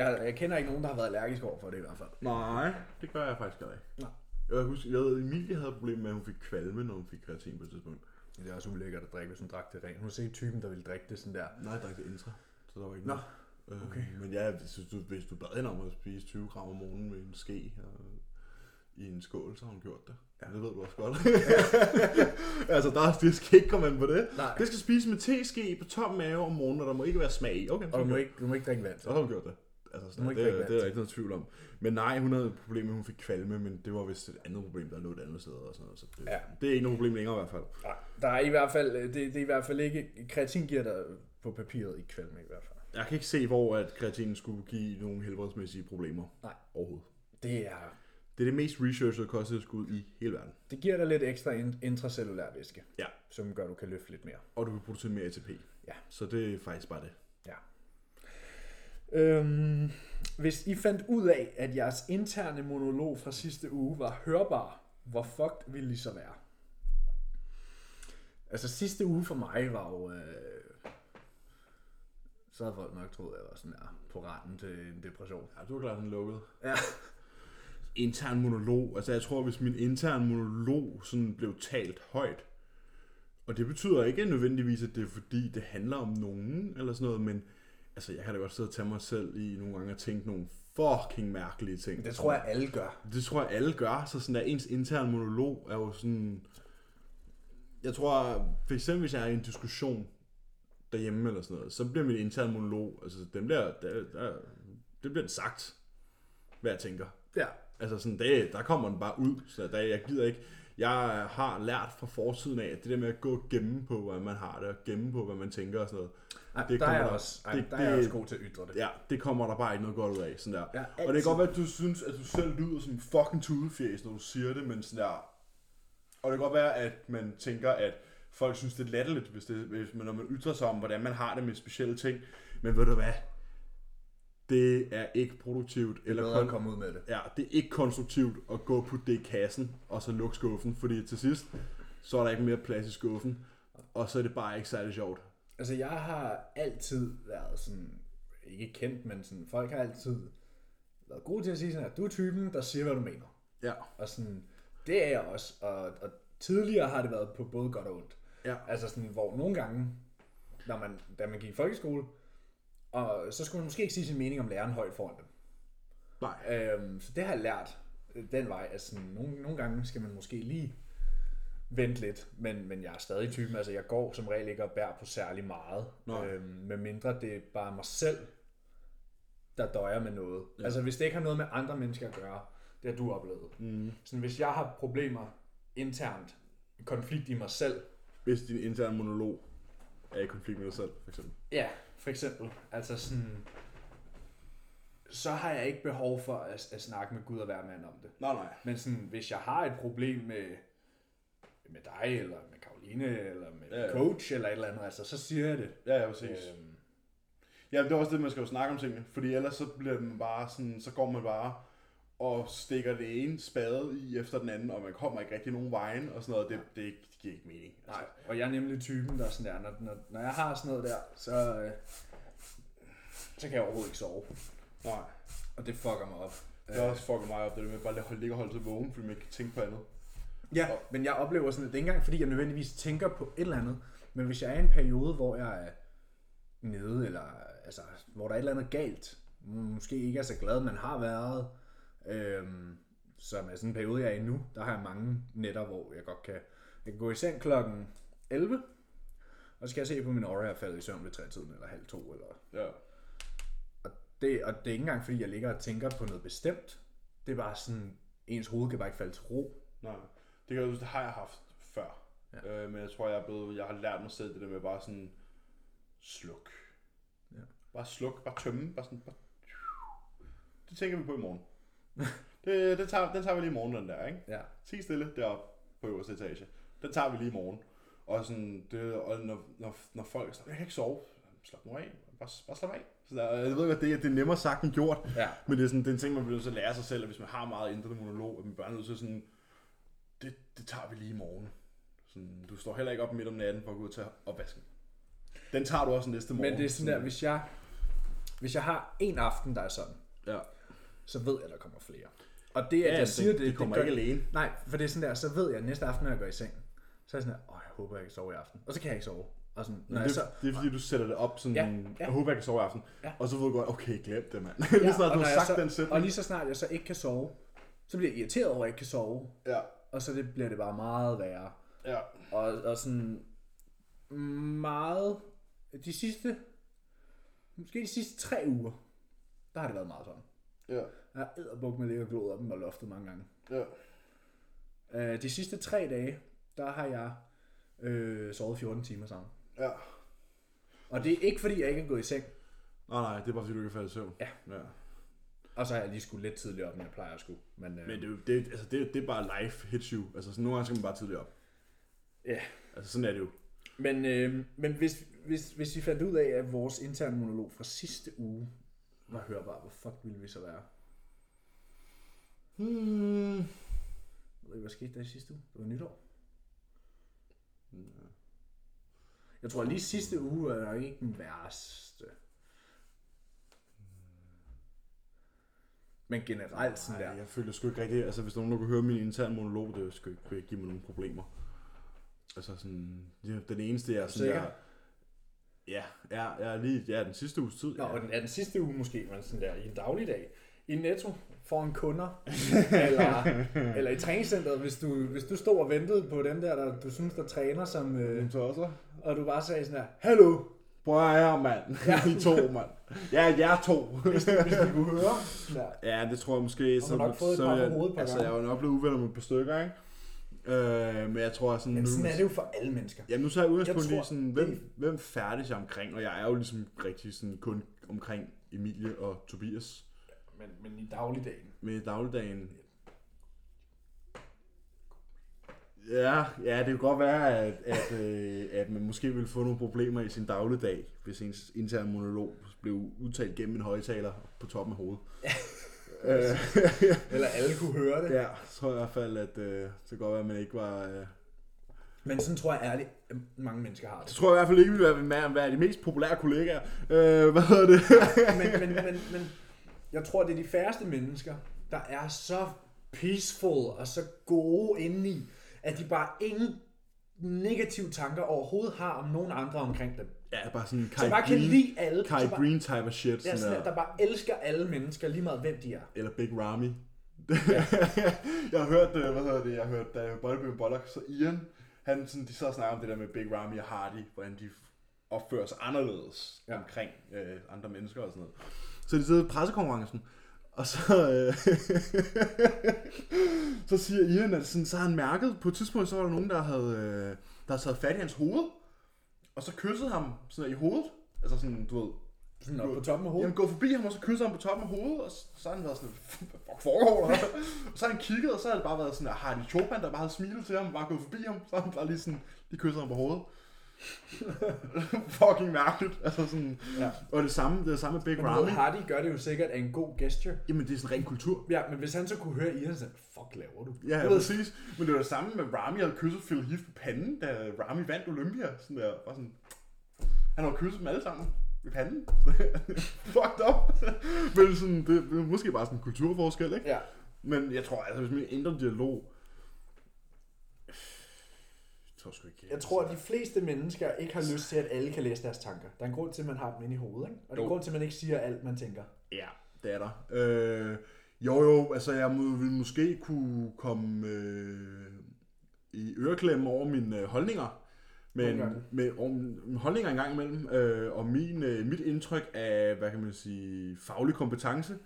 Speaker 1: Jeg, jeg kender ikke nogen, der har været allergisk over for det i hvert fald.
Speaker 2: Nej, det gør jeg faktisk ikke.
Speaker 1: Nej.
Speaker 2: Jeg husker, jeg ved, Emilie havde et problem med, at hun fik kvalme, når hun fik kreatin på et tidspunkt.
Speaker 1: Det er også ulækkert at drikke, hvis hun drak det rent. Hun er sikkert typen, der vil drikke det sådan der.
Speaker 2: Nej, jeg drak det intra, så der var ikke
Speaker 1: Nå,
Speaker 2: noget. Øh,
Speaker 1: okay.
Speaker 2: men ja, hvis du, hvis du bad hende om at spise 20 gram om morgenen med en ske og i en skål, så har hun gjort det. Ja. Det ved du også godt. altså, der, er- det skal ikke komme an på det.
Speaker 1: Nej.
Speaker 2: Det skal spises med teske på tom mave om morgenen, og der må ikke være smag i. Okay, så
Speaker 1: Og du
Speaker 2: har hun
Speaker 1: må
Speaker 2: gjort-
Speaker 1: ikke, du må ikke drikke vand.
Speaker 2: så har hun gjort det. Altså,
Speaker 1: må
Speaker 2: sådan,
Speaker 1: ikke
Speaker 2: det,
Speaker 1: drikke
Speaker 2: det,
Speaker 1: vand
Speaker 2: det er der
Speaker 1: til.
Speaker 2: ikke noget tvivl om. Men nej, hun havde et problem med, at hun fik kvalme, men det var vist et andet problem, der lå et andet sted. Og sådan noget, så det,
Speaker 1: Ja.
Speaker 2: det er ikke noget problem længere i hvert fald.
Speaker 1: Nej, der er i hvert fald, øh, det, det er i hvert fald ikke, kreatin giver dig på papiret ikke kvalme i hvert fald.
Speaker 2: Jeg kan ikke se, hvor at kreatinen skulle give nogle helbredsmæssige problemer
Speaker 1: Nej.
Speaker 2: overhovedet.
Speaker 1: Det er,
Speaker 2: Det er det mest researchede kosttilskud i hele verden.
Speaker 1: det giver dig lidt ekstra in- intracellulær væske,
Speaker 2: Ja.
Speaker 1: som gør, at du kan løfte lidt mere.
Speaker 2: Og du kan producere mere ATP.
Speaker 1: Ja.
Speaker 2: Så det er faktisk bare det.
Speaker 1: Ja. Øhm, hvis I fandt ud af, at jeres interne monolog fra sidste uge var hørbar, hvor fucked ville I så være? Altså sidste uge for mig var jo... Øh, så havde folk nok troet, at jeg var sådan der, på randen til en depression.
Speaker 2: Ja, du har klart den lukket.
Speaker 1: Ja.
Speaker 2: Intern monolog. Altså jeg tror, hvis min intern monolog sådan blev talt højt, og det betyder ikke nødvendigvis, at det er fordi, det handler om nogen eller sådan noget, men altså jeg kan da godt sidde og tage mig selv i nogle gange og tænke nogle fucking mærkelige ting.
Speaker 1: Det tror jeg, alle gør.
Speaker 2: Det tror jeg alle gør, så sådan der ens interne monolog er jo sådan... Jeg tror, for eksempel hvis jeg er i en diskussion derhjemme eller sådan noget, så bliver min interne monolog, altså den bliver, der, der, det bliver den sagt, hvad jeg tænker.
Speaker 1: Ja.
Speaker 2: Altså sådan, der, der kommer den bare ud, så der, jeg gider ikke. Jeg har lært fra fortiden af, at det der med at gå og gemme på, hvordan man har det, og gemme på, hvad man tænker og sådan noget.
Speaker 1: Ej,
Speaker 2: Det
Speaker 1: det der, er
Speaker 2: kommer
Speaker 1: jeg
Speaker 2: der-
Speaker 1: også, ej,
Speaker 2: det-
Speaker 1: der er jeg
Speaker 2: det-
Speaker 1: også god til at ytre det.
Speaker 2: Ja, det kommer der bare ikke noget godt ud af, sådan der.
Speaker 1: Ja,
Speaker 2: og det kan
Speaker 1: altid.
Speaker 2: godt være, at du synes, at du selv lyder som en fucking tudefjæs, når du siger det, men sådan der... Og det kan godt være, at man tænker, at folk synes, det er latterligt, hvis det, hvis man, når man ytrer sig om, hvordan man har det med specielle ting. Men ved du hvad? det er ikke produktivt.
Speaker 1: Det er bedre at komme ud med det.
Speaker 2: Ja, det er ikke konstruktivt at gå og putte det i kassen, og så lukke skuffen, fordi til sidst, så er der ikke mere plads i skuffen, og så er det bare ikke særlig sjovt.
Speaker 1: Altså, jeg har altid været sådan, ikke kendt, men sådan, folk har altid været gode til at sige sådan, at du er typen, der siger, hvad du mener.
Speaker 2: Ja,
Speaker 1: Og sådan, det er jeg også, og, og tidligere har det været på både godt og ondt.
Speaker 2: ja,
Speaker 1: Altså sådan, hvor nogle gange, når man, da man gik i folkeskole, og så skulle man måske ikke sige sin mening om læreren højt foran dem.
Speaker 2: nej,
Speaker 1: Øhm, så det har jeg lært øh, den vej, at sådan, nogle, nogle gange skal man måske lige vente lidt, men, men jeg er stadig typen, altså jeg går som regel ikke og bærer på særlig meget,
Speaker 2: Nej.
Speaker 1: øhm, med mindre det er bare mig selv, der døjer med noget. Ja. Altså hvis det ikke har noget med andre mennesker at gøre, det har du oplevet. Mm. Sådan, hvis jeg har problemer internt, konflikt i mig selv,
Speaker 2: hvis din interne monolog er i konflikt med dig selv, for eksempel.
Speaker 1: Ja, for eksempel. Altså sådan, så har jeg ikke behov for at, at snakke med Gud og hver mand om det.
Speaker 2: Nej, nej.
Speaker 1: Men sådan, hvis jeg har et problem med, med dig, eller med Karoline, eller med
Speaker 2: Ja, ja.
Speaker 1: ja. coach, eller et eller andet, altså, så siger jeg det.
Speaker 2: Ja, ja, præcis.
Speaker 1: Øhm,
Speaker 2: Ja, det er også det, man skal jo snakke om tingene, fordi ellers så bliver den bare sådan, så går man bare og stikker det ene spade i efter den anden, og man kommer ikke rigtig nogen vejen og sådan noget. Det, det, ikke- det giver ikke mening. Altså,
Speaker 1: nej, og jeg er nemlig typen, der er sådan der, når, når, når jeg har sådan noget der, så, øh, så kan jeg overhovedet ikke sove.
Speaker 2: nej. Øh.
Speaker 1: Og det fucker mig op.
Speaker 2: Det har også fucket mig op, det der med bare at holde, ligge og holde sig vågen, fordi man ikke kan tænke på andet.
Speaker 1: Ja, men jeg oplever sådan, at det er ikke engang, fordi jeg nødvendigvis tænker på et eller andet, men hvis jeg er i en periode, hvor jeg er nede, eller altså, hvor der er et eller andet galt, måske ikke er så glad, man har været, øhm, som er sådan en periode, jeg er i nu, der har jeg mange nætter, hvor jeg godt kan, jeg kan gå i seng klokken 11, og så skal jeg se på min aura, jeg er faldet i søvn ved tiden eller halv to, eller
Speaker 2: Ja.
Speaker 1: og det, og det er ikke engang, fordi jeg ligger og tænker på noget bestemt. Det er bare sådan, ens hoved kan bare ikke falde til ro.
Speaker 2: Nej. Det, kan, jeg huske, det har jeg haft før. Ja. Øh, men jeg tror, jeg, er blevet, jeg har lært mig selv det der med bare sådan, sluk.
Speaker 1: Ja.
Speaker 2: Bare sluk, bare tømme, bare sådan, bare... Det tænker vi på i morgen. det, det tager, den tager vi lige i morgen, den der, ikke?
Speaker 1: Ja.
Speaker 2: Sig stille deroppe på øverste etage. Den tager vi lige i morgen. Og, sådan, det, og når, når, når folk er sådan, jeg kan ikke sove, slap nu af, bare, bare slap af. Så der, jeg ved godt, det, er- det er nemmere sagt end gjort,
Speaker 1: Ja.
Speaker 2: men det er, sådan, det er en ting, man bliver nødt til at lære sig selv, at hvis man har meget indre monolog, at man bare er nødt til sådan, det, det tager vi lige i morgen. Sådan, du står heller ikke op midt om natten for at gå ud og tage opvasken. Den tager du også næste morgen.
Speaker 1: Men det er sådan der, hvis jeg, hvis jeg har en aften, der er sådan,
Speaker 2: Ja.
Speaker 1: så ved jeg, der kommer flere. Og det, at
Speaker 2: Ja,
Speaker 1: jeg siger
Speaker 2: det-
Speaker 1: det,
Speaker 2: det kommer
Speaker 1: gør,
Speaker 2: ikke alene.
Speaker 1: Nej, for det er sådan der, så ved jeg, at næste aften, når jeg går i seng, så er jeg sådan der, åh, jeg håber, jeg kan sove i aften. Og så kan jeg ikke sove. Og sådan, når
Speaker 2: Det,
Speaker 1: jeg så,
Speaker 2: det, er fordi, du sætter det op sådan, ja,
Speaker 1: Altså- Ja,
Speaker 2: ja.
Speaker 1: ja.
Speaker 2: jeg håber, jeg kan sove i aften. Ja.
Speaker 1: Ja.
Speaker 2: Og så ved du godt, okay, glem det, mand. lige
Speaker 1: og
Speaker 2: snart du
Speaker 1: når
Speaker 2: har
Speaker 1: jeg
Speaker 2: sagt
Speaker 1: så,
Speaker 2: den sætning.
Speaker 1: Og lige så snart jeg så ikke kan sove, så bliver jeg irriteret over, at jeg ikke kan sove.
Speaker 2: Ja,
Speaker 1: Og så det, bliver det bare meget værre.
Speaker 2: ja.
Speaker 1: Og, og sådan meget, de sidste, måske de sidste tre uger, der har det været meget sådan.
Speaker 2: Ja,
Speaker 1: Jeg har æderbuk med ligger og glod op dem og loftet mange gange.
Speaker 2: ja.
Speaker 1: Øh, de sidste tre dage, der har jeg øh, sovet 14 timer sammen.
Speaker 2: ja.
Speaker 1: Og det er ikke fordi, jeg ikke er gået i seng,
Speaker 2: Nej, nej, det er bare fordi, du ikke er faldet i søvn.
Speaker 1: Ja.
Speaker 2: ja.
Speaker 1: og så har jeg lige skulle lidt tidligere op, end jeg plejer at skulle. Men, øh,
Speaker 2: Men det, er jo- det, er- altså, det, er- det er bare life hits you. Altså, sådan, nogle gange skal man bare tidligt op.
Speaker 1: ja.
Speaker 2: Altså, sådan er det jo.
Speaker 1: men, øh, men hvis, hvis, hvis vi fandt ud af, at vores interne monolog fra sidste uge var hørbar, hvor fuck ville vi så være?
Speaker 2: Hmm.
Speaker 1: Jeg ved ikke, hvad skete der i sidste uge? Det var nytår. Jeg tror lige sidste uge er nok ikke den værste. Men generelt sådan
Speaker 2: Nej,
Speaker 1: der.
Speaker 2: jeg føler sgu ikke rigtigt. Altså, hvis nogen der kunne høre min interne monolog, det skulle ikke kunne give mig nogen problemer. Altså, sådan, ja, den eneste, jeg er sådan
Speaker 1: Sikker?
Speaker 2: der... Ja, ja, jeg er lige ja, den sidste uges tid.
Speaker 1: Nå,
Speaker 2: ja.
Speaker 1: og den, er den sidste uge måske, men sådan der i en dagligdag. I Netto foran kunder, eller, eller i træningscenteret, hvis du, hvis du stod og ventede på dem der, der du synes, der træner, som, øh,
Speaker 2: Jamen, så også.
Speaker 1: og du bare sagde sådan her, Hallo!
Speaker 2: Prøv at høre, mand. Ja. I to, mand. Ja, jeg er to.
Speaker 1: Hvis du kunne høre. Sådan der.
Speaker 2: Ja, det tror jeg måske.
Speaker 1: har nok fået et par på
Speaker 2: jeg,
Speaker 1: hovedet et par
Speaker 2: altså, jeg
Speaker 1: gange.
Speaker 2: er jo nok blevet uvenner med et par stykker, ikke? Øh, men jeg tror sådan...
Speaker 1: Men
Speaker 2: nu-
Speaker 1: sådan er det jo for alle mennesker.
Speaker 2: Ja, nu så er jeg udgangspunkt
Speaker 1: Jeg
Speaker 2: i
Speaker 1: tror,
Speaker 2: sådan, hvem, hvem færdes jeg omkring? Og jeg er jo ligesom rigtig sådan kun omkring Emilie og Tobias
Speaker 1: Men, men i dagligdagen.
Speaker 2: med dagligdagen. Ja, ja, det kan godt være, at, at, øh, at man måske ville få nogle problemer i sin dagligdag, hvis ens interne monolog blev udtalt gennem en højtaler på toppen af hovedet. øh,
Speaker 1: Eller alle kunne høre det.
Speaker 2: ja, så tror jeg i hvert fald, at øh, det kan godt være, at man ikke var... Øh,
Speaker 1: Men sådan tror jeg ærligt, at mange mennesker har det.
Speaker 2: det tror jeg i hvert fald ikke ville være, være, være de mest populære kollegaer. Øh, hvad hedder det?
Speaker 1: men, men, men, men jeg tror, det er de færreste mennesker, der er så peaceful og så gode indeni, at de bare ingen negative tanker overhovedet har om nogen andre omkring dem.
Speaker 2: ja, bare sådan Kai
Speaker 1: Så bare kan
Speaker 2: Green,
Speaker 1: lide alle.
Speaker 2: Kai
Speaker 1: så bare,
Speaker 2: Green type af shit.
Speaker 1: ja,
Speaker 2: sådan
Speaker 1: sådan,
Speaker 2: der.
Speaker 1: der, der bare elsker alle mennesker, lige meget hvem de er.
Speaker 2: Eller Big Ramy. jeg har hørt, øh, hvad hedder det, jeg har hørt, da Bolle blev Bollock, så Ian, han, sådan, de så snakker om det der med Big Ramy og Hardy, hvordan de opfører sig anderledes ja.
Speaker 1: Ja.
Speaker 2: omkring øh, andre mennesker og sådan noget. Så de sidder i pressekonferencen, og så, øh, så siger Ian, at sådan, så har han mærket, på et tidspunkt, så var der nogen, der havde, øh, der havde taget fat i hans hoved, og så kyssede ham sådan der i hovedet. Altså sådan, du ved,
Speaker 1: Sådan op på toppen af hovedet.
Speaker 2: Jamen, gå forbi ham, og så kysser ham på toppen af hovedet, og så- så har han været sådan, hvad fuck foregår der? og så har han kigget, og så har det bare været sådan, at Hardy Chopin, der bare har smilet til ham, bare gået forbi ham, så har han bare lige sådan, lige kysset ham på hovedet. fucking mærkeligt. Altså sådan,
Speaker 1: Ja.
Speaker 2: og det samme, det samme med Big
Speaker 1: Men du ved,
Speaker 2: Ramy.
Speaker 1: Hardy gør det jo sikkert af en god gesture.
Speaker 2: Jamen, det er sådan ren kultur.
Speaker 1: Ja, men hvis han så kunne høre i han så fuck laver du?
Speaker 2: Ja,
Speaker 1: du
Speaker 2: ja
Speaker 1: ved,
Speaker 2: præcis. Men det var det samme med Rami, havde kysset Phil Heath på panden, da Rami vandt Olympia. Sådan der, bare sådan... Han har kysset dem alle sammen i panden. Fucked up. Men sådan, det, det er måske bare sådan en kulturforskel, ikke?
Speaker 1: ja.
Speaker 2: Men jeg tror, altså hvis man ændrer dialog... Jeg tror sgu ikke...
Speaker 1: Jeg tror, at de fleste mennesker ikke har lyst til, at alle kan læse deres tanker. Der er en grund til, at man har dem inde i hovedet, ikke? Og der er
Speaker 2: Jo.
Speaker 1: en grund til, at man ikke siger alt, man tænker.
Speaker 2: Ja, det er der. Øh, jo, jo, altså jeg må, vil måske kunne komme øh, i øreklemme over mine øh, holdninger. Men
Speaker 1: Nogle gange.
Speaker 2: med over mine holdninger engang imellem, øh, og min, øh, mit indtryk af, hvad kan man sige, faglig kompetence.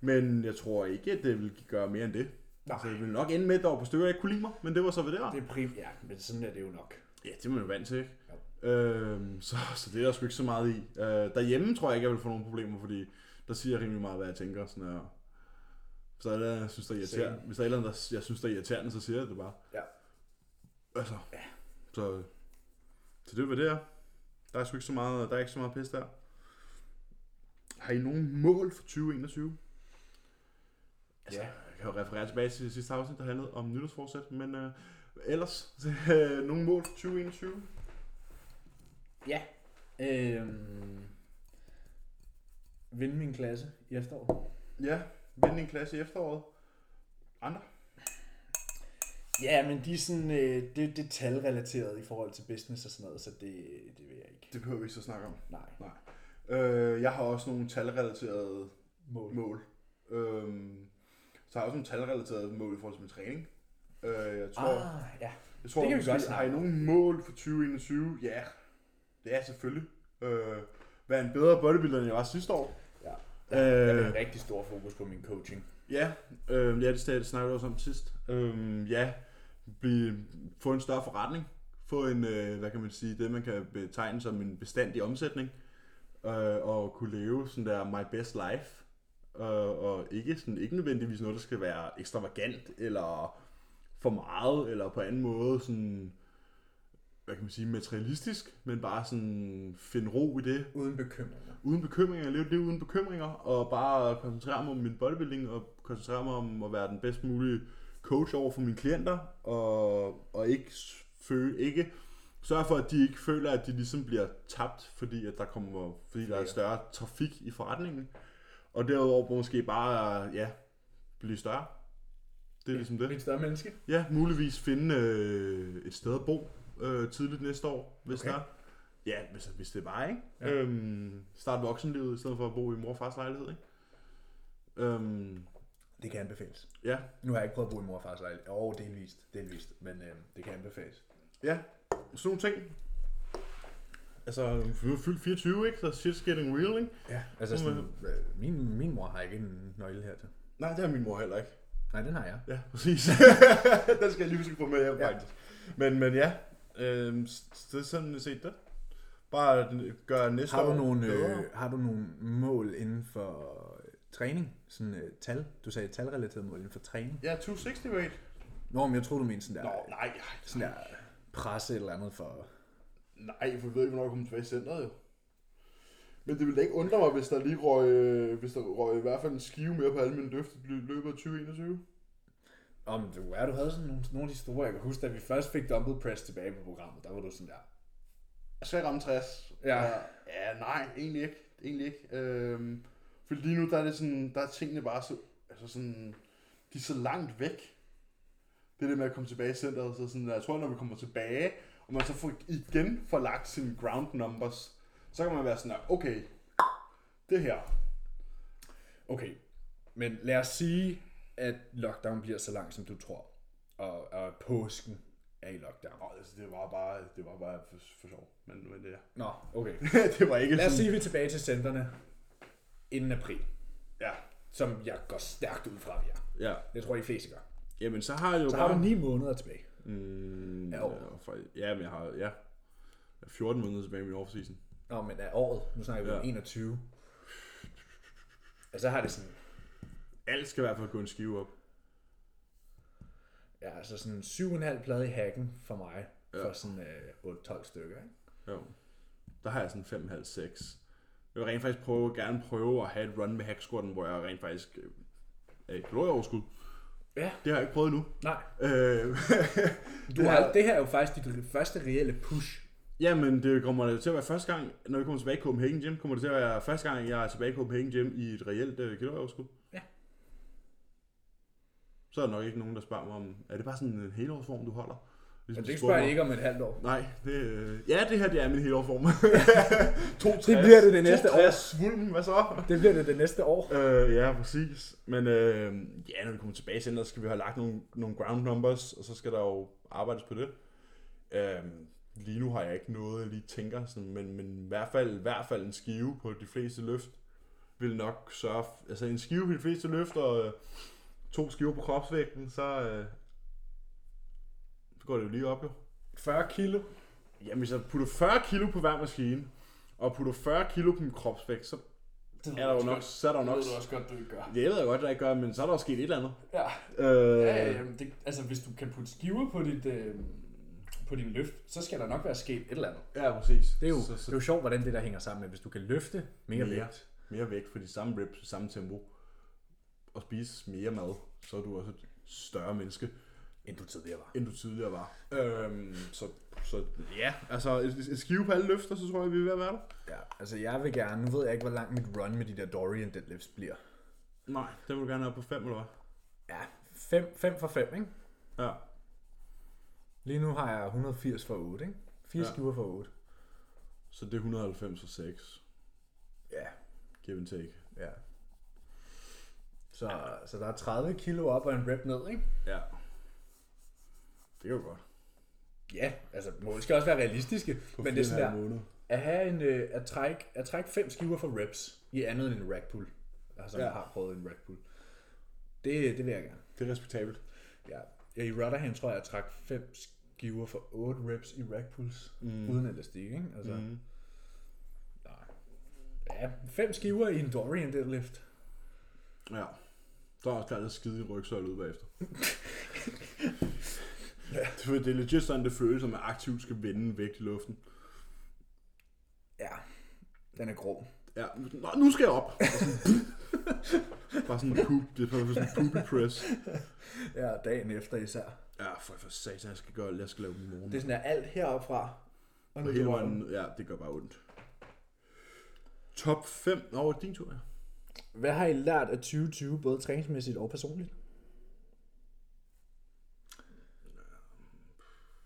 Speaker 2: Men jeg tror ikke, at det vil gøre mere end det.
Speaker 1: Nej.
Speaker 2: Så jeg vil nok ende med, at der var på stykker, jeg ikke kunne lide mig, men det var så, hvad det var.
Speaker 1: Det er prim... Ja, men sådan er det jo nok.
Speaker 2: Ja, det er man jo vant til, ikke? Øhm, så, så det er der sgu ikke så meget i. Øh, derhjemme tror jeg ikke, jeg vil få nogle problemer, fordi der siger jeg rimelig meget, hvad jeg tænker. Sådan her. Hvis der er et eller andet, jeg synes, der er irriterende, hvis der er et eller andet, der- jeg synes, der er irriterende, så siger jeg det bare.
Speaker 1: Ja.
Speaker 2: Altså, ja. så, så det var det er. Der er sgu ikke så meget, der er ikke så meget pis der. Har I nogen mål for 2021? Altså,
Speaker 1: Ja.
Speaker 2: Jeg kan jo referere tilbage til sidste afsnit, der handlede om nytårsforsæt, men øh, ellers, så, øh, nogle mål for 2021?
Speaker 1: Ja. Øhm... Vinde min klasse i efteråret.
Speaker 2: Ja, vinde en klasse i efteråret. Andre?
Speaker 1: Ja, men de er sådan... Øh, det, det er talrelateret i forhold til business og sådan noget, så det, det vil jeg ikke.
Speaker 2: Det behøver vi ikke så snakke om.
Speaker 1: Nej.
Speaker 2: Øh, jeg har også nogle talrelaterede
Speaker 1: Mål.
Speaker 2: mål. Øh, så har jeg også nogle talrelaterede mål i forhold til min træning. Øh, jeg tror, ah,
Speaker 1: Ah, ja.
Speaker 2: jeg tror
Speaker 1: det kan vi
Speaker 2: måske,
Speaker 1: godt snakke
Speaker 2: har I
Speaker 1: om.
Speaker 2: nogle mål for 2021? Ja, det er selvfølgelig. Øh, være en bedre bodybuilder, end jeg var sidste år.
Speaker 1: Ja. Jeg
Speaker 2: Øh,
Speaker 1: har rigtig stor fokus på min coaching.
Speaker 2: Ja, øh, ja det snak- det snakkede vi også om sidst. Øh, ja, blive, få en større forretning. Få en, øh, hvad kan man sige, det man kan betegne som en bestandig omsætning. Øh, og kunne leve sådan der my best life. Øh, og ikke, sådan, ikke nødvendigvis noget, der skal være ekstravagant eller for meget, eller på anden måde sådan, hvad kan man sige, materialistisk, men bare sådan finde ro i det,
Speaker 1: Uden bekymringer.
Speaker 2: uden bekymringer, leve et liv uden bekymringer, og bare koncentrere mig om min bodybuilding, og koncentrere mig om at være den bedst mulige coach over for mine klienter, og, og ikke, s- føle, ikke sørge for, at de ikke føler, at de ligesom bliver tabt, fordi, at der, kommer, fordi der er større trafik i forretningen. Og derudover måske bare, ja, blive større. Det er ligesom det.
Speaker 1: Mit større menneske.
Speaker 2: Ja, muligvis finde øh, et sted at bo øh, tidligt næste år, hvis okay.
Speaker 1: Okay.
Speaker 2: der Ja, hvis, hvis det var, ikke? Ja.
Speaker 1: Ja.
Speaker 2: Øhm, start voksenlivet, i stedet for at bo i mor og fars lejlighed, ikke? Øhm,
Speaker 1: Det kan anbefales.
Speaker 2: ja,
Speaker 1: Nu har jeg ikke prøvet at bo i mor og fars lejlighed. Jo, delvist, delvist, men øh, det kan anbefales.
Speaker 2: ja, sådan nogle ting. Altså, vi er fyldt 24, ikke? Så shit's getting real, ikke?
Speaker 1: Ja, altså sådan, øh, min, min mor har ikke en nøgle hertil.
Speaker 2: Nej, det har min mor heller ikke.
Speaker 1: Nej, den har jeg.
Speaker 2: Ja, præcis. Den skal jeg lige huske på med hjem,
Speaker 1: Ja.
Speaker 2: faktisk. Men, men ja, øhm, s- s- det er sådan set det. Bare gøre næste
Speaker 1: Har du,
Speaker 2: år
Speaker 1: nogle,
Speaker 2: bedre.
Speaker 1: øh, har du nogle mål inden for øh, træning? Sådan øh, tal? Du sagde talrelaterede mål inden for træning.
Speaker 2: Ja, 260 weight.
Speaker 1: Nå, men jeg troede, du mente sådan der,
Speaker 2: Nå, nej,
Speaker 1: sådan der presse et eller andet for...
Speaker 2: nej, for vi ved ikke, hvornår jeg kommer tilbage i centret jo. Men det ville da ikke undre mig, hvis der lige røg, øh, hvis der røg i hvert fald en skive mere på alle mine løfter i løbet af 2021.
Speaker 1: Om du er, du havde sådan nogle, nogle af de store, jeg kan huske, da vi først fik dumbbell press tilbage på programmet, der var du sådan der.
Speaker 2: Jeg skal ramme 60.
Speaker 1: Ja.
Speaker 2: ja. Ja, nej, egentlig ikke. Egentlig ikke. Øhm, for lige nu, der er, det sådan, der er tingene bare så, altså sådan, de er så langt væk. Det der med at komme tilbage i centret, så sådan, jeg tror, når vi kommer tilbage, og man så får, igen får lagt sine ground numbers, så kan man være sådan, "Nå, okay, det her,
Speaker 1: Okay, men lad os sige, at lockdown bliver så lang, som du tror, og, og påsken er i lockdown.
Speaker 2: Nå, altså, det var bare, det var bare for, for sjov. Men, men det,
Speaker 1: Nå, okay.
Speaker 2: det var ikke
Speaker 1: Lad os
Speaker 2: sådan...
Speaker 1: sige, at vi er tilbage til centerne inden april,
Speaker 2: Ja.
Speaker 1: som jeg går stærkt ud fra, vi er.
Speaker 2: ja.
Speaker 1: Det tror jeg, de fleste gør.
Speaker 2: Jamen, så har jeg jo
Speaker 1: Så har du ni måneder tilbage.
Speaker 2: Mm,
Speaker 1: Af
Speaker 2: ja,
Speaker 1: år.
Speaker 2: for- ja, men jeg har... Ja. Jeg er 14 måneder tilbage i min offseason.
Speaker 1: Nå, men af året, nu snakker vi om
Speaker 2: Ja.
Speaker 1: 21. Og så har det sådan,
Speaker 2: Alt skal i hvert fald gå en skive op.
Speaker 1: ja, altså sådan syv og en halv plade i hacken for mig,
Speaker 2: Ja.
Speaker 1: for sådan øh, 8-12 stykker, ikke?
Speaker 2: Jo. Der har jeg sådan 5,5-6. Jeg vil rent faktisk prøve, gerne prøve at have et run med hackskorten, hvor jeg rent faktisk øh, er i kalorieoverskud.
Speaker 1: Ja.
Speaker 2: Det har jeg ikke prøvet endnu.
Speaker 1: Nej,
Speaker 2: Øh,
Speaker 1: du
Speaker 2: Det
Speaker 1: det, har,
Speaker 2: her-
Speaker 1: her... det her er jo faktisk dit første reelle push.
Speaker 2: Jamen, det kommer det til at være første gang, når vi kommer tilbage i Copenhagen Gym, kommer det til at være første gang, jeg er tilbage i Copenhagen Gym i et reelt øh, kalorieoverskud.
Speaker 1: Ja.
Speaker 2: Så er der nok ikke nogen, der spørger mig om, er det bare sådan en helårsform, du holder? Ligesom
Speaker 1: Men det
Speaker 2: de spurgte
Speaker 1: spørger jeg
Speaker 2: mig.
Speaker 1: ikke om et halvt år.
Speaker 2: Nej, det, øh, ja, det her det er min helårsform. 62,
Speaker 1: Det bliver det det næste år.
Speaker 2: 62, svulm, hvad så?
Speaker 1: Det bliver det det næste år.
Speaker 2: Øh, ja, præcis. Men øh, ja, når vi kommer tilbage senere, skal vi have lagt nogle, nogle ground numbers, og så skal der jo arbejdes på det. Øh, lige nu har jeg ikke noget, jeg lige tænker, sådan, men, men i, hvert fald, i hvert fald en skive på de fleste løft vil nok sørge... f- Altså en skive på de fleste løft og øh, to skiver på kropsvægten, så, øh, så går det jo lige op jo.
Speaker 1: 40 kilo.
Speaker 2: Jamen hvis jeg putter 40 kilo på hver maskine, og putter 40 kilo på min kropsvægt, så
Speaker 1: Det
Speaker 2: er der jo nok, så er der jo nok
Speaker 1: også godt, du ikke gør.
Speaker 2: det ved jeg godt, jeg ikke gør, men så er der jo sket et eller andet.
Speaker 1: Ja.
Speaker 2: Øh,
Speaker 1: Ja, ja, jamen, det, altså hvis du kan putte skiver på dit, øh, på din løft, så skal der nok være sket et eller andet.
Speaker 2: ja, præcis.
Speaker 1: Det er jo,
Speaker 2: så,
Speaker 1: det
Speaker 2: så
Speaker 1: er jo sjovt, hvordan det der hænger sammen med, hvis du kan løfte mere
Speaker 2: Mere.
Speaker 1: vægt.
Speaker 2: mere vægt for de samme reps i samme tempo, og spise mere mad, så er du også et større menneske,
Speaker 1: end du tidligere var.
Speaker 2: end du tidligere var. Øhm, så, så ja, altså et, et skive på alle løfter, så tror jeg, vi er ved at være der.
Speaker 1: Ja, altså jeg vil gerne, nu ved jeg ikke, hvor lang mit run med de der Dorian deadlifts bliver.
Speaker 2: Nej, den vil du gerne have på 5 eller hvad?
Speaker 1: Ja, 5 fem for 5, ikke?
Speaker 2: Ja.
Speaker 1: Lige nu har jeg 180 for 8, ikke? 4
Speaker 2: Ja.
Speaker 1: ja. skiver for 8.
Speaker 2: Så det er 190 og 6,
Speaker 1: Ja,
Speaker 2: give and take.
Speaker 1: ja. Så, så der er 30 kilo op og en rep ned, ikke?
Speaker 2: Ja. Det er jo godt.
Speaker 1: Ja, altså mål skal også være realistiske, men det er sådan der,
Speaker 2: måned.
Speaker 1: at have en, øh, at trække, at trække fem skiver for reps i andet end en rack pull, altså
Speaker 2: Ja.
Speaker 1: ja. jeg har prøvet en rack pull, det, det vil jeg gerne.
Speaker 2: Det er respektabelt.
Speaker 1: Ja. ja I Rotherham tror jeg, jeg trak fem skiver for 8 reps i rack pulls, mm. uden elastik, ikke? Altså, mm. nej. Ja, fem skiver i en Dorian deadlift.
Speaker 2: Ja. Der er også klart at skide i rygsøjlet ud bagefter. ja. Det er- det er legit sådan, det føles, at man aktivt skal vende vægt i luften.
Speaker 1: Ja, den er grå.
Speaker 2: Ja, Nå, nu skal jeg op. Og sådan, bare sådan en poop, det er bare sådan en poopy press.
Speaker 1: Ja, dagen efter især.
Speaker 2: Ja, for, for satan, jeg skal gøre, jeg skal lave morgen.
Speaker 1: Det er sådan der alt heroppe fra. Og
Speaker 2: Og
Speaker 1: nu
Speaker 2: hele
Speaker 1: til røven.
Speaker 2: vejen, ja, det gør bare ondt. Top 5 over din tur, ja.
Speaker 1: Hvad har I lært af 2020, både træningsmæssigt og personligt?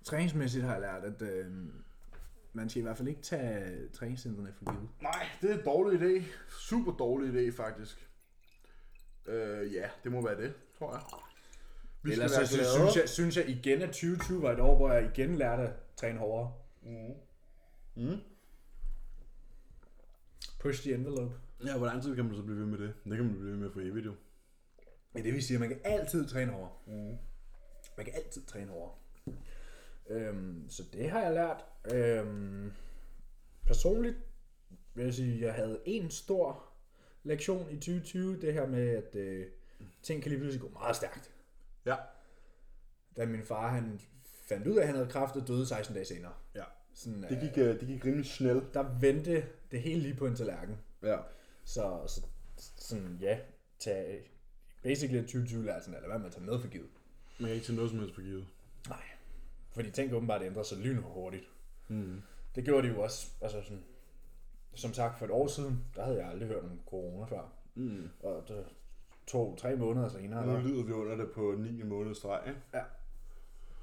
Speaker 1: Træningsmæssigt har jeg lært, at øh, man skal i hvert fald ikke tage træningscentrene for givet.
Speaker 2: Nej, det er en dårlig idé. Super dårlig idé, faktisk. Øh, ja, det må være det, tror jeg. Vi
Speaker 1: Ellers så sy- synes jeg, synes jeg igen, at 2020 var et år, hvor jeg igen lærte at træne hårdere.
Speaker 2: Mm.
Speaker 1: Push the envelope.
Speaker 2: Ja, hvor lang tid kan man så blive ved med det? Det kan man blive ved med for evigt jo.
Speaker 1: Men det vil sige, at man kan altid træne hårdere. Man kan altid træne hårdere. Øhm, så det har jeg lært. Øhm, personligt vil jeg sige, at jeg havde en stor lektion i 2020. Det her med, at øh, ting kan lige pludselig gå meget stærkt.
Speaker 2: Ja.
Speaker 1: da min far han fandt ud af, at han havde kræft og døde 16 dage senere.
Speaker 2: Ja.
Speaker 1: Sådan,
Speaker 2: Det
Speaker 1: det
Speaker 2: gik, øh, det gik rimelig snelt.
Speaker 1: Der vendte det hele lige på en tallerken.
Speaker 2: Ja.
Speaker 1: Så, så sådan, ja, tag basically 2020 lærer sådan, eller hvad man tager med for givet.
Speaker 2: Man kan ikke tage noget som helst for givet.
Speaker 1: Nej. Fordi tænk åbenbart ændrer sig lynhurtigt.
Speaker 2: Mm.
Speaker 1: Det gjorde det jo også. Altså sådan, som sagt, for et år siden, der havde jeg aldrig hørt om corona før.
Speaker 2: Mm.
Speaker 1: Og det to-tre måneder senere,
Speaker 2: Nu
Speaker 1: der,
Speaker 2: lyder vi under det på 9 måneder streg, ikke?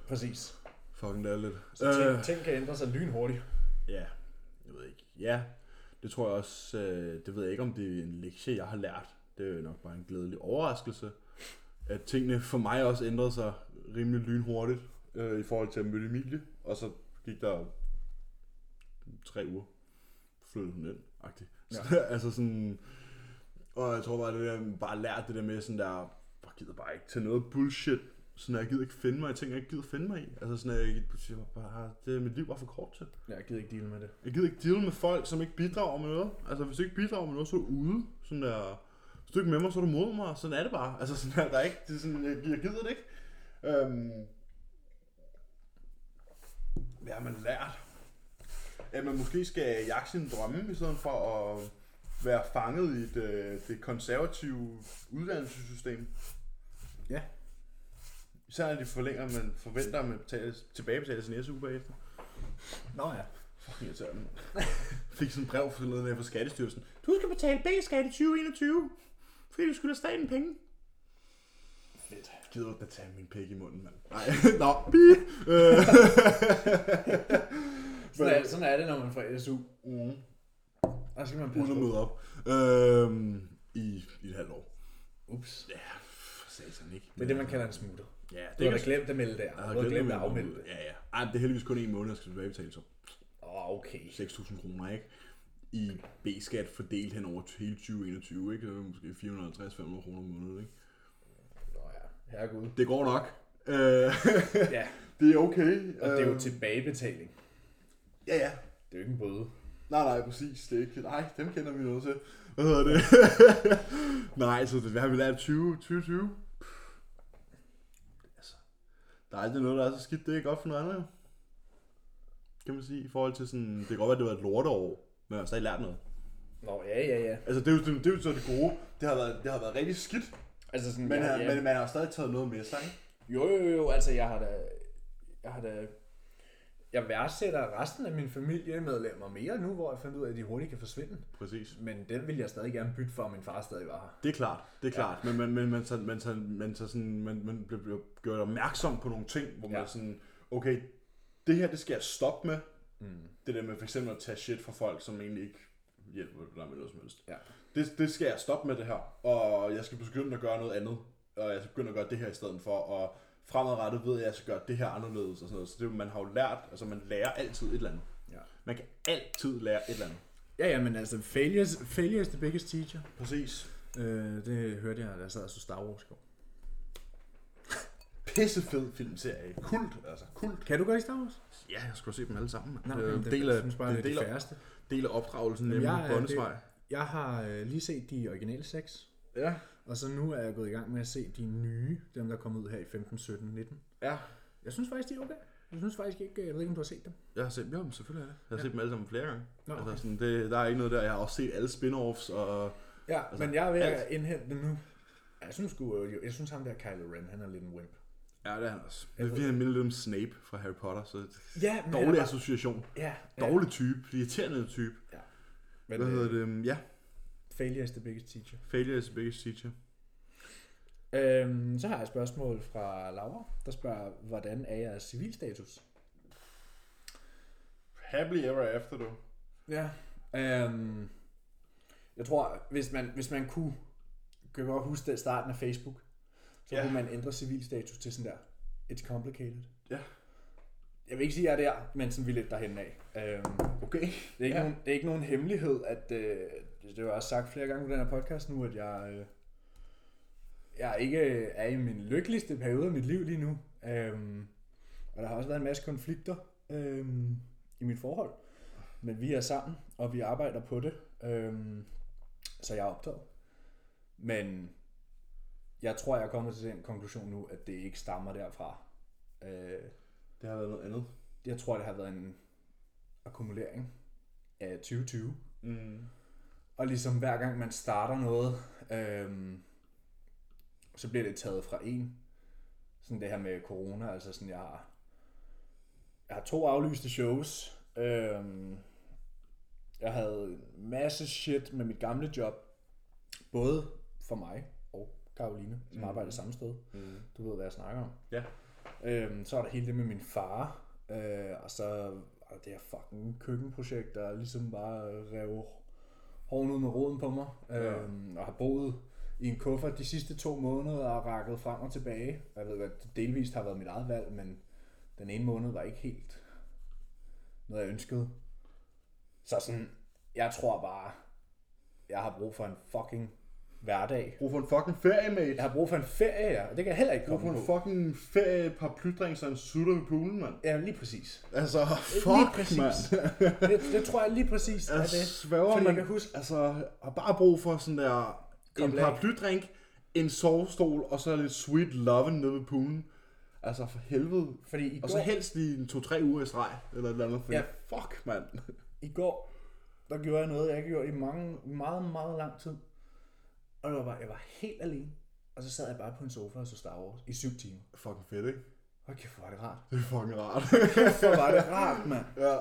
Speaker 1: præcis.
Speaker 2: Fucking Øh, det er lidt.
Speaker 1: Så ting, ting kan ændre sig lynhurtigt.
Speaker 2: ja, jeg ved ikke. Ja, det tror jeg også, øh, det ved jeg ikke, om det er en lektie, jeg har lært. Det er jo nok bare en glædelig overraskelse, at tingene for mig også ændrede sig rimelig lynhurtigt øh, i forhold til at møde Emilie. Og så gik der tre uger, flyttede hun ind, agtigt. Ja. altså sådan, og jeg tror bare, det der, bare lært det der med sådan der, jeg gider bare ikke til noget bullshit. Sådan, jeg gider ikke finde mig i ting, jeg ikke gider finde mig i. Altså sådan, jeg, jeg bare, det er mit liv bare for kort til.
Speaker 1: Jeg gider ikke deal med det.
Speaker 2: Jeg gider ikke deal med folk, som ikke bidrager med noget. Altså, hvis du ikke bidrager med noget, så er du ude. Sådan der, hvis du ikke er med mig, så er du mod mig. Sådan er det bare. Altså, sådan der, der er ikke, det er sådan, jeg, jeg gider det ikke. Øhm, hvad har man lært? At man måske skal jagte sine drømme, i stedet for at være fanget i det, det konservative uddannelsessystem.
Speaker 1: Ja.
Speaker 2: Især når de forlænger, at man forventer, at man betaler, tilbagebetaler sin SU bagefter.
Speaker 1: Nå ja.
Speaker 2: Fucking irriterende. Fik sådan en brev for noget af fra Skattestyrelsen. Du skal betale B-skat i 2021, fordi du skylder staten penge.
Speaker 1: Fedt.
Speaker 2: Gider du da tage min pik i munden, mand? Nej, nå, bi. Øh,
Speaker 1: Sådan er, sådan er det, når man får SU.
Speaker 2: mm,
Speaker 1: Der skal man
Speaker 2: Uden
Speaker 1: passe
Speaker 2: at
Speaker 1: på.
Speaker 2: møde op. Øhm, i, I et halvt år.
Speaker 1: Ups.
Speaker 2: Ja, for satan ikke.
Speaker 1: Det er det, man kalder en smutter.
Speaker 2: Ja,
Speaker 1: Du
Speaker 2: det
Speaker 1: har
Speaker 2: kan
Speaker 1: da glemt at melde der.
Speaker 2: jeg
Speaker 1: Du
Speaker 2: havde
Speaker 1: har glemt at
Speaker 2: melde mig
Speaker 1: afmelde
Speaker 2: ud.
Speaker 1: det.
Speaker 2: Ja, ja. Ej, det er heldigvis kun en måned, jeg skal tilbagebetale, så
Speaker 1: Åh, oh, okay.
Speaker 2: 6.000 kroner, ikke? I B-skat fordelt hen over hele 2021, ikke? Så er det måske 450-500 kroner om måneden, ikke?
Speaker 1: Nå ja, herregud.
Speaker 2: Det går nok. Øh,
Speaker 1: Ja,
Speaker 2: det er okay.
Speaker 1: og det er jo
Speaker 2: Øh,
Speaker 1: tilbagebetaling.
Speaker 2: Ja, ja.
Speaker 1: Det er jo ikke en bøde.
Speaker 2: Nej, nej, præcis. Det er ikke... Nej, dem kender vi noget til. Hvad hedder det? nej, så det, hvad har vi lært? 20, 2020? Puh. Altså, der er aldrig noget, der er så skidt. Det er godt for noget andet, jo. Kan man sige, i forhold til sådan... Det kan godt være, at det var et lorteår, men jeg har stadig lært noget.
Speaker 1: Nå, ja, ja, ja.
Speaker 2: Altså, det er jo, det, det er jo så det gode. Det har været, det har været rigtig skidt,
Speaker 1: Altså sådan,
Speaker 2: men,
Speaker 1: jeg,
Speaker 2: ja,
Speaker 1: jeg,
Speaker 2: ja. men man har stadig taget noget med sig, ikke?
Speaker 1: Jo, jo, jo, altså jeg har da... Jeg har da... Jeg værdsætter resten af mine familiemedlemmer mere nu, hvor jeg fandt ud af, at de hurtigt kan forsvinde.
Speaker 2: Præcis.
Speaker 1: Men den vil jeg stadig gerne bytte for, at min far stadig var her.
Speaker 2: Det er klart, det er klart, men man, man, man, tager, man, tager, man, tager sådan, man, man bliver, bliver gjort opmærksom på nogle ting, hvor man
Speaker 1: Ja.
Speaker 2: er sådan, okay, det her, det skal jeg stoppe med.
Speaker 1: Mm.
Speaker 2: Det der med for eksempel at tage shit fra folk, som egentlig ikke hjælper dig med noget som helst.
Speaker 1: Ja.
Speaker 2: Det, det skal jeg stoppe med det her, og jeg skal begynde at gøre noget andet, og jeg skal begynde at gøre det her i stedet for, og fremadrettet ved jeg, at jeg skal gøre det her anderledes og sådan noget. Så det, er jo- man har jo lært, altså man lærer altid et eller andet.
Speaker 1: Ja.
Speaker 2: Man kan altid lære et eller andet.
Speaker 1: Ja, ja, men altså, failures, failure is the biggest teacher.
Speaker 2: Præcis.
Speaker 1: Øh, det hørte jeg, da jeg sad og så Star Wars i går.
Speaker 2: Pissefed filmserie. Kult, altså kult.
Speaker 1: Kan du godt lide Star Wars?
Speaker 2: Ja, jeg skulle se dem alle sammen.
Speaker 1: Nej,
Speaker 2: Nej, det er jo en
Speaker 1: det-
Speaker 2: del
Speaker 1: jeg
Speaker 2: af,
Speaker 1: synes bare,
Speaker 2: Øh, det er
Speaker 1: det er
Speaker 2: en del,
Speaker 1: de
Speaker 2: af,
Speaker 1: færreste.
Speaker 2: del af opdragelsen
Speaker 1: Jamen,
Speaker 2: hjemme
Speaker 1: jeg
Speaker 2: på
Speaker 1: er-
Speaker 2: Båndesvej.
Speaker 1: Jeg har øh, lige set de originale seks,
Speaker 2: Ja,
Speaker 1: og så nu er jeg gået i gang med at se de nye, dem der kom ud her i 15, 17, 19.
Speaker 2: ja.
Speaker 1: Jeg synes faktisk, de er okay. Jeg synes faktisk ikke, øh, jeg ved ikke, om du har set dem.
Speaker 2: Jeg har set, jo, men selvfølgelig er det. Jeg har set dem alle sammen flere gange.
Speaker 1: Nå,
Speaker 2: altså,
Speaker 1: okay.
Speaker 2: sådan, det, der er ikke noget der. Jeg har også set alle spin-offs, og
Speaker 1: Ja, altså, men jeg er ved at
Speaker 2: alt.
Speaker 1: indhente dem nu. Ja, Jeg synes, sgu, øh, jeg synes ham der Kylo Ren, han er lidt en wimp.
Speaker 2: ja, det er han også. Det er minder lidt om Snape fra Harry Potter, så det-
Speaker 1: Ja, men
Speaker 2: dårlig
Speaker 1: han er bare-
Speaker 2: association.
Speaker 1: Ja, ja.
Speaker 2: Dårlig type, irriterende type.
Speaker 1: Men,
Speaker 2: Hvad hedder
Speaker 1: øh,
Speaker 2: det? Øhm, Ja,
Speaker 1: failure is the biggest teacher.
Speaker 2: failure is the biggest teacher.
Speaker 1: Øhm, så har jeg et spørgsmål fra Laura, der spørger, hvordan er jeres civilstatus?
Speaker 2: Happily ever after, du.
Speaker 1: Ja. Øhm, jeg tror, hvis man, hvis man kunne, kan jeg godt huske det, starten af Facebook, så
Speaker 2: Ja.
Speaker 1: ja. kunne man ændre civilstatus til sådan der, it's complicated.
Speaker 2: Ja.
Speaker 1: Jeg vil ikke sige, at jeg er der, men sådan vi er lidt derhen af. Øhm,
Speaker 2: Okay.
Speaker 1: det, er ikke ja.
Speaker 2: Ja.
Speaker 1: nogen, det er ikke nogen hemmelighed, at øh, det har jeg også sagt flere gange på den her podcast nu, at jeg, øh, jeg ikke er i min lykkeligste periode af mit liv lige nu. Øhm, og der har også været en masse konflikter øhm, i mit forhold. Men vi er sammen, og vi arbejder på det. Øhm, så jeg er optaget. Men jeg tror, jeg er kommet til den konklusion nu, at det ikke stammer derfra. Øh,
Speaker 2: Det har været noget andet.
Speaker 1: jeg tror, det har været en akkumulering af 2020.
Speaker 2: Mm.
Speaker 1: Og ligesom hver gang man starter noget, øhm, så bliver det taget fra en. Sådan det her med corona, altså sådan, jeg har, jeg har to aflyste shows. Øhm, jeg havde en masse shit med mit gamle job, både for mig og Karoline, som mm. arbejder samme sted.
Speaker 2: Mm.
Speaker 1: Du ved, hvad jeg snakker om.
Speaker 2: Ja.
Speaker 1: Øhm, så er der hele det med min far, øh, og så er der det her fucking køkkenprojekt, der ligesom bare rev hården ud med roden på mig,
Speaker 2: Ja.
Speaker 1: øhm, og har boet i en kuffert de sidste to måneder og rakket frem og tilbage. Jeg ved godt, det delvist har været mit eget valg, men den ene måned var ikke helt noget, jeg ønskede. Så sådan, jeg tror bare, jeg har brug for en fucking hverdag.
Speaker 2: Brug for en fucking ferie, mate.
Speaker 1: Jeg har brug for en ferie, ja, og det kan jeg heller ikke
Speaker 2: Brug for
Speaker 1: komme
Speaker 2: en
Speaker 1: på.
Speaker 2: fucking ferie, et par plydrings og en sutter ved poolen, mand.
Speaker 1: Ja, lige præcis.
Speaker 2: Altså,
Speaker 1: lige
Speaker 2: fuck,
Speaker 1: præcis.
Speaker 2: mand.
Speaker 1: det, det tror jeg lige præcis er
Speaker 2: Jeg
Speaker 1: det.
Speaker 2: sværger,
Speaker 1: Fordi jeg
Speaker 2: man
Speaker 1: kan huske-
Speaker 2: altså, har bare brug for sådan der en
Speaker 1: Koblet af.
Speaker 2: paraplydrink, en sovestol, og så lidt sweet love nede ved poolen. Altså, for helvede.
Speaker 1: Fordi i
Speaker 2: Og så
Speaker 1: går,
Speaker 2: helst lige en to-tre uger i streg, eller et eller andet. Fordi,
Speaker 1: Ja.
Speaker 2: ja. fuck, mand.
Speaker 1: i går, der gjorde jeg noget, jeg ikke gjorde i mange, meget, meget lang tid. Og det var bare, jeg var helt alene. Og så sad jeg bare på en sofa og så Star Wars i syv timer.
Speaker 2: Fucking fedt, ikke?
Speaker 1: Hold kæft, hvor var det rart.
Speaker 2: Det er fucking rart.
Speaker 1: Hvor var det rart, mand.
Speaker 2: ja.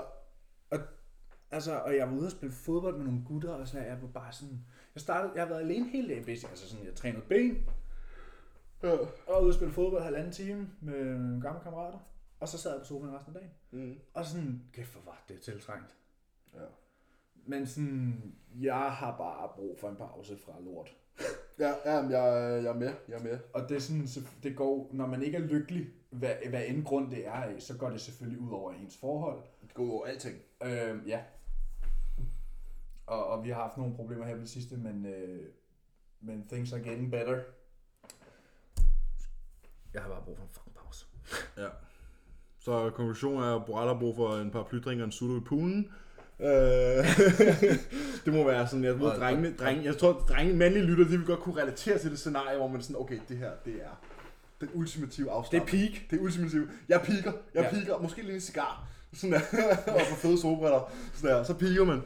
Speaker 1: Altså, og jeg var ude og spille fodbold med nogle gutter, og sådan, og jeg var bare sådan... Jeg startede, jeg har været alene hele dagen, basically. altså sådan, jeg trænede ben,
Speaker 2: ja.
Speaker 1: og ude og spille fodbold halvanden time med nogle gamle kammerater, og så sad jeg på sofaen resten af dagen.
Speaker 2: Mm.
Speaker 1: Og sådan, kæft, hvor var det tiltrængt.
Speaker 2: ja.
Speaker 1: Men sådan, jeg har bare brug for en pause fra lort.
Speaker 2: Ja, ja men jeg, jeg er med, jeg er med.
Speaker 1: Og det, er sådan, så det går, når man ikke er lykkelig, hvad, hvad end grund det er af, så går det selvfølgelig ud over ens forhold.
Speaker 2: Det går over alting.
Speaker 1: Øh, ja. Og, og vi har haft nogle problemer her på det sidste, men, øh, men things are getting better. Jeg har bare brug for en fucking pause.
Speaker 2: Ja. Så konklusionen er, at Borrell har brug for en par plydring og en sutter i poolen. Øh, det må være sådan, jeg ved,
Speaker 1: Og-
Speaker 2: drengene, drenge, jeg tror, drenge, mandlige lytter, de vil godt kunne relatere til det scenarie, hvor man er sådan, okay, det her, det er den ultimative
Speaker 1: Det
Speaker 2: afslappning.
Speaker 1: er peak.
Speaker 2: Det er ultimative. Jeg piker,
Speaker 1: Ja.
Speaker 2: jeg ja. piker, måske lige en cigar. Sådan der, og på fede solbriller. Sådan der, så piker man.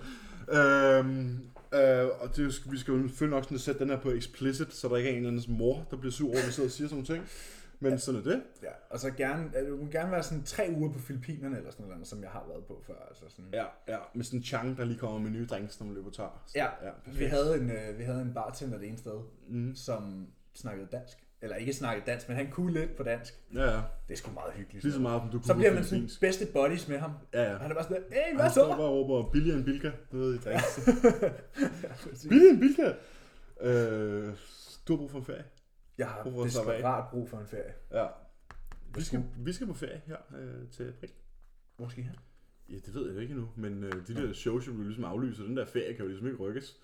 Speaker 2: Øhm, øh, og det, er jo- vi skal jo selvfølgelig nok sådan sætte den her på explicit, så der ikke er en eller andens mor, der bliver sur over, at vi sidder og siger sådan nogle ting. Men ja. sådan er det.
Speaker 1: Ja, og så gerne, øh, du må gerne være sådan tre uger på Filippinerne eller sådan noget, som jeg har været på før. Altså sådan.
Speaker 2: Ja, ja. Med sådan en chang, der lige kommer med nye drinks, når man løber tør. Så,
Speaker 1: Ja,
Speaker 2: ja
Speaker 1: ja
Speaker 2: perfekt.
Speaker 1: vi, havde en, øh, vi havde en bartender det ene sted,
Speaker 2: Mm.
Speaker 1: mm. som snakkede dansk. Eller ikke snakkede dansk, men han kunne lidt på dansk.
Speaker 2: ja, ja.
Speaker 1: Det er sgu meget hyggeligt.
Speaker 2: Lige så
Speaker 1: sådan noget.
Speaker 2: meget, som du kunne
Speaker 1: så bliver
Speaker 2: på
Speaker 1: man sådan
Speaker 2: filippinsk.
Speaker 1: bedste buddies med ham.
Speaker 2: Ja, ja.
Speaker 1: Og han er bare sådan, hey, hvad
Speaker 2: Han
Speaker 1: så?
Speaker 2: står bare og råber, Billy and Bilka, du ved, i drinks. Billy and Bilka! Øh, du har brug for en ferie.
Speaker 1: Jeg har
Speaker 2: Prøv at slappe af.
Speaker 1: desperat brug for en ferie.
Speaker 2: Ja. Vi skal, vi skal på ferie her øh, til april.
Speaker 1: Måske her.
Speaker 2: Ja, det ved jeg jo ikke endnu, men øh, de der shows, jo ligesom aflyser, den der ferie kan jo ligesom ikke rykkes.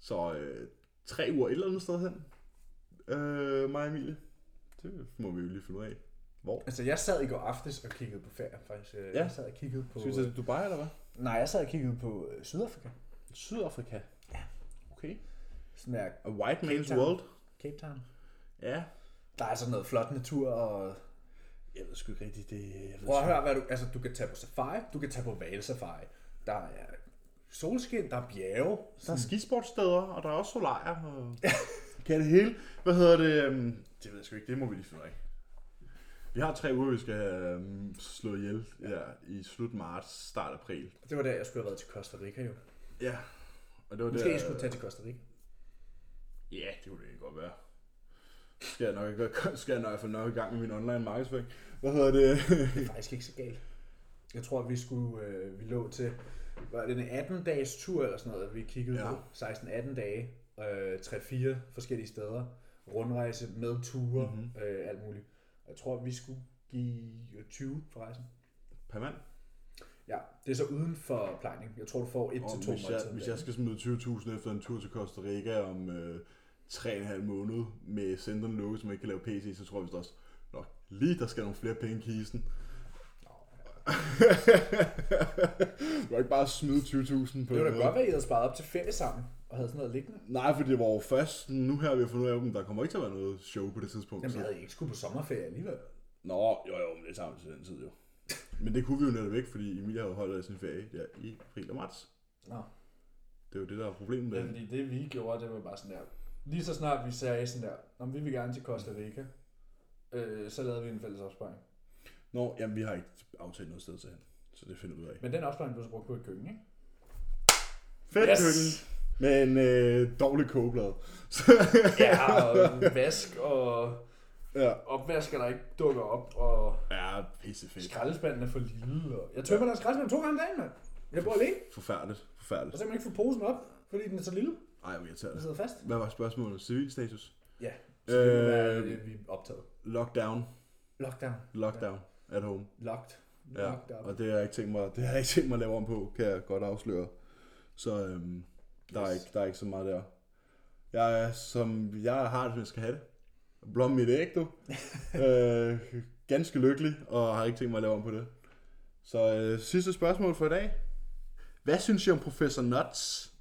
Speaker 2: Så øh, tre uger et eller andet sted hen, øh, mig og Emilie. Det må vi jo lige finde ud af. Hvor?
Speaker 1: Altså, jeg sad i går aftes og kiggede på ferie, faktisk. Øh,
Speaker 2: Ja.
Speaker 1: Jeg sad og kiggede på...
Speaker 2: Skal vi til Dubai, eller hvad?
Speaker 1: Nej, jeg sad og kiggede på øh, Sydafrika.
Speaker 2: Sydafrika. Ja. Okay.
Speaker 1: Sådan der
Speaker 2: A white man's
Speaker 1: Town.
Speaker 2: world.
Speaker 1: Cape Town.
Speaker 2: Ja.
Speaker 1: Der er sådan noget flot natur, og
Speaker 2: Jeg ved sgu ikke rigtigt, det... Jeg ved
Speaker 1: Prøv at høre, hvad du, altså, du kan tage på safari, du kan tage på valsafari. Der er solskin, der er bjerge.
Speaker 2: Der er skisportsteder, og der er også solarier. Og... kan det hele? Hvad hedder det? øhm, Det ved jeg sgu ikke, det må vi lige finde ud af. Vi har tre uger, vi skal have øhm, slå ihjel ja, i slut marts, start april.
Speaker 1: Det var der, jeg skulle have været til Costa Rica jo.
Speaker 2: Ja. Og det var
Speaker 1: Måske
Speaker 2: der,
Speaker 1: jeg skulle tage til Costa Rica.
Speaker 2: Ja, det kunne det egentlig godt være. Skal jeg nok ikke gøre- skal jeg nok få nok i gang med min online markedsføring. Hvad hedder det?
Speaker 1: Det er faktisk ikke så galt. Jeg tror, vi skulle, øh, vi lå til, var det en 18-dages tur eller sådan noget, vi kiggede
Speaker 2: Ja.
Speaker 1: ja. på. 16-18 dage, øh, 3-4 forskellige steder, rundrejse med ture,
Speaker 2: Mhm.
Speaker 1: mm-hmm. øh, alt muligt. Jeg tror, vi skulle give 20 for rejsen.
Speaker 2: per mand?
Speaker 1: Ja, det er så uden for plejning. Jeg tror, du får 1-2
Speaker 2: Og
Speaker 1: måneder.
Speaker 2: hvis, jeg, hvis jeg skal smide 20.000 efter en tur til Costa Rica om øh, 3,5 måned med centeren lukket, som ikke kan lave PC, så tror jeg vist også, nok lige der skal nogle flere penge i kisten. du kan ikke bare smide 20.000 på
Speaker 1: Det kunne
Speaker 2: en
Speaker 1: da godt
Speaker 2: måde.
Speaker 1: være, at I havde sparet op til ferie sammen, og havde sådan noget liggende.
Speaker 2: Nej, for det var jo først nu her, vi har fundet ud af, at der kommer ikke til at være noget show på det tidspunkt.
Speaker 1: Jamen, jeg
Speaker 2: så.
Speaker 1: havde I ikke skulle på sommerferie alligevel.
Speaker 2: Nå, jo jo, men det tager vi til den tid jo. Men det kunne vi jo netop ikke, fordi Emilia har jo holdt af sin ferie der i april og marts.
Speaker 1: Nå.
Speaker 2: Det er jo det, der er problemet
Speaker 1: Men
Speaker 2: med.
Speaker 1: fordi det vi gjorde, det var bare sådan der. Lige så snart vi sagde sådan der, om vi vil gerne til Costa Rica, øh, så lavede vi en fælles opsparing.
Speaker 2: Nå, jamen vi har ikke aftalt noget sted til hende, så det finder vi ud af.
Speaker 1: Men den opsparing blev så brugt på et køkken, ikke?
Speaker 2: Fedt
Speaker 1: Yes.
Speaker 2: yes. køkken, men øh, dårlig kogeblad.
Speaker 1: Ja, og vask og
Speaker 2: ja.
Speaker 1: opvasker, der ikke dukker op, og
Speaker 2: ja, pissefedt.
Speaker 1: skraldespanden er for lille. Og jeg tømmer deres skraldespand to gange om dagen, mand. Jeg bor alene,
Speaker 2: Forfærdeligt,
Speaker 1: og
Speaker 2: forfærdeligt.
Speaker 1: så kan man ikke få posen op, fordi den er så lille.
Speaker 2: Ej, hvor
Speaker 1: Den
Speaker 2: irriterende.
Speaker 1: sidder fast.
Speaker 2: Hvad var spørgsmålet? Civilstatus?
Speaker 1: Ja, så det øh, være,
Speaker 2: Øh,
Speaker 1: det, vi er optaget.
Speaker 2: Lockdown.
Speaker 1: Lockdown.
Speaker 2: Lockdown at home.
Speaker 1: Locked.
Speaker 2: Ja,
Speaker 1: Locked up.
Speaker 2: og det har jeg ikke tænkt mig, det har jeg ikke tænkt mig at lave om på, kan jeg godt afsløre. Så øhm, der, er
Speaker 1: Yes.
Speaker 2: ikke, der er ikke så meget der. Jeg er, som jeg har det, som jeg skal have det. Blom mit æg, du. øh, ganske lykkelig, og har ikke tænkt mig at lave om på det. Så øh, sidste spørgsmål for i dag. Hvad synes I om Professor Nuts?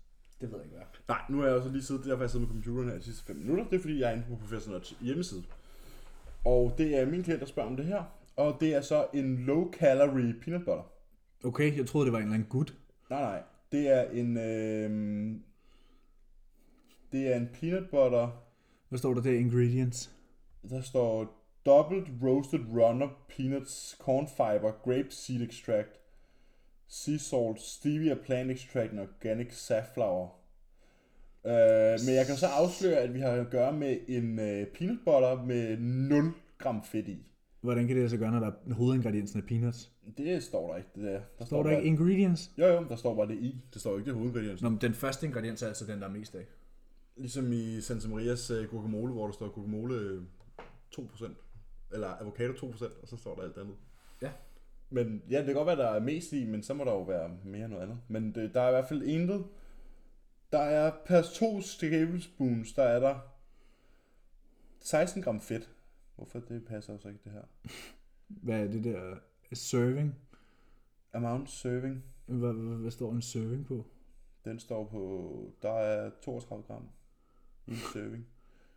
Speaker 1: Det ved jeg ikke, hvad. er.
Speaker 2: Nej, nu har jeg også lige siddet, det er derfor jeg sidder med computeren her de sidste 5 minutter. Det er fordi, jeg er inde på Professor Nuts hjemmeside. Og det er min klient, der spørger om det her. Og det er så en low-calorie peanut butter.
Speaker 1: Okay, jeg troede, det var en eller anden gut.
Speaker 2: Nej, nej. Det er en... Øh, det er en peanut butter.
Speaker 1: Hvad står der der? Ingredients.
Speaker 2: Der står Doubled Roasted Runner Peanuts Corn Fiber Grape Seed Extract Sea Salt Stevia Plant Extract og Organic Safflower. Øh, men jeg kan så afsløre, at vi har at gøre med en øh, peanut butter med 0 gram fedt i.
Speaker 1: Hvordan kan det så gøre, når der er hovedingrediensen af peanuts?
Speaker 2: Det står der ikke, det der. der
Speaker 1: Står der
Speaker 2: bare,
Speaker 1: ikke ingredients?
Speaker 2: Jo, jo, der står bare det i. Det står jo ikke det hovedingrediens.
Speaker 1: Nå, men den første ingrediens er altså den, der er mest af.
Speaker 2: Ligesom i Santa Marias øh, guacamole, hvor der står guacamole øh, 2%, eller avocado 2%, og så står der alt andet.
Speaker 1: Ja.
Speaker 2: Men ja, det kan godt være, der er mest i, men så må der jo være mere end noget andet. Men det, der er i hvert fald intet. Der er per to tablespoons, der er der 16 gram fedt. Hvorfor? Det passer jo så ikke det her.
Speaker 1: Hvad er det der? Serving?
Speaker 2: Amount serving,
Speaker 1: Hvad, hvad, hvad står en serving på?
Speaker 2: den står på, der er 32 gram i en serving.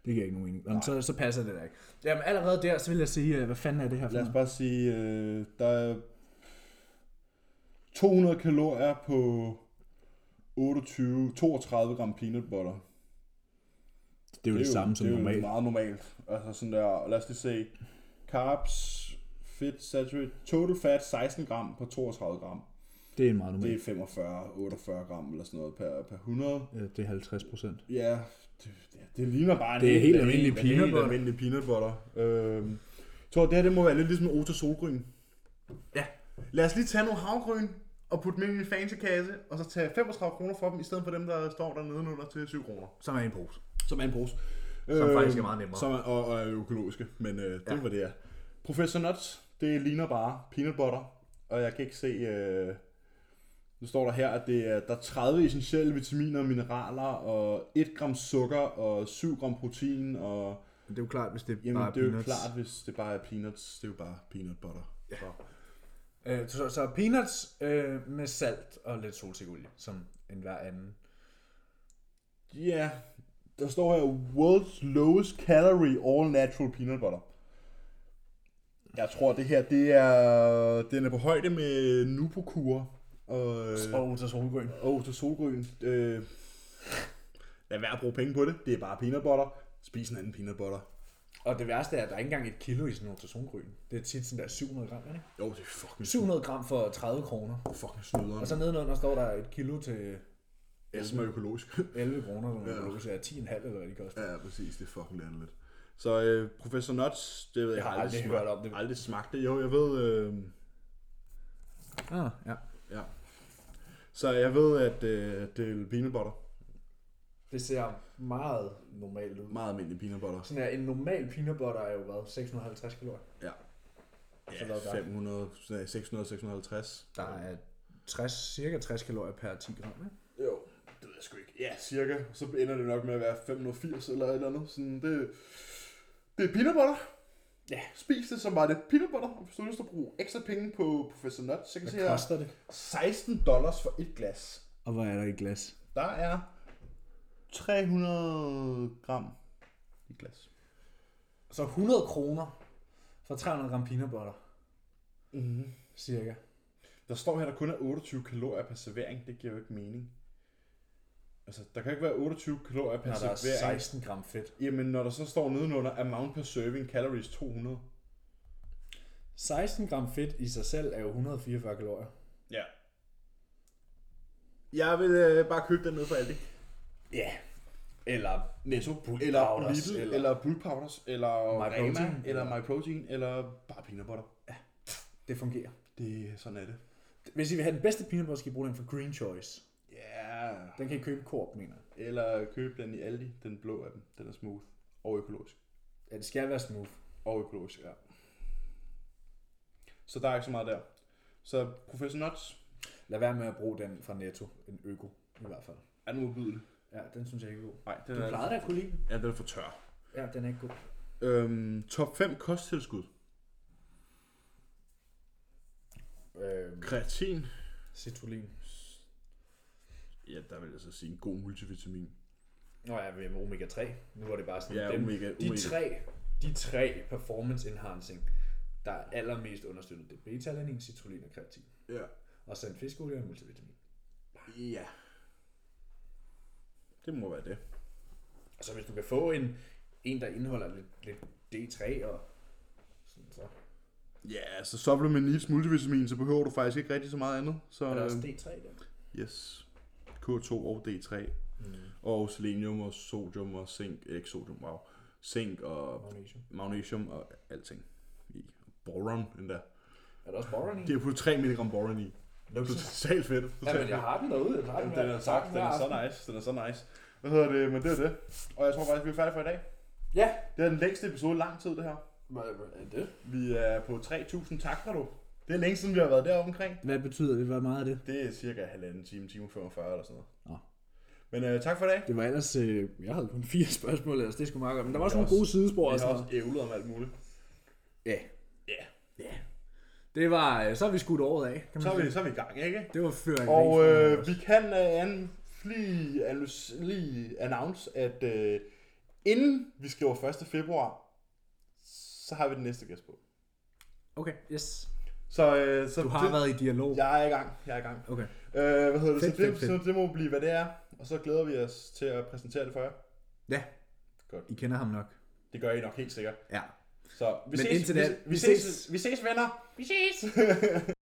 Speaker 1: Det giver ikke nogen mening. Jamen, så, så passer det da ikke. Jamen allerede der, så vil jeg sige, øh, hvad fanden er det her for?
Speaker 2: Lad os
Speaker 1: noget?
Speaker 2: bare sige, øh, der er 200 kalorier på 28, 32 gram peanut butter.
Speaker 1: Det er jo det, det samme som
Speaker 2: det er
Speaker 1: normalt.
Speaker 2: Jo meget normalt. Altså sådan der, og lad os lige se. Carbs, fedt, saturate, total fat 16 gram på 32 gram.
Speaker 1: Det er en meget
Speaker 2: Det
Speaker 1: normal.
Speaker 2: er 45-48 gram eller sådan noget per, per 100.
Speaker 1: Ja, Øh, det er 50 procent.
Speaker 2: Ja, det, det, det ligner bare en
Speaker 1: Det er helt almindelig
Speaker 2: det er
Speaker 1: peanut butter.
Speaker 2: Helt almindelig peanut butter. Øhm, jeg tror, det her det må være lidt ligesom Ota Solgryn.
Speaker 1: Ja.
Speaker 2: Lad os lige tage nogle havgryn og putte dem ind i en fancy kasse, og så tage 35 kroner for dem, i stedet for dem, der står der nedenunder til 7 kroner.
Speaker 1: Som er en pose.
Speaker 2: Som er en pose.
Speaker 1: Som
Speaker 2: Øh,
Speaker 1: faktisk er meget nemmere.
Speaker 2: Som er, og, og er økologiske, men øh, det
Speaker 1: Ja.
Speaker 2: ja. var det er. Professor Nuts, det ligner bare peanut butter, og jeg kan ikke se... Øh, nu står der her, at det er, der er 30 essentielle vitaminer og mineraler, og 1 gram sukker, og 7 gram protein, og
Speaker 1: Men det er jo klart, hvis det
Speaker 2: Jamen,
Speaker 1: bare
Speaker 2: det er jo
Speaker 1: peanuts.
Speaker 2: klart, hvis det bare er peanuts. Det er jo bare peanut butter. Ja. Så.
Speaker 1: Øh, så, så peanuts øh, med salt og lidt solsikkeolie, som enhver anden.
Speaker 2: ja, der står her, world's lowest calorie all natural peanut butter. Jeg tror, det her, det er, den er på højde med Nupokur og,
Speaker 1: Og Ota Solgrøn.
Speaker 2: og til solgrøn. Øh, lad være at bruge penge på det. Det er bare peanut butter. Spis en anden peanut butter.
Speaker 1: Og det værste er, at der er ikke engang et kilo i sådan en Ota Solgrøn. Det er tit sådan der 700 gram, er det ikke?
Speaker 2: Jo, det er fucking,
Speaker 1: 700 gram for 30 kroner.
Speaker 2: fucking snyderen.
Speaker 1: Og så nedenunder står der et kilo til
Speaker 2: jeg smager økologisk.
Speaker 1: 11 kroner, som man ja. er 10,5 eller hvad de koster.
Speaker 2: Ja, præcis. Det er fucking lidt lidt. Så øh, Professor Nuts, det ved jeg, jeg
Speaker 1: har aldrig
Speaker 2: smagt,
Speaker 1: hørt om det.
Speaker 2: aldrig smagt det. Jo, jeg ved... Øh,
Speaker 1: Ah, ja.
Speaker 2: ja. Så jeg ved, at øh, det er peanut butter.
Speaker 1: Det ser meget normalt ud.
Speaker 2: Meget almindelig peanut butter.
Speaker 1: Sådan her, en normal peanut butter er jo hvad? 650 kalorier.
Speaker 2: Ja.
Speaker 1: Så der er
Speaker 2: Ja, 500, nej, 600, 650.
Speaker 1: Der er 60, cirka 60 kalorier per 10 gram, ikke?
Speaker 2: Jo, det ved jeg sgu ikke. Ja, cirka. Så ender det nok med at være 580 eller et eller andet. Sådan, det, det er peanut butter.
Speaker 1: Ja.
Speaker 2: Spis det som bare det er peanut butter. Og hvis du har lyst til at bruge ekstra penge på Professor Nuts, så kan jeg se
Speaker 1: Hvad
Speaker 2: her.
Speaker 1: koster det?
Speaker 2: 16 dollars for et glas.
Speaker 1: Og hvad er der i glas?
Speaker 2: Der er 300 gram i glas.
Speaker 1: Så 100 kroner for For 300 gram peanutbutter, Mhm.
Speaker 2: Mm-hmm.
Speaker 1: cirka.
Speaker 2: Der står her, der kun er 28 kalorier per servering. Det giver jo ikke mening. Altså, der kan ikke være 28 kalorier per
Speaker 1: Når der er
Speaker 2: servering.
Speaker 1: 16 gram fedt.
Speaker 2: Jamen, når der så står nedenunder, amount per serving, calories 200.
Speaker 1: 16 gram fedt i sig selv er jo 144 kalorier.
Speaker 2: Ja. Jeg vil øh, bare købe den ned fra Aldi.
Speaker 1: Ja. Eller
Speaker 2: Netto.
Speaker 1: Bull
Speaker 2: eller
Speaker 1: Powders,
Speaker 2: Lidl, eller,
Speaker 1: eller-
Speaker 2: eller Bull Powders, eller
Speaker 1: My
Speaker 2: Rema,
Speaker 1: Protein,
Speaker 2: eller
Speaker 1: eller-
Speaker 2: My Protein, eller bare peanut butter.
Speaker 1: det fungerer.
Speaker 2: Det, sådan er det.
Speaker 1: Hvis I vil have den bedste peanut butter, skal I bruge den fra Green Choice.
Speaker 2: Ja. Yeah.
Speaker 1: Den kan I købe i Coop, mener jeg.
Speaker 2: Eller køb den i Aldi, den blå af dem. Den er smooth. Og økologisk.
Speaker 1: Ja, det skal være smooth.
Speaker 2: Og økologisk, ja. Så der er ikke så meget der. Så Professor Nuts
Speaker 1: Lad være med at bruge den fra Netto. En øko, i hvert fald.
Speaker 2: er den udbydelig.
Speaker 1: Ja, den synes jeg ikke er god.
Speaker 2: Nej, den
Speaker 1: Du plejede da at kunne lide den.
Speaker 2: ja, den er for tør.
Speaker 1: Ja, den er ikke god.
Speaker 2: Øhm, top 5 kosttilskud.
Speaker 1: Øhm,
Speaker 2: Kreatin.
Speaker 1: citrullin.
Speaker 2: Ja, der vil jeg så sige en god multivitamin.
Speaker 1: Nå ja, med omega 3. Nu var det bare sådan,
Speaker 2: Ja,
Speaker 1: dem,
Speaker 2: omega,
Speaker 1: de,
Speaker 2: omega.
Speaker 1: tre, de tre performance enhancing, der er allermest understøttet, det er beta-alanin, citrullin og kreatin.
Speaker 2: Ja.
Speaker 1: Og så en fiskolie og en multivitamin.
Speaker 2: Ja. Det må være det.
Speaker 1: Og så Altså, hvis du kan få en, en der indeholder lidt, lidt D3 og sådan så.
Speaker 2: Ja, altså supplement needs multivitamin, så behøver du faktisk ikke rigtig så meget andet. Så,
Speaker 1: Er der også
Speaker 2: øhm,
Speaker 1: D3 der?
Speaker 2: Yes. K2 og D3.
Speaker 1: Mm.
Speaker 2: Og selenium og sodium og zink. Ikke sodium, wow. Zink og
Speaker 1: Magnesium.
Speaker 2: magnesium og alting. I boron endda.
Speaker 1: Er der også boron i?
Speaker 2: De har puttet 3 mg boron i.
Speaker 1: Luksus.
Speaker 2: Totalt fedt.
Speaker 1: Ja,
Speaker 2: Totalt
Speaker 1: men jeg har den derude. Jeg har
Speaker 2: Jamen,
Speaker 1: den,
Speaker 2: den er tak, den er så nice, den er så nice. Hvad hedder det, men det er det. Og jeg tror faktisk, vi er færdige for i dag.
Speaker 1: Ja.
Speaker 2: Det er den længste episode i lang tid, det her.
Speaker 1: Hvad er det?
Speaker 2: Vi er på 3.000 takter, du. Det er længe siden, vi har været der omkring.
Speaker 1: Hvad betyder det? Hvor meget er det?
Speaker 2: Det er cirka halvanden time, time 45 eller sådan noget.
Speaker 1: Nå.
Speaker 2: Men øh, tak for i dag.
Speaker 1: Det var ellers, øh, jeg havde kun fire spørgsmål, ellers det skulle meget godt. Men der var også
Speaker 2: Det er
Speaker 1: nogle gode sidespor.
Speaker 2: Vi
Speaker 1: og
Speaker 2: har
Speaker 1: sådan
Speaker 2: også ævlet om alt muligt.
Speaker 1: Ja.
Speaker 2: Ja.
Speaker 1: Ja. Det var, øh, så har vi skudt året af, kan man
Speaker 2: Så er
Speaker 1: sige.
Speaker 2: vi, så er vi i gang, ikke?
Speaker 1: Det var før
Speaker 2: Og øh, vi kan øh, an, lige, annus- lige announce, at øh, inden vi skriver 1. februar, så har vi den næste gæst på.
Speaker 1: Okay, yes.
Speaker 2: Så, øh, så
Speaker 1: Du har
Speaker 2: det,
Speaker 1: været i dialog.
Speaker 2: jeg er i gang, jeg er i gang.
Speaker 1: Okay.
Speaker 2: Øh, hvad hedder det?
Speaker 1: Fedt,
Speaker 2: så, det
Speaker 1: fedt, fedt.
Speaker 2: så det må blive, hvad det er. Og så glæder vi os til at præsentere det for jer.
Speaker 1: Ja.
Speaker 2: Godt.
Speaker 1: I kender ham nok.
Speaker 2: Det gør I nok helt sikkert.
Speaker 1: Ja.
Speaker 2: Så vi
Speaker 1: Men
Speaker 2: ses,
Speaker 1: indtil
Speaker 2: vi,
Speaker 1: da,
Speaker 2: vi,
Speaker 1: vi
Speaker 2: ses,
Speaker 1: ses.
Speaker 2: vi ses venner.
Speaker 3: Vi ses!